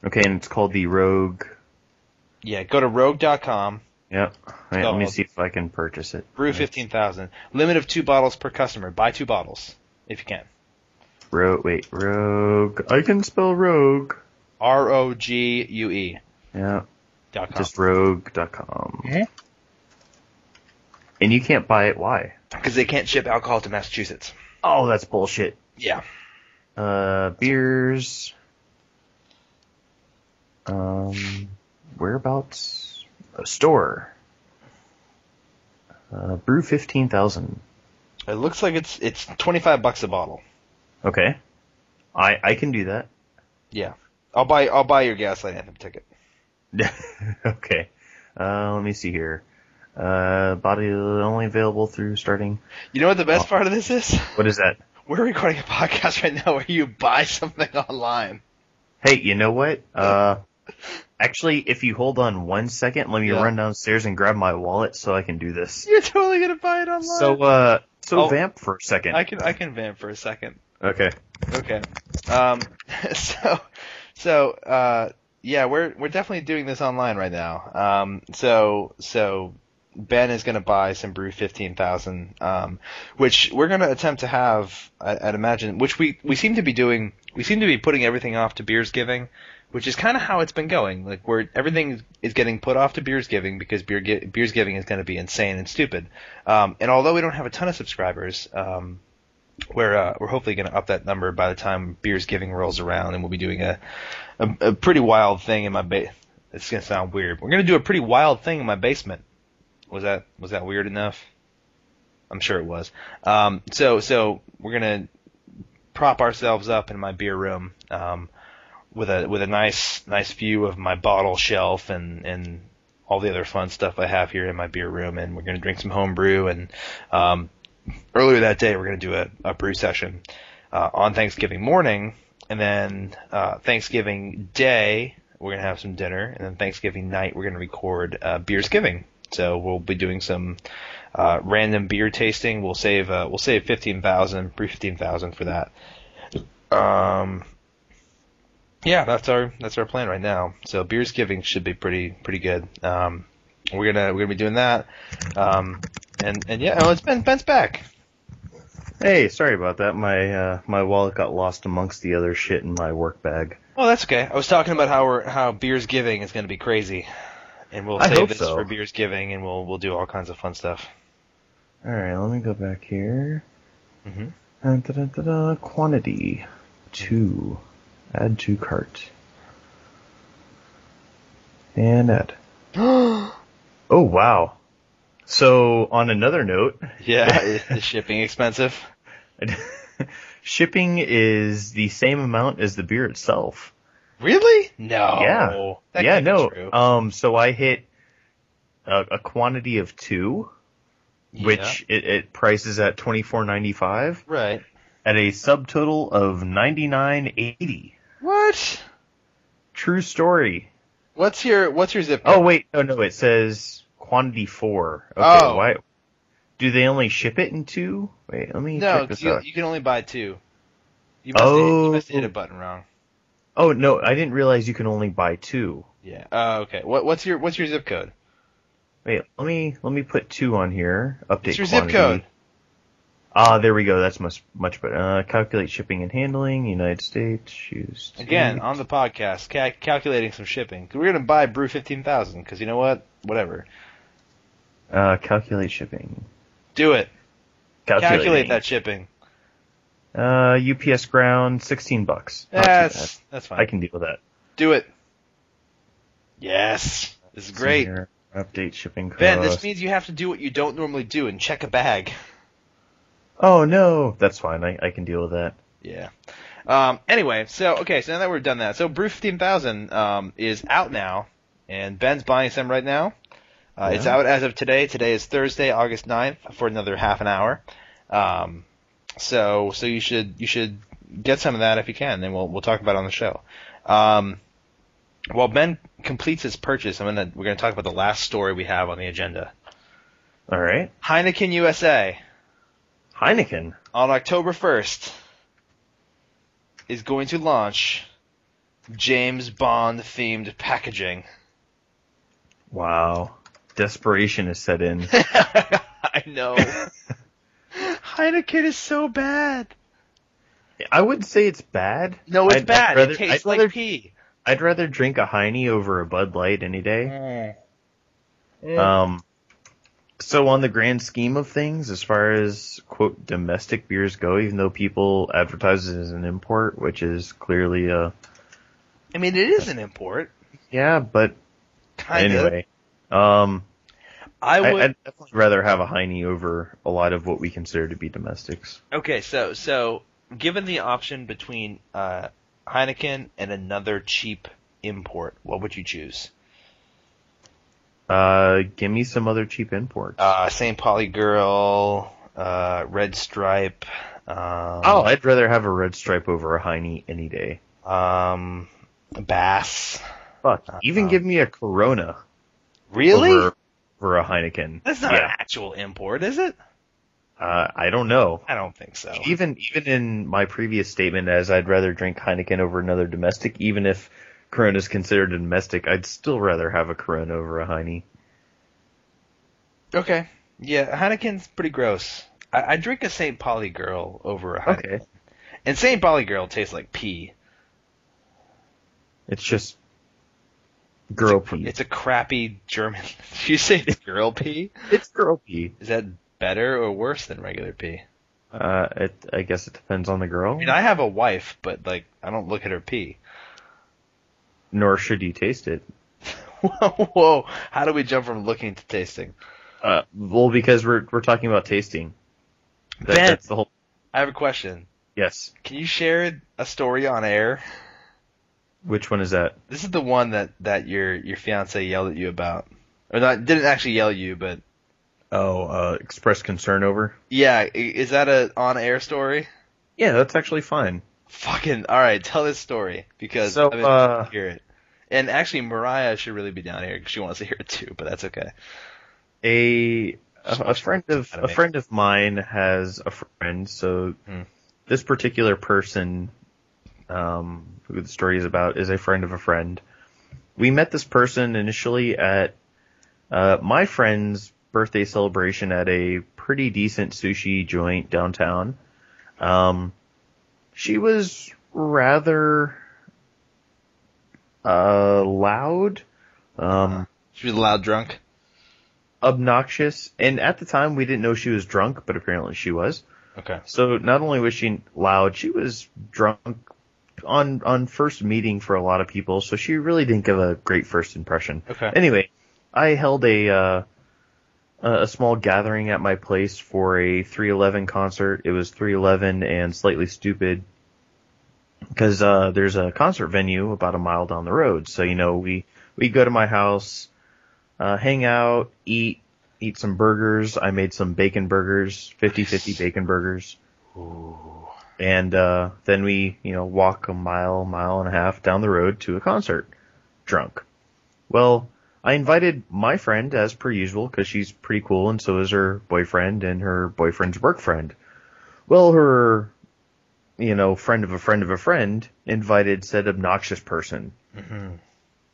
Speaker 1: Hmm. Okay, and it's called the Rogue.
Speaker 4: Yeah, go to rogue.com,
Speaker 1: Yep. Alright, let me
Speaker 4: called-
Speaker 1: see if I can purchase it.
Speaker 4: brew 15,000. Limit of 2 bottles per customer. Buy 2 bottles if you can.
Speaker 1: Rogue. Wait, Rogue. I can spell Rogue.
Speaker 4: R O G U E.
Speaker 1: Yeah.
Speaker 4: dot com.
Speaker 1: Just rogue.com. And you can't buy it. Why?
Speaker 4: Cuz they can't ship alcohol to Massachusetts.
Speaker 1: Oh, that's bullshit.
Speaker 4: Yeah.
Speaker 1: Uh, beers. Um, whereabouts? A store. Uh, brew 15,000.
Speaker 4: It looks like it's it's 25 bucks a bottle.
Speaker 1: Okay. I, I can do that. *laughs*
Speaker 4: Yeah. I'll buy I'll buy your Gaslight Anthem ticket.
Speaker 1: okay. Uh, let me see here. Uh, body only available through starting.
Speaker 4: You know what the best part of this is? *laughs*
Speaker 1: What is that?
Speaker 4: We're recording a podcast right now where you buy something *laughs* online.
Speaker 1: Hey, you know what? Uh, actually, if you hold on one second, let me
Speaker 4: Yeah.
Speaker 1: run downstairs and grab my wallet so I can do this.
Speaker 4: You're totally gonna buy it online.
Speaker 1: So, uh, so
Speaker 4: Oh.
Speaker 1: vamp for a second.
Speaker 4: I can I can vamp for a second.
Speaker 1: okay.
Speaker 4: Okay. Um. *laughs* So, so uh, yeah, we're we're definitely doing this online right now. Um. So so Ben is gonna buy some brew fifteen thousand. Um. Which we're gonna attempt to have. I, I'd imagine. Which we we seem to be doing. We seem to be putting everything off to beers giving. Which is kind of how it's been going. Like where everything is getting put off to beers giving because beer gi- beers giving is going to be insane and stupid. Um, and although we don't have a ton of subscribers, um, we're uh, we're hopefully going to up that number by the time beers giving rolls around, and we'll be doing a a, a pretty wild thing in my ba- It's going to sound weird. We're going to do a pretty wild thing in my basement. Was that was that weird enough? I'm sure it was. Um, so so we're going to prop ourselves up in my beer room um, with a with a nice nice view of my bottle shelf and and all the other fun stuff I have here in my beer room, and we're going to drink some homebrew and um, earlier that day, we're going to do a, a brew session uh, on Thanksgiving morning, and then uh, Thanksgiving day, we're going to have some dinner, and then Thanksgiving night, we're going to record uh, Beers Giving. So we'll be doing some uh, random beer tasting. We'll save uh, we'll save fifteen thousand, brew fifteen thousand for that. Um, yeah, that's our that's our plan right now. So Beers Giving should be pretty pretty good. Um, we're gonna we're gonna be doing that. Um, and and yeah, oh, it's Ben Ben's back.
Speaker 1: Hey, sorry about that. My, uh, my wallet got lost amongst the other shit in my work bag.
Speaker 4: Well, that's okay. I was talking about how we're, how beers giving is going to be crazy, and we'll
Speaker 1: I
Speaker 4: save
Speaker 1: hope
Speaker 4: this
Speaker 1: so.
Speaker 4: for beers giving, and we'll we'll do all kinds of
Speaker 1: *laughs*
Speaker 4: fun stuff.
Speaker 1: Alright, let me go back here.
Speaker 4: Mhm.
Speaker 1: Dun, dun, dun, dun, dun. Quantity. Two. Add to cart. And
Speaker 4: *gasps*
Speaker 1: add. oh wow. So on another note, *laughs*
Speaker 4: Yeah, is the shipping expensive?
Speaker 1: shipping is the same amount as the beer itself.
Speaker 4: *laughs* Really? No.
Speaker 1: Yeah.
Speaker 4: That
Speaker 1: yeah,
Speaker 4: can't be
Speaker 1: no.
Speaker 4: true.
Speaker 1: Um, so I hit a, a quantity of two, which it, it prices at twenty four ninety five
Speaker 4: Yeah. right.
Speaker 1: at a subtotal of ninety nine eighty.
Speaker 4: What?
Speaker 1: True story.
Speaker 4: What's your What's your zip?
Speaker 1: Oh wait, no, no, it says quantity four. Okay,
Speaker 4: Oh.
Speaker 1: why? Do they only ship it in two? Wait, let me
Speaker 4: no,
Speaker 1: check this
Speaker 4: you,
Speaker 1: out.
Speaker 4: you can only buy two. You must, hit, you
Speaker 1: Oh.
Speaker 4: must hit a button wrong.
Speaker 1: Oh no, I didn't realize you can only buy two.
Speaker 4: Yeah. Oh, okay. What What's your What's your zip code?
Speaker 1: Wait, let me let me put two on here. Update.
Speaker 4: It's your zip
Speaker 1: quantity.
Speaker 4: code.
Speaker 1: Ah, there we go. That's much much better. Uh, calculate shipping and handling, United States. Choose state.
Speaker 4: Again, uh, on the podcast, ca- calculating some shipping. We're gonna buy brew fifteen thousand because you know what? Whatever.
Speaker 1: Uh, calculate shipping.
Speaker 4: Do it. Calculate
Speaker 1: Calculating.
Speaker 4: that shipping.
Speaker 1: Uh, UPS ground, sixteen bucks. Not too bad.
Speaker 4: That's That's fine.
Speaker 1: I can deal with that.
Speaker 4: Do it. Yes. This is great.
Speaker 1: Senior, Update shipping cost.
Speaker 4: Ben, this means you have to do what you don't normally do and check a bag.
Speaker 1: oh no, that's fine. I, I can deal with that.
Speaker 4: Yeah. Um, anyway, so okay, so now that we've done that, so Brew fifteen thousand um, is out now, and Ben's buying some right now. Uh, It's out as of today. Today is Thursday, August 9th, for another half an hour. Um, so so you should you should get some of that if you can, and we'll we'll talk about it on the show. Um, while Ben completes his purchase, I'm gonna we're gonna talk about the last story we have on the agenda.
Speaker 1: All right.
Speaker 4: Heineken USA.
Speaker 1: Heineken.
Speaker 4: on October 1st is going to launch James Bond themed packaging.
Speaker 1: Wow. Desperation is set
Speaker 4: *laughs*
Speaker 1: in.
Speaker 4: I know. Heineken is so bad.
Speaker 1: I wouldn't say it's bad.
Speaker 4: No, it's
Speaker 1: I'd- I'd
Speaker 4: bad.
Speaker 1: rather-
Speaker 4: it tastes
Speaker 1: I'd rather-
Speaker 4: like pee.
Speaker 1: I'd rather drink a Heine over a Bud Light any day.
Speaker 4: Mm.
Speaker 1: Um, so on the grand scheme of things, as far as quote domestic beers go, even though people advertise it as an import, which is clearly a
Speaker 4: I mean, it is an import.
Speaker 1: yeah, but
Speaker 4: Kind of.
Speaker 1: anyway, um,
Speaker 4: I
Speaker 1: I,
Speaker 4: would.
Speaker 1: would definitely rather have a Heine over a lot of what we consider to be domestics.
Speaker 4: Okay, so so given the option between uh, Heineken and another cheap import, what would you choose?
Speaker 1: Uh, give me some other cheap imports.
Speaker 4: Uh, St. Pauli Girl, uh, Red Stripe. Um,
Speaker 1: oh, I'd rather have a red stripe over a Heine any day.
Speaker 4: Um, Bass.
Speaker 1: Fuck, even give me a Corona
Speaker 4: Really?
Speaker 1: over, over a Heineken.
Speaker 4: That's not an
Speaker 1: yeah.
Speaker 4: actual import, is it?
Speaker 1: Uh, I don't know.
Speaker 4: I don't think so.
Speaker 1: Even even in my previous statement, as I'd rather drink Heineken over another domestic, even if Corona is considered a domestic, I'd still rather have a Corona over a Heine.
Speaker 4: Okay. Yeah, Heineken's pretty gross. I, I drink a St. Pauli Girl over a Heineken. And St. Pauli Girl tastes like pee.
Speaker 1: it's just girl pee.
Speaker 4: It's a crappy German. *laughs* Did you say girl pee?
Speaker 1: It's girl pee.
Speaker 4: Is that better or worse than regular pee?
Speaker 1: Uh, it, I guess it depends on the girl.
Speaker 4: I mean, I have a wife, but like, I don't look at her pee.
Speaker 1: Nor should you taste it.
Speaker 4: Whoa, *laughs* whoa! How do we jump from looking to tasting?
Speaker 1: Uh, well, because we're we're talking about tasting. That,
Speaker 4: Ben.
Speaker 1: That's the whole.
Speaker 4: I have a question.
Speaker 1: Yes.
Speaker 4: Can you share a story on air?
Speaker 1: Which one is that?
Speaker 4: This is the one that that your your fiance yelled at you about, or not? Didn't actually yell at you, but
Speaker 1: Oh, uh, express concern over.
Speaker 4: yeah, i- is that a on air story?
Speaker 1: Yeah, that's actually fine.
Speaker 4: Fucking all right, tell this story because
Speaker 1: So,
Speaker 4: I've been
Speaker 1: uh,
Speaker 4: to hear it. And actually, Mariah should really be down here because she wants to hear it too, but that's okay.
Speaker 1: a a, a friend of
Speaker 4: Kinda
Speaker 1: a
Speaker 4: make-
Speaker 1: friend of mine has a friend. So
Speaker 4: Hmm.
Speaker 1: this particular person, um, who the story is about, is a friend of a friend. We met this person initially at uh, my friend's birthday celebration at a pretty decent sushi joint downtown. Um, she was rather uh, loud. Um,
Speaker 4: She was loud drunk.
Speaker 1: obnoxious, and at the time we didn't know she was drunk, but apparently she was.
Speaker 4: Okay.
Speaker 1: So not only was she loud, she was drunk on on first meeting for a lot of people, so she really didn't give a great first impression.
Speaker 4: Okay.
Speaker 1: Anyway, I held a uh, a a small gathering at my place for a 311 concert. It was 311 and slightly stupid because uh, there's a concert venue about a mile down the road. So you know we we go to my house, uh, hang out, eat eat some burgers. I made some bacon burgers, 50-50 bacon burgers and uh, then we you know walk a mile mile and a half down the road to a concert drunk well i invited my friend as per usual because she's pretty cool and so is her boyfriend and her boyfriend's work friend well her you know friend of a friend of a friend invited said obnoxious person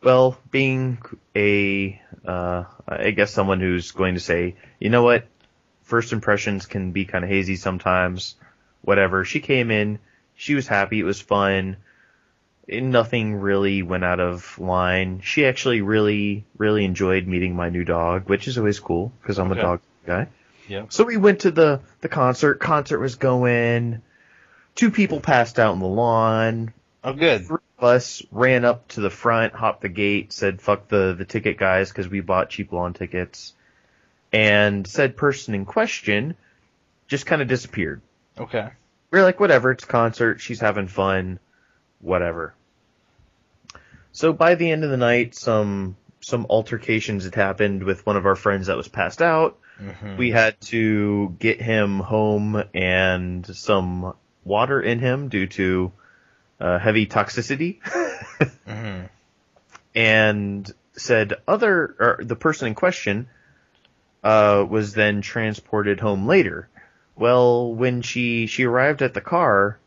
Speaker 1: well being a uh, i guess someone who's going to say you know what first impressions can be kind of hazy sometimes whatever. She came in, she was happy, it was fun. It- nothing really went out of line. She actually really, really enjoyed meeting my new dog, which is always cool because I'm
Speaker 4: Okay.
Speaker 1: a dog guy.
Speaker 4: Yeah.
Speaker 1: So we went to the the concert. Concert was going. Two people passed out on the lawn
Speaker 4: Oh, good.
Speaker 1: three of us ran up to the front, hopped the gate, said "fuck the the ticket guys" because we bought cheap lawn tickets, and said person in question just kind of disappeared.
Speaker 4: Okay.
Speaker 1: We we're like, whatever, it's a concert, she's having fun, whatever. So by the end of the night, some some altercations had happened with one of our friends that was passed out. We had to get him home and some water in him due to uh, heavy toxicity. *laughs* And said other or the person in question uh, was then transported home later. Well, when she she arrived at the car,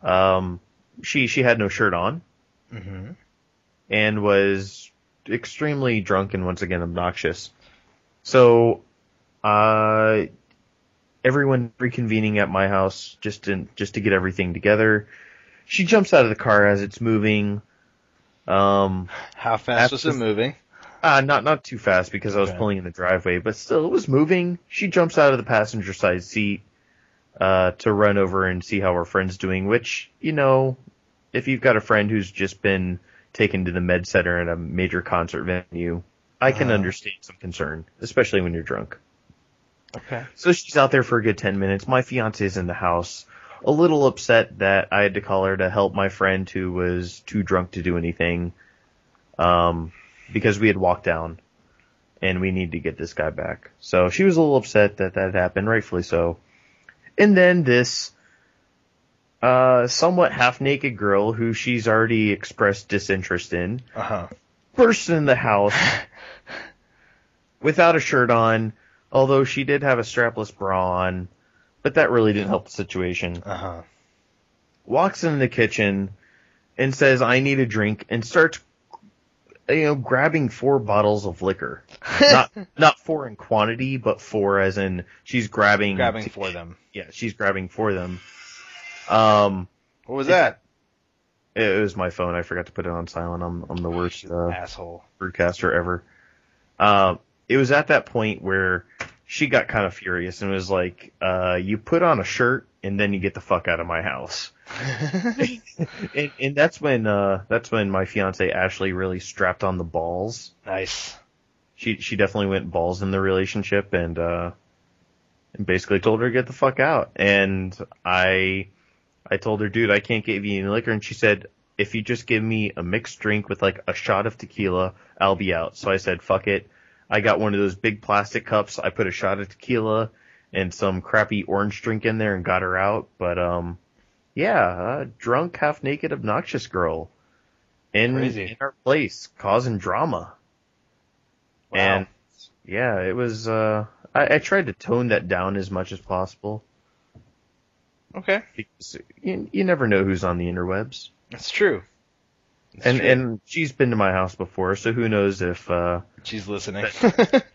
Speaker 1: um, she she had no shirt on, and was extremely drunk and once again obnoxious. So, uh, everyone reconvening at my house just to, just to get everything together. She jumps out of the car as it's moving. Um,
Speaker 4: How fast was it
Speaker 1: After-
Speaker 4: moving?
Speaker 1: uh, not not too fast because I was
Speaker 4: Okay.
Speaker 1: pulling in the driveway, but still it was moving. She jumps out of the passenger side seat uh, to run over and see how her friend's doing. Which you know, if you've got a friend who's just been taken to the med center at a major concert venue, I can
Speaker 4: Uh-huh.
Speaker 1: understand some concern, especially when you're drunk.
Speaker 4: Okay.
Speaker 1: So she's out there for a good 10 minutes. My fiance is in the house, a little upset that I had to call her to help my friend who was too drunk to do anything, um, because we had walked down and we need to get this guy back. So she was a little upset that that happened, rightfully so. And then this, uh, somewhat half naked girl who she's already expressed disinterest in
Speaker 4: Uh huh.
Speaker 1: bursts in the house without a shirt on, although she did have a strapless bra on, but that really didn't help the situation.
Speaker 4: Uh huh.
Speaker 1: Walks into the kitchen and says, I need a drink, and starts, you know, grabbing four bottles of liquor. not, not four in quantity, but four as in she's grabbing.
Speaker 4: Grabbing for them.
Speaker 1: Yeah, she's grabbing for them. Um,
Speaker 4: What was that?
Speaker 1: it it was my phone. I forgot to put it on silent. I'm, I'm the worst, uh,
Speaker 4: Asshole.
Speaker 1: brewcaster ever. Um, it was at that point where she got kind of furious and was like, uh, "You put on a shirt and then you get the fuck out of my house." *laughs* and, and that's when uh, that's when my fiance Ashley really strapped on the balls.
Speaker 4: Nice.
Speaker 1: She she definitely went balls in the relationship and uh, and basically told her to get the fuck out. And I I told her, dude, I can't give you any liquor, and she said. If you just give me a mixed drink with like a shot of tequila, I'll be out. So I said, fuck it. I got one of those big plastic cups. I put a shot of tequila and some crappy orange drink in there and got her out. But um, yeah, uh, drunk, half naked, obnoxious girl in,
Speaker 4: Crazy.
Speaker 1: in our place causing drama.
Speaker 4: Wow.
Speaker 1: And yeah, it was. Uh, I, I tried to tone that down as much as possible
Speaker 4: Okay.
Speaker 1: because you, you never know who's on the interwebs.
Speaker 4: That's true. That's
Speaker 1: and
Speaker 4: true.
Speaker 1: and she's been to my house before, so who knows if uh,
Speaker 4: she's listening.
Speaker 1: that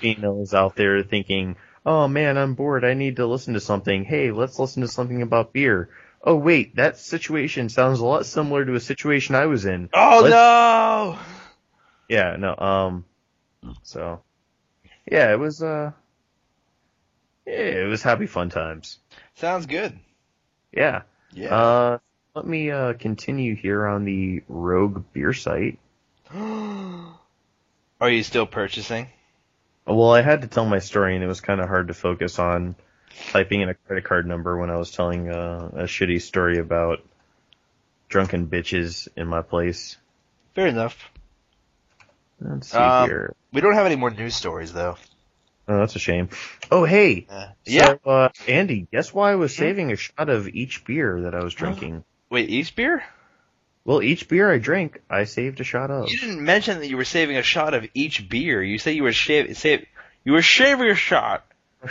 Speaker 1: female is out there thinking, "Oh man, I'm bored. I need to listen to something. Hey, let's listen to something about beer." Oh wait, that situation sounds a lot similar to a situation I was in.
Speaker 4: *laughs* oh
Speaker 1: Let's-
Speaker 4: no!
Speaker 1: Yeah, no. Um,
Speaker 4: Hmm.
Speaker 1: so yeah, it was uh, yeah, it was happy fun times.
Speaker 4: Sounds good.
Speaker 1: Yeah.
Speaker 4: Yeah.
Speaker 1: Uh, Let me uh, continue here on the Rogue beer site.
Speaker 4: Are you still purchasing?
Speaker 1: Well, I had to tell my story, and it was kind of hard to focus on typing in a credit card number when I was telling uh, a shitty story about drunken bitches in my place.
Speaker 4: Fair enough.
Speaker 1: Let's see
Speaker 4: Um,
Speaker 1: here.
Speaker 4: We don't have any more news stories though.
Speaker 1: Oh, that's a shame. Oh, hey,
Speaker 4: yeah.
Speaker 1: So, uh, Andy, guess why I was saving a shot of each beer that I
Speaker 4: Oh.
Speaker 1: was drinking?
Speaker 4: Wait, each beer?
Speaker 1: Well, each beer I drink, I saved a shot of.
Speaker 4: You didn't mention that you were saving a shot of each beer. You said you were shav- save- you were shaving a shot.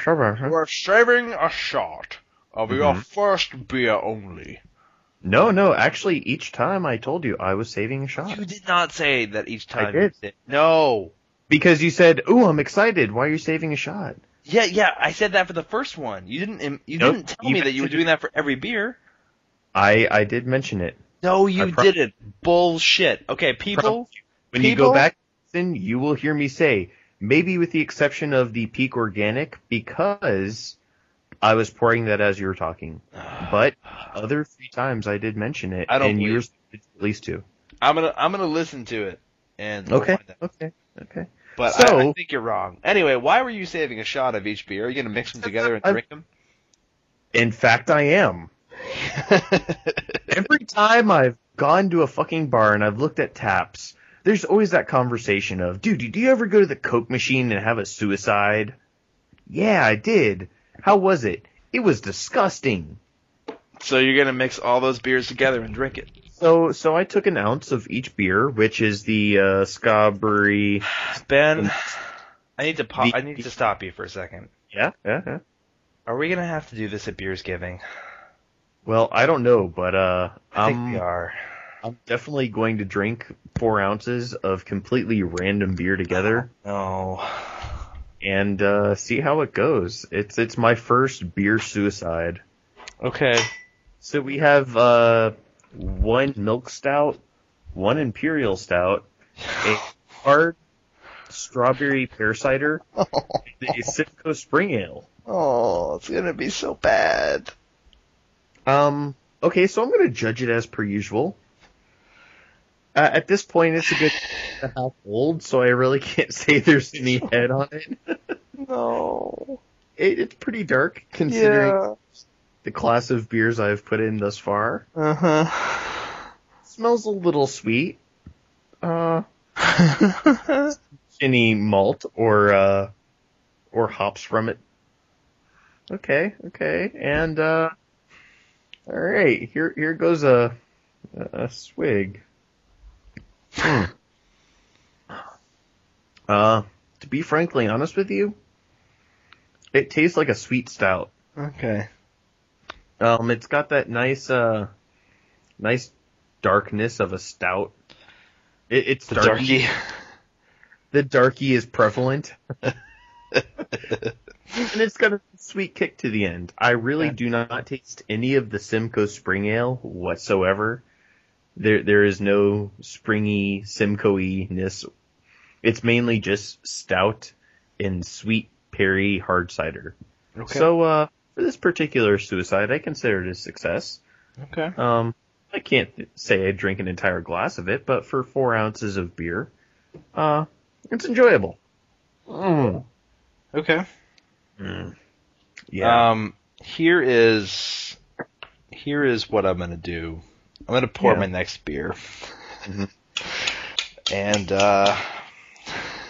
Speaker 4: We're shaving a shot of your first beer only.
Speaker 1: No, no, actually, each time I told you I was saving a shot.
Speaker 4: You did not say that each time.
Speaker 1: I did.
Speaker 4: You said, no.
Speaker 1: Because you said, "Ooh, I'm excited. Why are you saving a shot?"
Speaker 4: Yeah, yeah. I said that for the first one. You didn't. im- You
Speaker 1: Nope,
Speaker 4: didn't tell
Speaker 1: you
Speaker 4: me that you were
Speaker 1: mentioned
Speaker 4: doing that for every beer.
Speaker 1: I I did mention it.
Speaker 4: No, you
Speaker 1: I pro-
Speaker 4: didn't. Bullshit. Okay, people.
Speaker 1: promise When you go
Speaker 4: People-
Speaker 1: back, then you will hear me say, maybe with the exception of the peak organic, because I was pouring that as you were
Speaker 4: *sighs*
Speaker 1: talking. But the other three times I did mention it,
Speaker 4: I don't
Speaker 1: and
Speaker 4: believe-
Speaker 1: yours at least two.
Speaker 4: I'm gonna. I'm gonna listen to it. And we'll
Speaker 1: Okay,
Speaker 4: find out.
Speaker 1: okay, okay.
Speaker 4: But
Speaker 1: So-
Speaker 4: I, I think you're wrong. Anyway, why were you saving a shot of each beer? Are you going to mix them together and
Speaker 1: I-
Speaker 4: drink them?
Speaker 1: In fact, I
Speaker 4: *laughs*
Speaker 1: am. Every time I've gone to a fucking bar and I've looked at taps, there's always that conversation of, dude, do you ever go to the Coke machine and have a suicide? Yeah, I did. How was it? It was disgusting.
Speaker 4: so you're going to mix all those beers together and drink it.
Speaker 1: So, so I took an ounce of each beer, which is the uh, Ska Brewery.
Speaker 4: Ben, I need to pop.
Speaker 1: The-
Speaker 4: I need to stop you for a second.
Speaker 1: Yeah, yeah, yeah.
Speaker 4: Are we going to have to do this at Beers Giving?
Speaker 1: Well, I don't know, but uh,
Speaker 4: I think we
Speaker 1: I'm
Speaker 4: are.
Speaker 1: I'm definitely going to drink four ounces of completely random beer together
Speaker 4: No.
Speaker 1: and uh, see how it goes. It's it's my first beer suicide.
Speaker 4: Okay.
Speaker 1: So we have uh, one milk stout, one imperial stout, a hard strawberry pear cider, a Simcoe Spring Ale.
Speaker 4: Oh, it's going to be so bad.
Speaker 1: Um. Okay, so I'm going to judge it as per usual. Uh, at this point, it's a good a half old, so I really can't *laughs* say there's any head on it.
Speaker 4: No.
Speaker 1: it it's pretty dark considering the class of beers I've put in thus far.
Speaker 4: Uh huh.
Speaker 1: smells a little sweet. Uh, any malt or uh, or hops from it. Okay, okay, and uh, all right. Here, here goes a a swig. Hmm. Uh, to be frankly honest with you, it tastes like a sweet stout.
Speaker 4: okay.
Speaker 1: Um, it's got that nice, uh, nice darkness of a stout. It, it's
Speaker 4: The
Speaker 1: darky.
Speaker 4: darky.
Speaker 1: The darky is prevalent. and it's got a sweet kick to the end. I really do not taste any of the Simcoe Spring Ale whatsoever. There, there is no springy Simcoe-ness. It's mainly just stout and sweet Perry hard cider.
Speaker 4: Okay.
Speaker 1: So, uh, for this particular suicide, I consider it a success.
Speaker 4: okay.
Speaker 1: Um, I can't say I drink an entire glass of it, but for four ounces of beer, uh, it's enjoyable. Mm,
Speaker 4: Okay.
Speaker 1: Yeah.
Speaker 4: Um, here is here is what I'm gonna do. I'm gonna pour
Speaker 1: Yeah.
Speaker 4: my next beer, and uh, *sighs*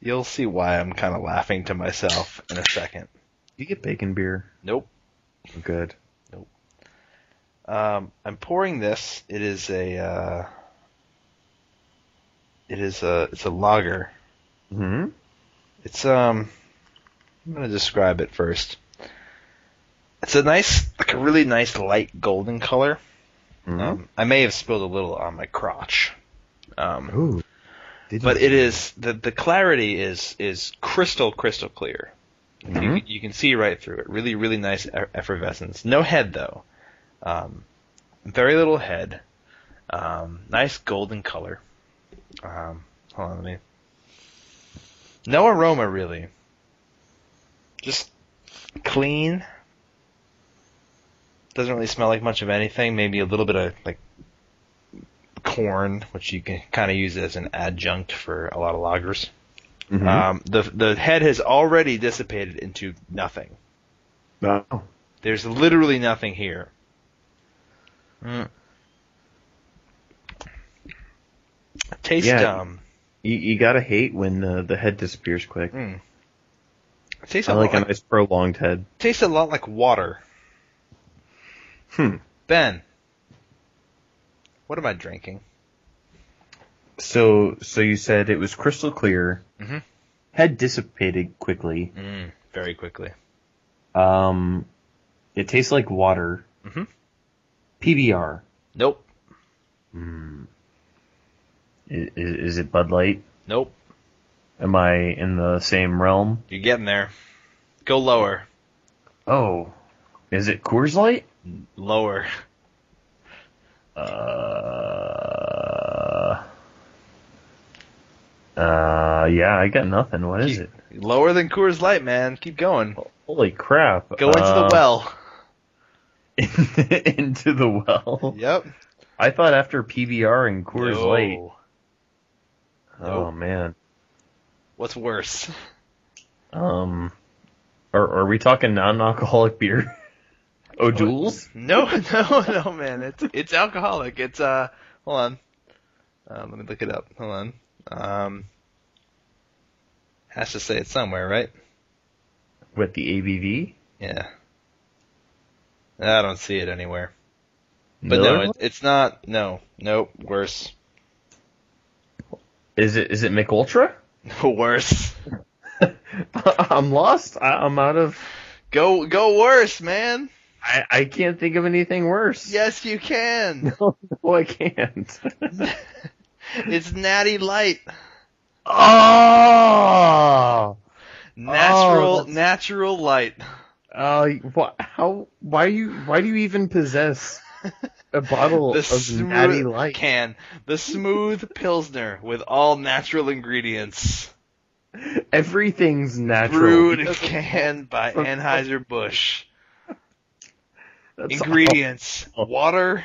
Speaker 4: you'll see why I'm kind of laughing to myself in a second.
Speaker 1: Do you get bacon beer?
Speaker 4: Nope.
Speaker 1: Good.
Speaker 4: Um, I'm pouring this. It is a uh, it is a it's a lager.
Speaker 1: Hmm.
Speaker 4: It's um I'm gonna describe it first. It's a nice like a really nice light golden color. *laughs*
Speaker 1: mm-hmm.
Speaker 4: Um, I may have spilled a little on my crotch. Um,
Speaker 1: Ooh. Did
Speaker 4: but
Speaker 1: you-
Speaker 4: it is the the clarity is is crystal crystal clear. Like, you can- You, can see right through it. Really really nice e- effervescence. No head though. Um, very little head. Um, nice golden color. Um, hold on, let me. No aroma really. Just clean. Doesn't really smell like much of anything. Maybe a little bit of like corn, which you can kind of use as an adjunct for a lot of lagers.
Speaker 1: Hmm? mm-hmm.
Speaker 4: Um, the the head has already dissipated into nothing.
Speaker 1: Wow.
Speaker 4: There's literally nothing here.
Speaker 1: Hmm.
Speaker 4: Tastes
Speaker 1: Yeah.
Speaker 4: um
Speaker 1: You, you gotta hate when uh, the head disappears quick.
Speaker 4: Hmm. tastes
Speaker 1: I
Speaker 4: a
Speaker 1: like a
Speaker 4: lot like,
Speaker 1: nice prolonged head.
Speaker 4: tastes a lot like water.
Speaker 1: Hmm.
Speaker 4: Ben, what am I drinking?
Speaker 1: So, so you said it was crystal clear.
Speaker 4: Mhm.
Speaker 1: Head dissipated quickly.
Speaker 4: Mm, very quickly.
Speaker 1: Um, it tastes like water.
Speaker 4: Mhm.
Speaker 1: PBR.
Speaker 4: Nope.
Speaker 1: Is, Hmm. is it Bud Light?
Speaker 4: Nope.
Speaker 1: Am I in the same realm?
Speaker 4: You're getting there. Go lower.
Speaker 1: Oh, is it Coors Light?
Speaker 4: Lower.
Speaker 1: Uh, uh, yeah, I got nothing. What is it?
Speaker 4: Lower than Coors Light, man. Keep going.
Speaker 1: Holy crap!
Speaker 4: Go into the well.
Speaker 1: well. *laughs* into the well.
Speaker 4: Yep.
Speaker 1: I thought after PBR and Coors
Speaker 4: No.
Speaker 1: Light.
Speaker 4: No.
Speaker 1: Oh man.
Speaker 4: What's worse?
Speaker 1: Um, are are we talking non-alcoholic *laughs* beer? O'Doul's?
Speaker 4: No, no, no, man. It's it's alcoholic. It's uh, hold on. Um, let me look it up. Hold on. Um, has to say it somewhere, right?
Speaker 1: with the ABV?
Speaker 4: Yeah. I don't see it anywhere. But
Speaker 1: Miller?
Speaker 4: no, it, it's not. No, nope. Worse. *laughs*
Speaker 1: is it is it McUltra?
Speaker 4: No, worse.
Speaker 1: *laughs* I'm lost. I, I'm out of.
Speaker 4: Go, go worse, man.
Speaker 1: I, I can't think of anything worse.
Speaker 4: Yes, you *laughs* can.
Speaker 1: *laughs* No, I
Speaker 4: *laughs*
Speaker 1: can't. *laughs*
Speaker 4: It's Natty Light.
Speaker 1: oh,
Speaker 4: Natural,
Speaker 1: that's-
Speaker 4: natural light.
Speaker 1: uh, wha how? Why do you? Why do you even possess a bottle
Speaker 4: *laughs* The
Speaker 1: of
Speaker 4: smooth
Speaker 1: Natty Light?
Speaker 4: can. The smooth pilsner with all natural ingredients.
Speaker 1: Everything's natural.
Speaker 4: Brewed and
Speaker 1: *laughs*
Speaker 4: canned by Anheuser-Busch.
Speaker 1: That's
Speaker 4: Ingredients. Water,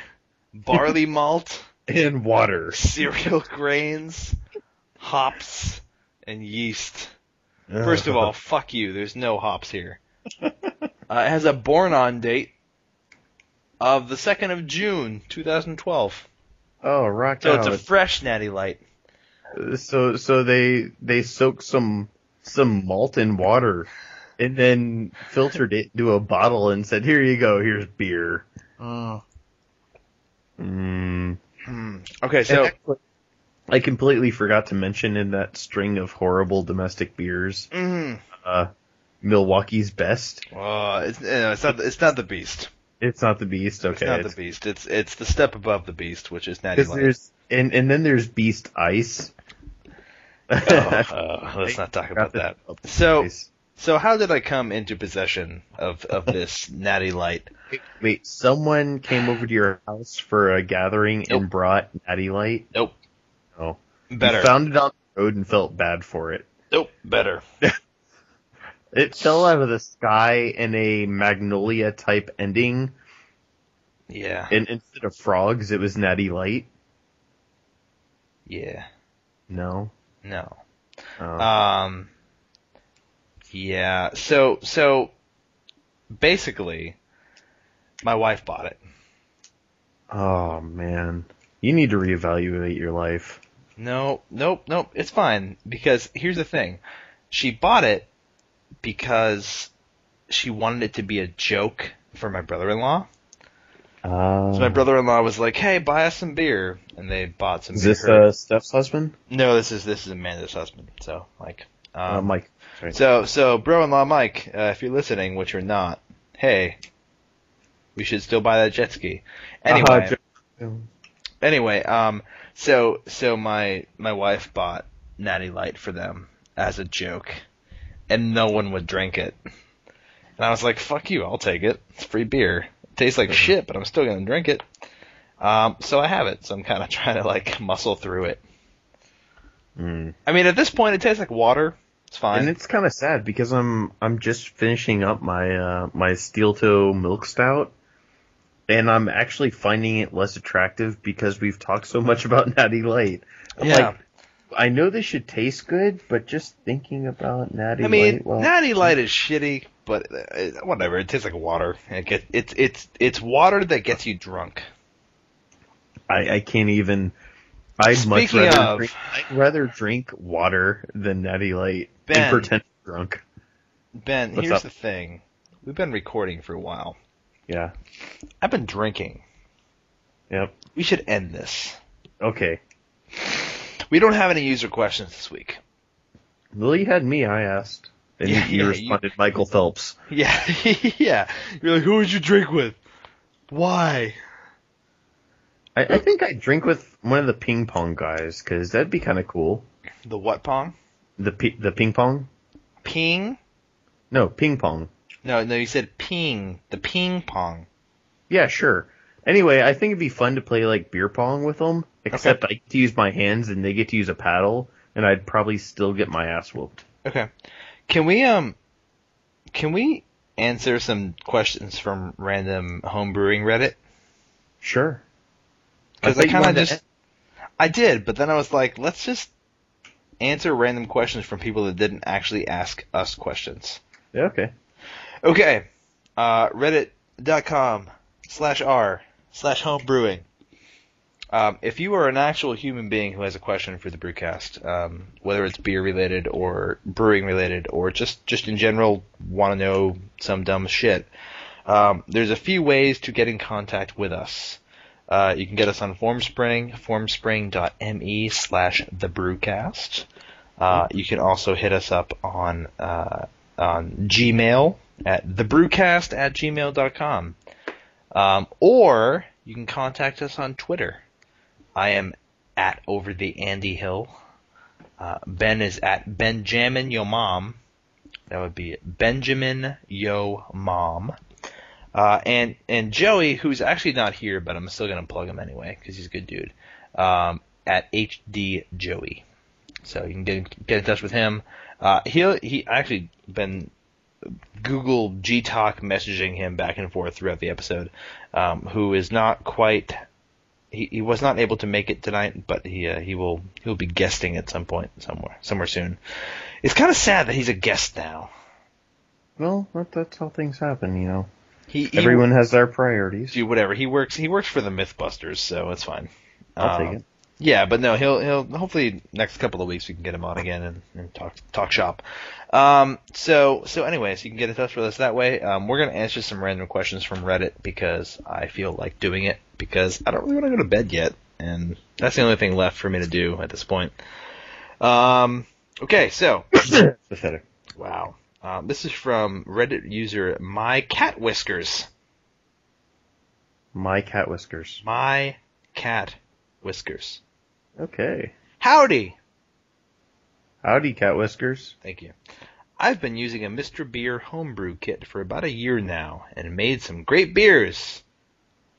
Speaker 4: barley
Speaker 1: *laughs*
Speaker 4: malt,
Speaker 1: all in water.
Speaker 4: cereal grains, hops, and yeast. First of all, fuck you. There's no hops here. Uh, it has a born-on date of the 2nd of June, 2012.
Speaker 1: oh, rock
Speaker 4: So
Speaker 1: out.
Speaker 4: it's a fresh Natty Light.
Speaker 1: so so they they soaked some some malt in water and then filtered it into a bottle and said here you go here's beer
Speaker 4: Oh.
Speaker 1: mm.
Speaker 4: Okay,
Speaker 1: And
Speaker 4: so...
Speaker 1: actually, i completely forgot to mention in that string of horrible domestic beers uh,
Speaker 4: Mm,
Speaker 1: milwaukee's best
Speaker 4: uh, it's, no, it's not. It's not the beast.
Speaker 1: it's not the beast okay
Speaker 4: It's not the beast. It's it's the step above the beast, which is Natty
Speaker 1: because
Speaker 4: Light.
Speaker 1: there's and and then there's beast ice
Speaker 4: Oh,
Speaker 1: *laughs*
Speaker 4: uh, let's not talk about that. So so how did I come into possession of of this Natty Light?
Speaker 1: Wait, someone came over to your house for a gathering
Speaker 4: Nope.
Speaker 1: and brought Natty Light?
Speaker 4: Nope.
Speaker 1: No.
Speaker 4: Better.
Speaker 1: You found it on the road and felt bad for it.
Speaker 4: *laughs* nope. Better.
Speaker 1: It fell out of the sky in a magnolia type ending,
Speaker 4: Yeah.
Speaker 1: and instead of frogs, it was Natty Light.
Speaker 4: Yeah.
Speaker 1: No.
Speaker 4: No.
Speaker 1: Oh.
Speaker 4: Um. Yeah. So so basically, my wife bought it.
Speaker 1: oh, man. You need to reevaluate your life.
Speaker 4: No, nope, nope. It's fine because here's the thing: she bought it because she wanted it to be a joke for my brother-in-law.
Speaker 1: Uh,
Speaker 4: So my brother-in-law was like, "Hey, buy us some beer," and they bought some
Speaker 1: is
Speaker 4: beer.
Speaker 1: this uh, Steph's husband?
Speaker 4: no, this is this is Amanda's husband. So like,
Speaker 1: Uh,
Speaker 4: um,
Speaker 1: Mike.
Speaker 4: so so bro-in-law Mike, uh, if you're listening, which you're not, hey, we should still buy that jet ski. Anyway,
Speaker 1: Uh-huh, jo-
Speaker 4: anyway, um, so so my my wife bought Natty Light for them as a joke, and no one would drink it. And I was like, "Fuck you! I'll take it. It's free beer. It tastes
Speaker 1: Mm-hmm.
Speaker 4: like shit, but I'm still gonna drink it." Um, so I have it. So I'm kind of *laughs* trying to like muscle through it.
Speaker 1: Mm.
Speaker 4: I mean, at this point, it tastes like water. It's fine.
Speaker 1: And it's kind of sad because I'm I'm just finishing up my uh, my steel toe milk stout, and I'm actually finding it less attractive because we've talked so much about *laughs* Natty Light. I'm
Speaker 4: Yeah.
Speaker 1: like, I know this should taste good, but just thinking about Natty
Speaker 4: I mean,
Speaker 1: Light, well,
Speaker 4: Natty Light is shitty, but uh, it- whatever. It tastes like water. It gets, it's it's it's water that gets you drunk.
Speaker 1: I, I can't even. I'd much
Speaker 4: Speaking
Speaker 1: rather
Speaker 4: of-
Speaker 1: drink, I'd rather drink water than Natty Light
Speaker 4: Ben.
Speaker 1: and pretend I'm drunk.
Speaker 4: Ben,
Speaker 1: What's
Speaker 4: here's
Speaker 1: up?
Speaker 4: the thing: we've been recording for a while.
Speaker 1: Yeah.
Speaker 4: I've been drinking.
Speaker 1: Yep.
Speaker 4: We should end this.
Speaker 1: Okay.
Speaker 4: We don't have any user questions this week. *laughs*
Speaker 1: Lily had me. I asked, and
Speaker 4: Yeah,
Speaker 1: you
Speaker 4: yeah,
Speaker 1: responded, Michael Phelps.
Speaker 4: Yeah, *laughs* yeah. You're like, who would you drink with? Why?
Speaker 1: I, I think I'd drink with one of the ping pong guys because that'd be kind of cool.
Speaker 4: The what pong?
Speaker 1: The pi- the ping pong?
Speaker 4: Ping?
Speaker 1: No, ping pong.
Speaker 4: No, no. You said ping. The ping pong.
Speaker 1: Yeah, sure. Anyway, I think it'd be fun to play like beer pong with them, except I get to use my hands and they get to use a paddle, and I'd probably still get my ass whooped.
Speaker 4: Okay. Can we um can we answer some questions from random homebrewing Reddit?
Speaker 1: Sure.
Speaker 4: Because I,
Speaker 1: thought you
Speaker 4: kind of
Speaker 1: wanted to
Speaker 4: just I did, but then I was like, let's just answer random questions from people that didn't actually ask us questions.
Speaker 1: Yeah, okay.
Speaker 4: Okay. Uh, Reddit.com slash R slash homebrewing. Um, if you are an actual human being who has a question for the brewcast, um, whether it's beer related or brewing related or just, just in general want to know some dumb shit, um, there's a few ways to get in contact with us. Uh, you can get us on Formspring, formspring.me slash the brewcast. Uh, you can also hit us up on uh, on Gmail at thebrewcast at gmail.com. Um, or you can contact us on Twitter. I am at over the Andy Hill. Uh, ben is at Benjamin Yo Mom. That would be Benjamin Yo Mom. Uh, and and Joey, who's actually not here, but I'm still gonna plug him anyway because he's a good dude. Um, at HD Joey, so you can get get in touch with him. Uh, he'll he I actually been Google G Talk messaging him back and forth throughout the episode, um, who is not quite. He, he was not able to make it tonight, but he uh, he will he'll be guesting at some point somewhere somewhere soon. It's kind of sad that he's a guest now.
Speaker 1: Well, that, that's how things happen, you know.
Speaker 4: He, he
Speaker 1: Everyone has their priorities.
Speaker 4: do whatever he works he works for the Mythbusters, so it's fine.
Speaker 1: I'll
Speaker 4: Um,
Speaker 1: take it.
Speaker 4: Yeah, but no, he'll he'll hopefully next couple of weeks we can get him on again and, and talk talk shop. Um, so so anyways, you can get in touch with us that way. Um, we're gonna answer some random questions from Reddit because I feel like doing it because I don't really want to go to bed yet, and that's the only thing left for me to do at this point. Um, okay, so
Speaker 1: Pathetic.
Speaker 4: wow, um, this is from Reddit user my cat whiskers.
Speaker 1: My cat whiskers.
Speaker 4: My cat whiskers.
Speaker 1: Okay.
Speaker 4: Howdy.
Speaker 1: Howdy, cat whiskers.
Speaker 4: Thank you. I've been using a Mr. Beer homebrew kit for about a year now and made some great beers.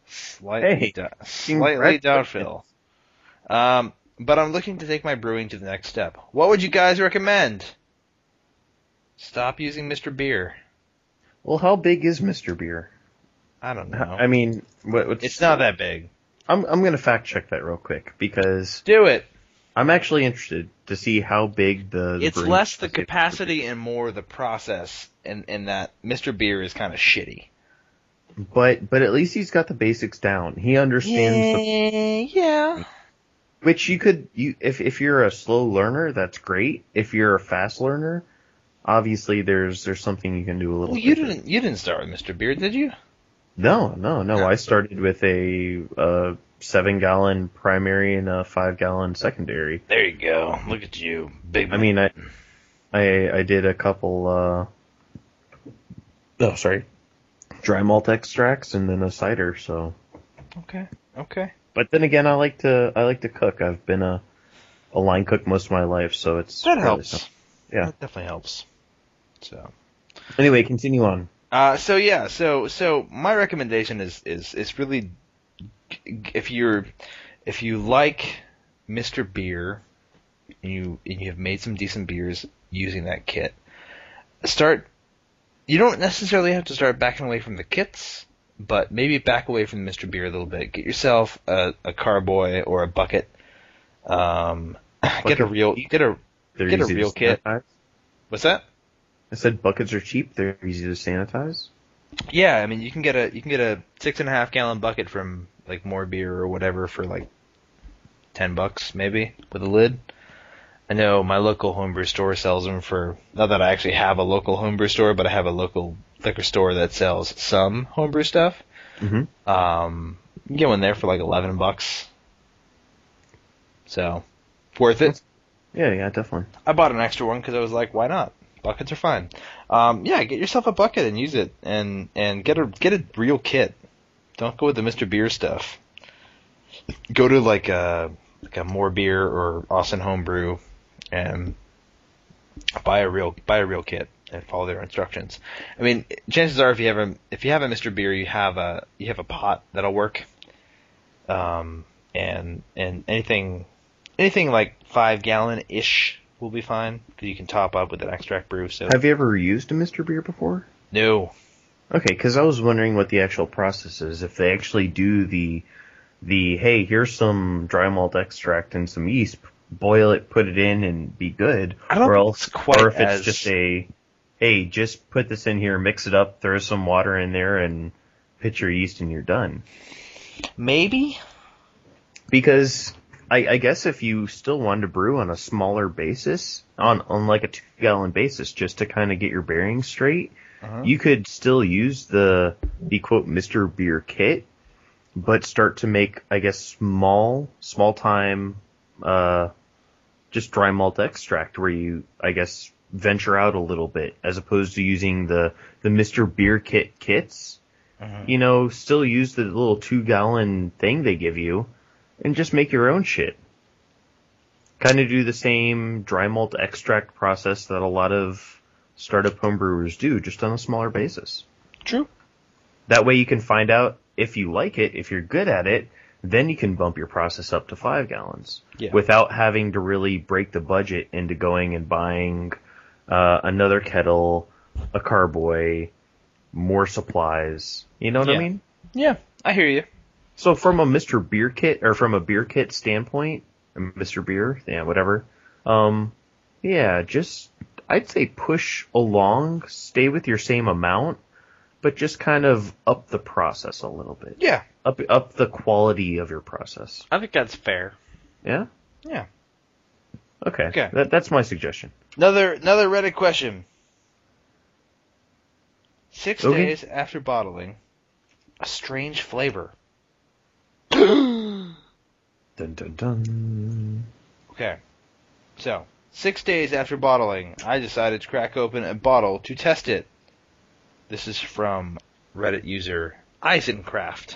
Speaker 4: Slightly,
Speaker 1: Hey,
Speaker 4: do- slightly downfill. Um, but I'm looking to take my brewing to the next step. What would you guys recommend? Stop using Mr. Beer.
Speaker 1: Well, how big is Mr. Beer?
Speaker 4: I don't know.
Speaker 1: I mean, what, what's,
Speaker 4: it's not that big.
Speaker 1: I'm I'm gonna fact check that real quick because
Speaker 4: Do it.
Speaker 1: I'm actually interested to see how big the. the
Speaker 4: It's
Speaker 1: brewing
Speaker 4: less the
Speaker 1: capacity is.
Speaker 4: capacity and more the process, and, and that Mr. Beer is kind of shitty.
Speaker 1: But but at least he's got the basics down. He understands the,
Speaker 4: yeah.
Speaker 1: which you could you if if you're a slow learner, that's great. If you're a fast learner, obviously there's there's something you can do a little.
Speaker 4: Well, you
Speaker 1: quicker.
Speaker 4: didn't you didn't start with Mr. Beer, did you?
Speaker 1: No, no, no. I started with a uh seven gallon primary and a five gallon secondary.
Speaker 2: There you go. Look at you, big.
Speaker 1: I mean, I, I, I did a couple. Uh, oh, sorry, dry malt extracts and then a cider. So,
Speaker 4: Okay. Okay.
Speaker 1: but then again, I like to I like to cook. I've been a a line cook most of my life, so it's
Speaker 4: That
Speaker 1: really
Speaker 4: helps.
Speaker 1: something. Yeah.
Speaker 4: That definitely helps. So.
Speaker 1: Anyway, continue on.
Speaker 4: Uh, so yeah, so so my recommendation is is is really if you're if you like Mr. Beer and you and you have made some decent beers using that kit, start. You don't necessarily have to start backing away from the kits, but maybe back away from Mr. Beer a little bit. Get yourself a, a carboy or a bucket. Um, *laughs* get a real get a
Speaker 1: They're
Speaker 4: Get a
Speaker 1: easy to
Speaker 4: real kit.
Speaker 1: sanitize.
Speaker 4: what's that?
Speaker 1: I said buckets are cheap. They're easy to sanitize.
Speaker 4: Yeah, I mean you can get a you can get a six and a half gallon bucket from like more beer or whatever for like ten bucks maybe with a lid. I know my local homebrew store sells them for not that I actually have a local homebrew store, but I have a local liquor store that sells some homebrew stuff.
Speaker 1: Mhm.
Speaker 4: Um, you can get one there for like eleven bucks. So, worth it.
Speaker 1: Yeah, yeah, definitely.
Speaker 4: I bought an extra one because I was like, why not? Buckets are fine. Um, yeah, get yourself a bucket and use it, and and get a get a real kit. Don't go with the Mister Beer stuff. Go to like a like a more beer or Austin Homebrew, and buy a real buy a real kit and follow their instructions. I mean, chances are if you have a if you have a Mister Beer, you have a you have a pot that'll work. Um, and and anything anything like five gallon ish will be fine because you can top up with an extract brew. So
Speaker 1: Have you ever used a Mr. Beer before?
Speaker 4: no,
Speaker 1: Okay, because I was wondering what the actual process is. If they actually do the the hey, here's some dry malt extract and some yeast, boil it, put it in, and be good,
Speaker 4: I don't
Speaker 1: or
Speaker 4: think
Speaker 1: else,
Speaker 4: it's quite
Speaker 1: or if
Speaker 4: as-
Speaker 1: it's just a hey, just put this in here, mix it up, throw some water in there, and pitch your yeast, and you're done.
Speaker 4: maybe
Speaker 1: Because I, I guess if you still wanted to brew on a smaller basis, on, on like a two gallon basis, just to kind of get your bearings straight, you could still use the the quote Mr. Beer kit, but start to make I guess small small time, uh, just dry malt extract where you I guess venture out a little bit as opposed to using the the Mr. Beer kit kits. You know, still use the little two gallon thing they give you and just make your own shit. Kind of do the same dry malt extract process that a lot of startup homebrewers do, just on a smaller basis.
Speaker 4: true.
Speaker 1: That way you can find out if you like it, if you're good at it, then you can bump your process up to five gallons
Speaker 4: Yeah.
Speaker 1: without having to really break the budget into going and buying uh, another kettle, a carboy, more supplies. You know what
Speaker 4: Yeah.
Speaker 1: I mean?
Speaker 4: Yeah, I hear you.
Speaker 1: So from a Mr. Beer kit or from a beer kit standpoint, Mr. Beer, yeah, whatever. Um, yeah, just I'd say push along, stay with your same amount, but just kind of up the process a little bit.
Speaker 4: Yeah,
Speaker 1: Up up the quality of your process.
Speaker 4: I think that's fair.
Speaker 1: Yeah.
Speaker 4: Yeah.
Speaker 1: Okay.
Speaker 4: Okay.
Speaker 1: That, that's my suggestion.
Speaker 4: Another another Reddit question. Six
Speaker 1: Okay.
Speaker 4: days after bottling, a strange flavor.
Speaker 1: Dun dun dun.
Speaker 4: Okay. So, six days after bottling, I decided to crack open a bottle to test it. This is from Reddit user Eisencraft.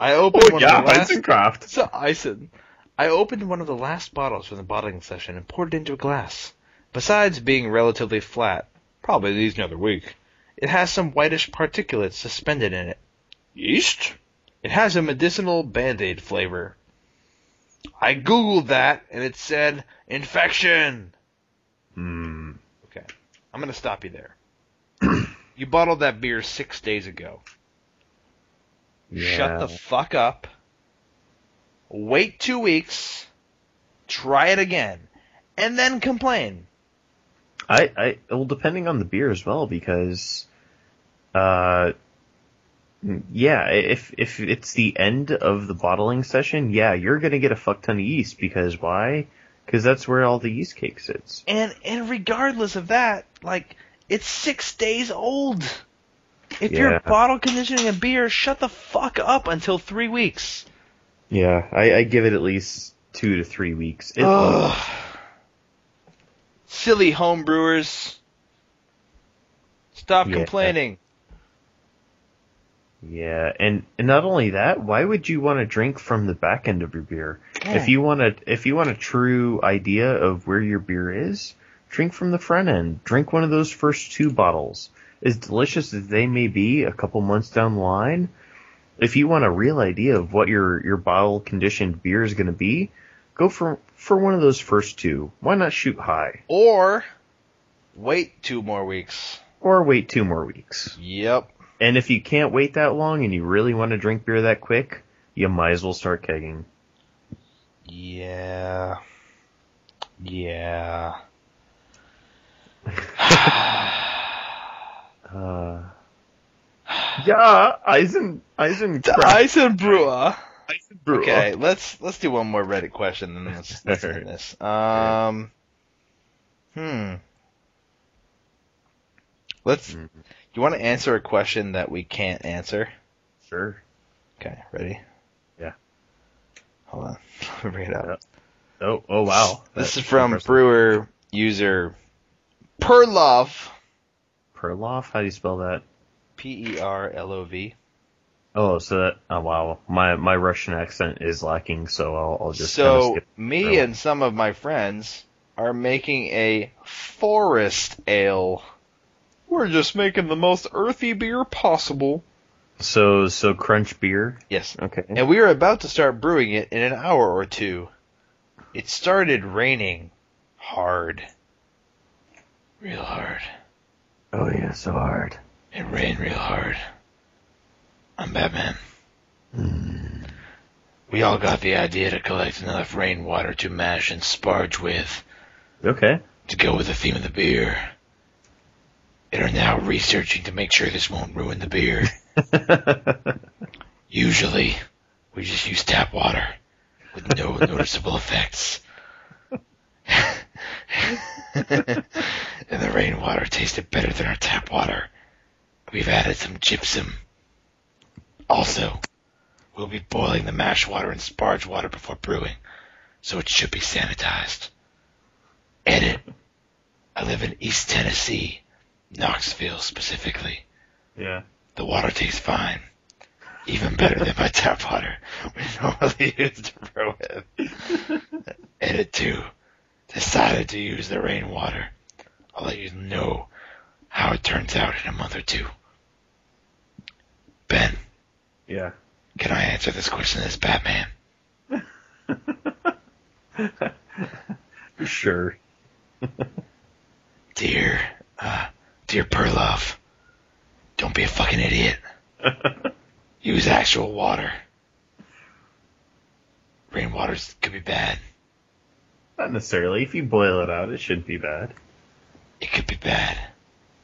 Speaker 4: I opened
Speaker 1: Oh,
Speaker 4: one of the last...
Speaker 1: Minecraft.
Speaker 4: *laughs* So, Eisen. I opened one of the last bottles from the bottling session and poured it into a glass. Besides being relatively flat, probably these another week, it has some whitish particulates suspended in it. Yeast? It has a medicinal band-aid flavor. I googled that and it said infection.
Speaker 1: Hmm.
Speaker 4: Okay. I'm going to stop you there. *clears throat* you bottled that beer 6 days ago. Shut
Speaker 1: Yeah.
Speaker 4: the fuck up. Wait two weeks. Try it again. And then complain.
Speaker 1: I, I well, depending on the beer as well, because, uh, yeah, if if it's the end of the bottling session, yeah, you're gonna get a fuck ton of yeast because why? Because that's where all the yeast cake sits.
Speaker 4: And and regardless of that, like it's six days old. If
Speaker 1: Yeah.
Speaker 4: you're bottle conditioning a beer, shut the fuck up until three weeks.
Speaker 1: Yeah, I, I give it at least two to three weeks. It-
Speaker 4: Ugh. Silly homebrewers. Stop
Speaker 1: Yeah.
Speaker 4: complaining.
Speaker 1: yeah, and, and not only that, why would you want to drink from the back end of your beer? If you want a if you want a true idea of where your beer is, drink from the front end. Drink one of those first two bottles. As delicious as they may be a couple months down the line, if you want a real idea of what your, your bottle conditioned beer is gonna be, go for for one of those first two. Why not shoot high?
Speaker 4: Or wait two more weeks.
Speaker 1: Or wait two more weeks.
Speaker 4: Yep.
Speaker 1: And if you can't wait that long and you really want to drink beer that quick, you might as well start kegging.
Speaker 2: Yeah. Yeah. *sighs*
Speaker 1: Uh, yeah, Eisen,
Speaker 2: *laughs*
Speaker 1: Eisen, Oh,
Speaker 2: The Eisenbrewer.
Speaker 1: Eisenbrewer.
Speaker 2: Okay, let's let's do one more Reddit question and then let's, let's end this. Um, hmm. Let's.
Speaker 1: Mm-hmm.
Speaker 2: You want to answer a question that we can't answer?
Speaker 1: Sure.
Speaker 2: Okay, ready?
Speaker 1: Yeah.
Speaker 2: Hold on, *laughs* let me bring it up.
Speaker 1: Oh, oh
Speaker 2: *laughs*
Speaker 1: wow.
Speaker 2: This
Speaker 1: That-
Speaker 2: is from
Speaker 1: impressive.
Speaker 2: Brewer user Perlov.
Speaker 1: Perloff. How do you spell that?
Speaker 2: P E R L O V.
Speaker 1: Oh, so that. Oh, wow. My my Russian accent is lacking, so I'll, I'll just kinda
Speaker 2: So
Speaker 1: skip.
Speaker 2: me
Speaker 1: Perlov.
Speaker 2: and some of my friends are making a forest ale. We're just making the most earthy beer possible.
Speaker 1: So so crunch beer.
Speaker 2: Yes.
Speaker 1: Okay.
Speaker 2: And we are about to start brewing it in an hour or two. It started raining hard. Real hard.
Speaker 1: Oh yeah, so hard.
Speaker 2: It rained real hard. I'm Batman. We all got the idea to collect enough rainwater to mash and sparge with
Speaker 1: Okay.
Speaker 2: to go with the theme of the beer. They are now researching to make sure this won't ruin the beer. Usually, we just use tap water with no noticeable effects. *laughs* and the rainwater tasted better than our tap water. We've added some gypsum. Also, we'll be boiling the mash water and sparge water before brewing, so it should be sanitized. Edit. I live in East Tennessee, Knoxville specifically.
Speaker 1: Yeah.
Speaker 2: The water tastes fine. Even better than my *laughs* tap water we *laughs* normally use to brew with. Edit 2. Decided to use the rainwater. I'll let you know how it turns out in a month or two. Ben,
Speaker 1: Yeah.
Speaker 2: can I answer this question as Batman?
Speaker 1: Sure.
Speaker 2: Dear, uh, dear Perlov, don't be a fucking idiot. Use actual water. Rainwater could be bad.
Speaker 1: Not necessarily. If you boil it out, it shouldn't be bad.
Speaker 2: It could be bad.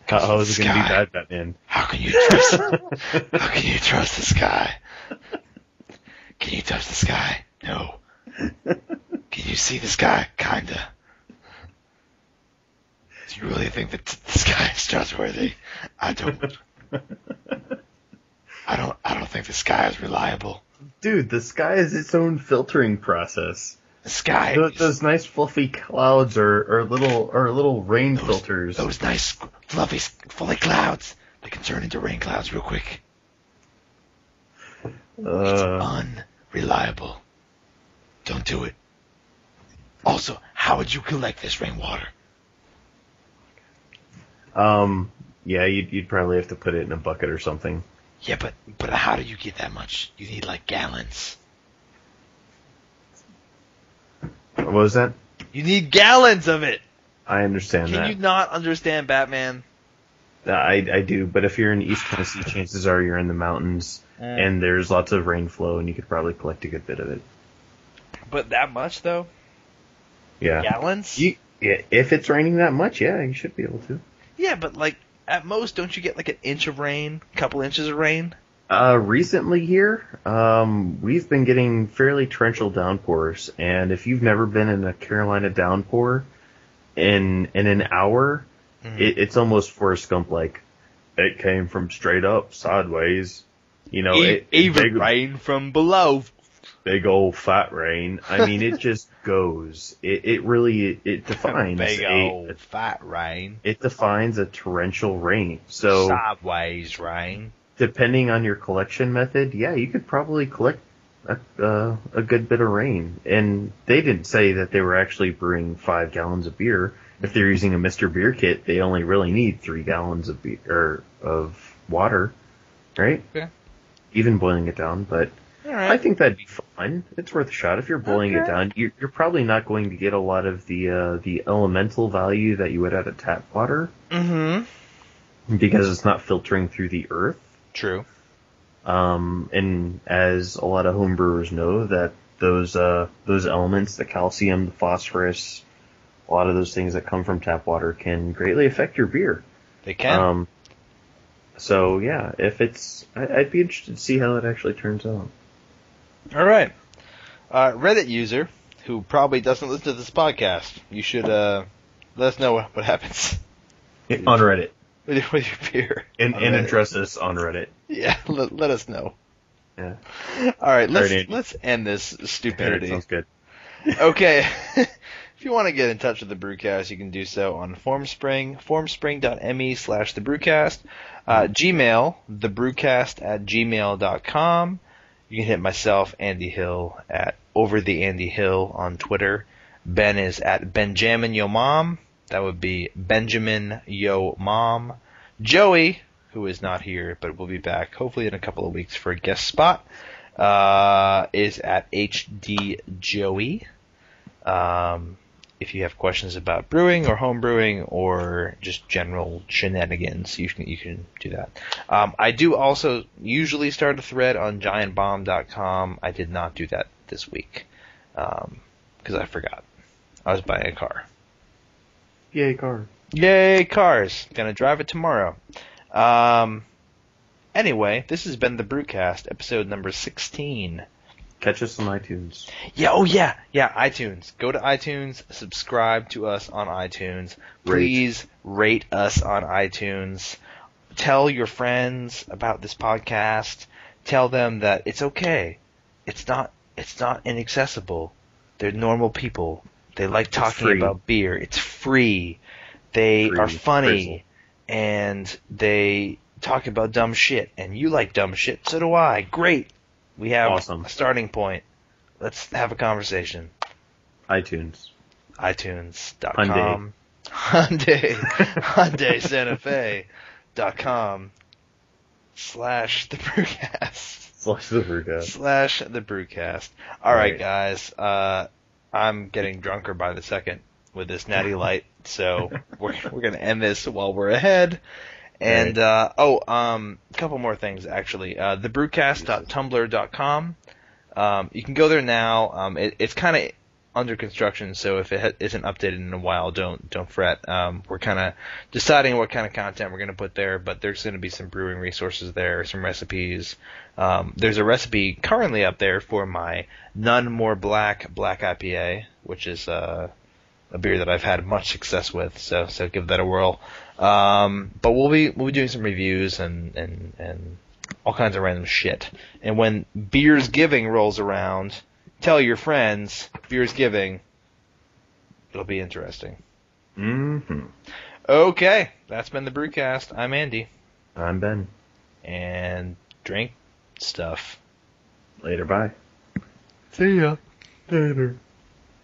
Speaker 1: How, how is it going to be
Speaker 2: Sky.
Speaker 1: bad, Batman?
Speaker 2: How can you trust? *laughs*
Speaker 1: *laughs*
Speaker 2: how can you trust this guy? Can you touch this guy? No. Can you see this guy? Kinda. Do you really think that t- this guy is trustworthy? I don't. I don't. I don't think this guy is reliable.
Speaker 1: Dude, the sky is its own filtering process.
Speaker 2: This guy.
Speaker 1: Those,
Speaker 2: is-
Speaker 1: those nice fluffy clouds are, are little are little rain filters.
Speaker 2: Those nice, fluffy, fluffy clouds. They can turn into rain clouds real quick.
Speaker 1: Uh,
Speaker 2: unreliable. Don't do it. Also, how would you collect this rainwater?
Speaker 1: um, yeah, you'd, you'd probably have to put it in a bucket or something.
Speaker 2: Yeah, but but how do you get that much? You need like gallons.
Speaker 1: What was that?
Speaker 2: You need gallons of it.
Speaker 1: I understand
Speaker 2: Can
Speaker 1: that. Uh,
Speaker 2: you not understand Batman?
Speaker 1: I, I do, but if you're in East Tennessee, chances are you're in the mountains and there's lots of rain flow, and you could probably collect a good bit of it.
Speaker 2: But that much though?
Speaker 1: Yeah.
Speaker 2: Gallons?
Speaker 1: You, yeah, if it's raining that much, yeah, you should be able to.
Speaker 2: yeah, but like at most don't you get like an inch of rain, couple inches of rain?
Speaker 1: Uh, recently here, um, we've been getting fairly torrential downpours, and if you've never been in a Carolina downpour, in in an hour, it, it's almost Forrest Gump like. It came from straight up, sideways. You know,
Speaker 4: E-
Speaker 1: it, it- big,
Speaker 2: E- rain from below.
Speaker 1: big old fat rain. I mean, it just goes. It, it really it defines a-
Speaker 2: fat rain.
Speaker 1: it defines a torrential rain. So
Speaker 2: sideways rain.
Speaker 1: depending on your collection method, yeah, you could probably collect a, uh, a good bit of rain. And they didn't say that they were actually brewing five gallons of beer. If they're using a Mister Beer kit, they only really need three gallons of beer or of water, right?
Speaker 2: Okay.
Speaker 1: Even boiling it down, but
Speaker 2: All
Speaker 1: I
Speaker 2: right.
Speaker 1: think that'd be fun. It's worth a shot. If you're boiling it
Speaker 2: Okay.
Speaker 1: down, you're, you're probably not going to get a lot of the uh, the elemental value that you would out of tap water
Speaker 2: mm-hmm.
Speaker 1: because it's not filtering through the earth.
Speaker 4: True.
Speaker 1: Um, and as a lot of homebrewers know, that those uh, those elements, the calcium, the phosphorus, a lot of those things that come from tap water can greatly affect your beer.
Speaker 4: They can.
Speaker 1: Um, so yeah, if it's, I, I'd be interested to see how it actually turns out.
Speaker 4: All right. Uh, Reddit user who probably doesn't listen to this podcast, you should uh, let us know what, what happens *laughs*
Speaker 1: On Reddit,
Speaker 4: with your, with your beer.
Speaker 1: and,
Speaker 4: On
Speaker 1: and
Speaker 4: Reddit.
Speaker 1: address us on Reddit.
Speaker 4: Yeah, *laughs* let, let us know.
Speaker 1: Yeah.
Speaker 4: All right, let's
Speaker 1: Alright, Andy.
Speaker 4: let's end this
Speaker 1: Reddit
Speaker 4: stupidity.
Speaker 1: sounds good.
Speaker 4: okay. *laughs* if you want to get in touch with the Brewcast, you can do so on Formspring, formspring.me slash the Brewcast, uh, Gmail, thebrewcast at gmail.com. You can hit myself, Andy Hill, at over the Andy Hill on Twitter. Ben is at Benjamin Yo Mom. That would be Benjamin Yo Mom. Joey, who is not here, but will be back hopefully in a couple of weeks for a guest spot, uh, is at HD Joey. Um, if you have questions about brewing or home brewing or just general shenanigans, you can you can do that. Um, I do also usually start a thread on giantbomb.com. I did not do that this week because I forgot. I was buying a car.
Speaker 1: Yay, car.
Speaker 4: Yay, cars! Gonna drive it tomorrow. Um, anyway, this has been the Brewcast, episode number sixteen.
Speaker 1: Catch us on iTunes.
Speaker 4: Yeah, oh yeah, yeah, iTunes. Go to iTunes, subscribe to us on iTunes. Please rate, us on iTunes. Tell your friends about this podcast. Tell them that it's okay. It's not it's not inaccessible. They're normal people. They like talking
Speaker 1: free.
Speaker 4: about beer. It's free. They
Speaker 1: Free.
Speaker 4: are funny
Speaker 1: Frizzle.
Speaker 4: and they talk about dumb shit and you like dumb shit, so do I. Great. We have
Speaker 1: Awesome.
Speaker 4: a starting point let's have a conversation.
Speaker 1: iTunes.
Speaker 4: iTunes.com. Hyundai. Hyundai Santa Fe. dot com slash the brewcast
Speaker 1: Slash the Verga.
Speaker 4: slash the brewcast all right,
Speaker 1: Right.
Speaker 4: guys uh i'm getting drunker by the second with this natty light so we're, we're gonna end this while we're ahead and uh oh um a couple more things actually uh the brewcast.tumblr.com um you can go there now um it, it's kind of under construction, so if it ha- isn't updated in a while, don't don't fret. Um, we're kind of deciding what kind of content we're going to put there, but there's going to be some brewing resources there, some recipes. Um, there's a recipe currently up there for my None More Black Black IPA, which is uh, a beer that I've had much success with. So so give that a whirl. Um, but we'll be we'll be doing some reviews and and and all kinds of random shit. And when Beers Giving rolls around tell your friends beer's giving it'll be interesting
Speaker 1: Mm-hmm.
Speaker 4: okay that's been the brewcast i'm andy
Speaker 1: I'm Ben.
Speaker 4: and drink stuff
Speaker 1: Later, bye.
Speaker 4: see ya
Speaker 1: Later.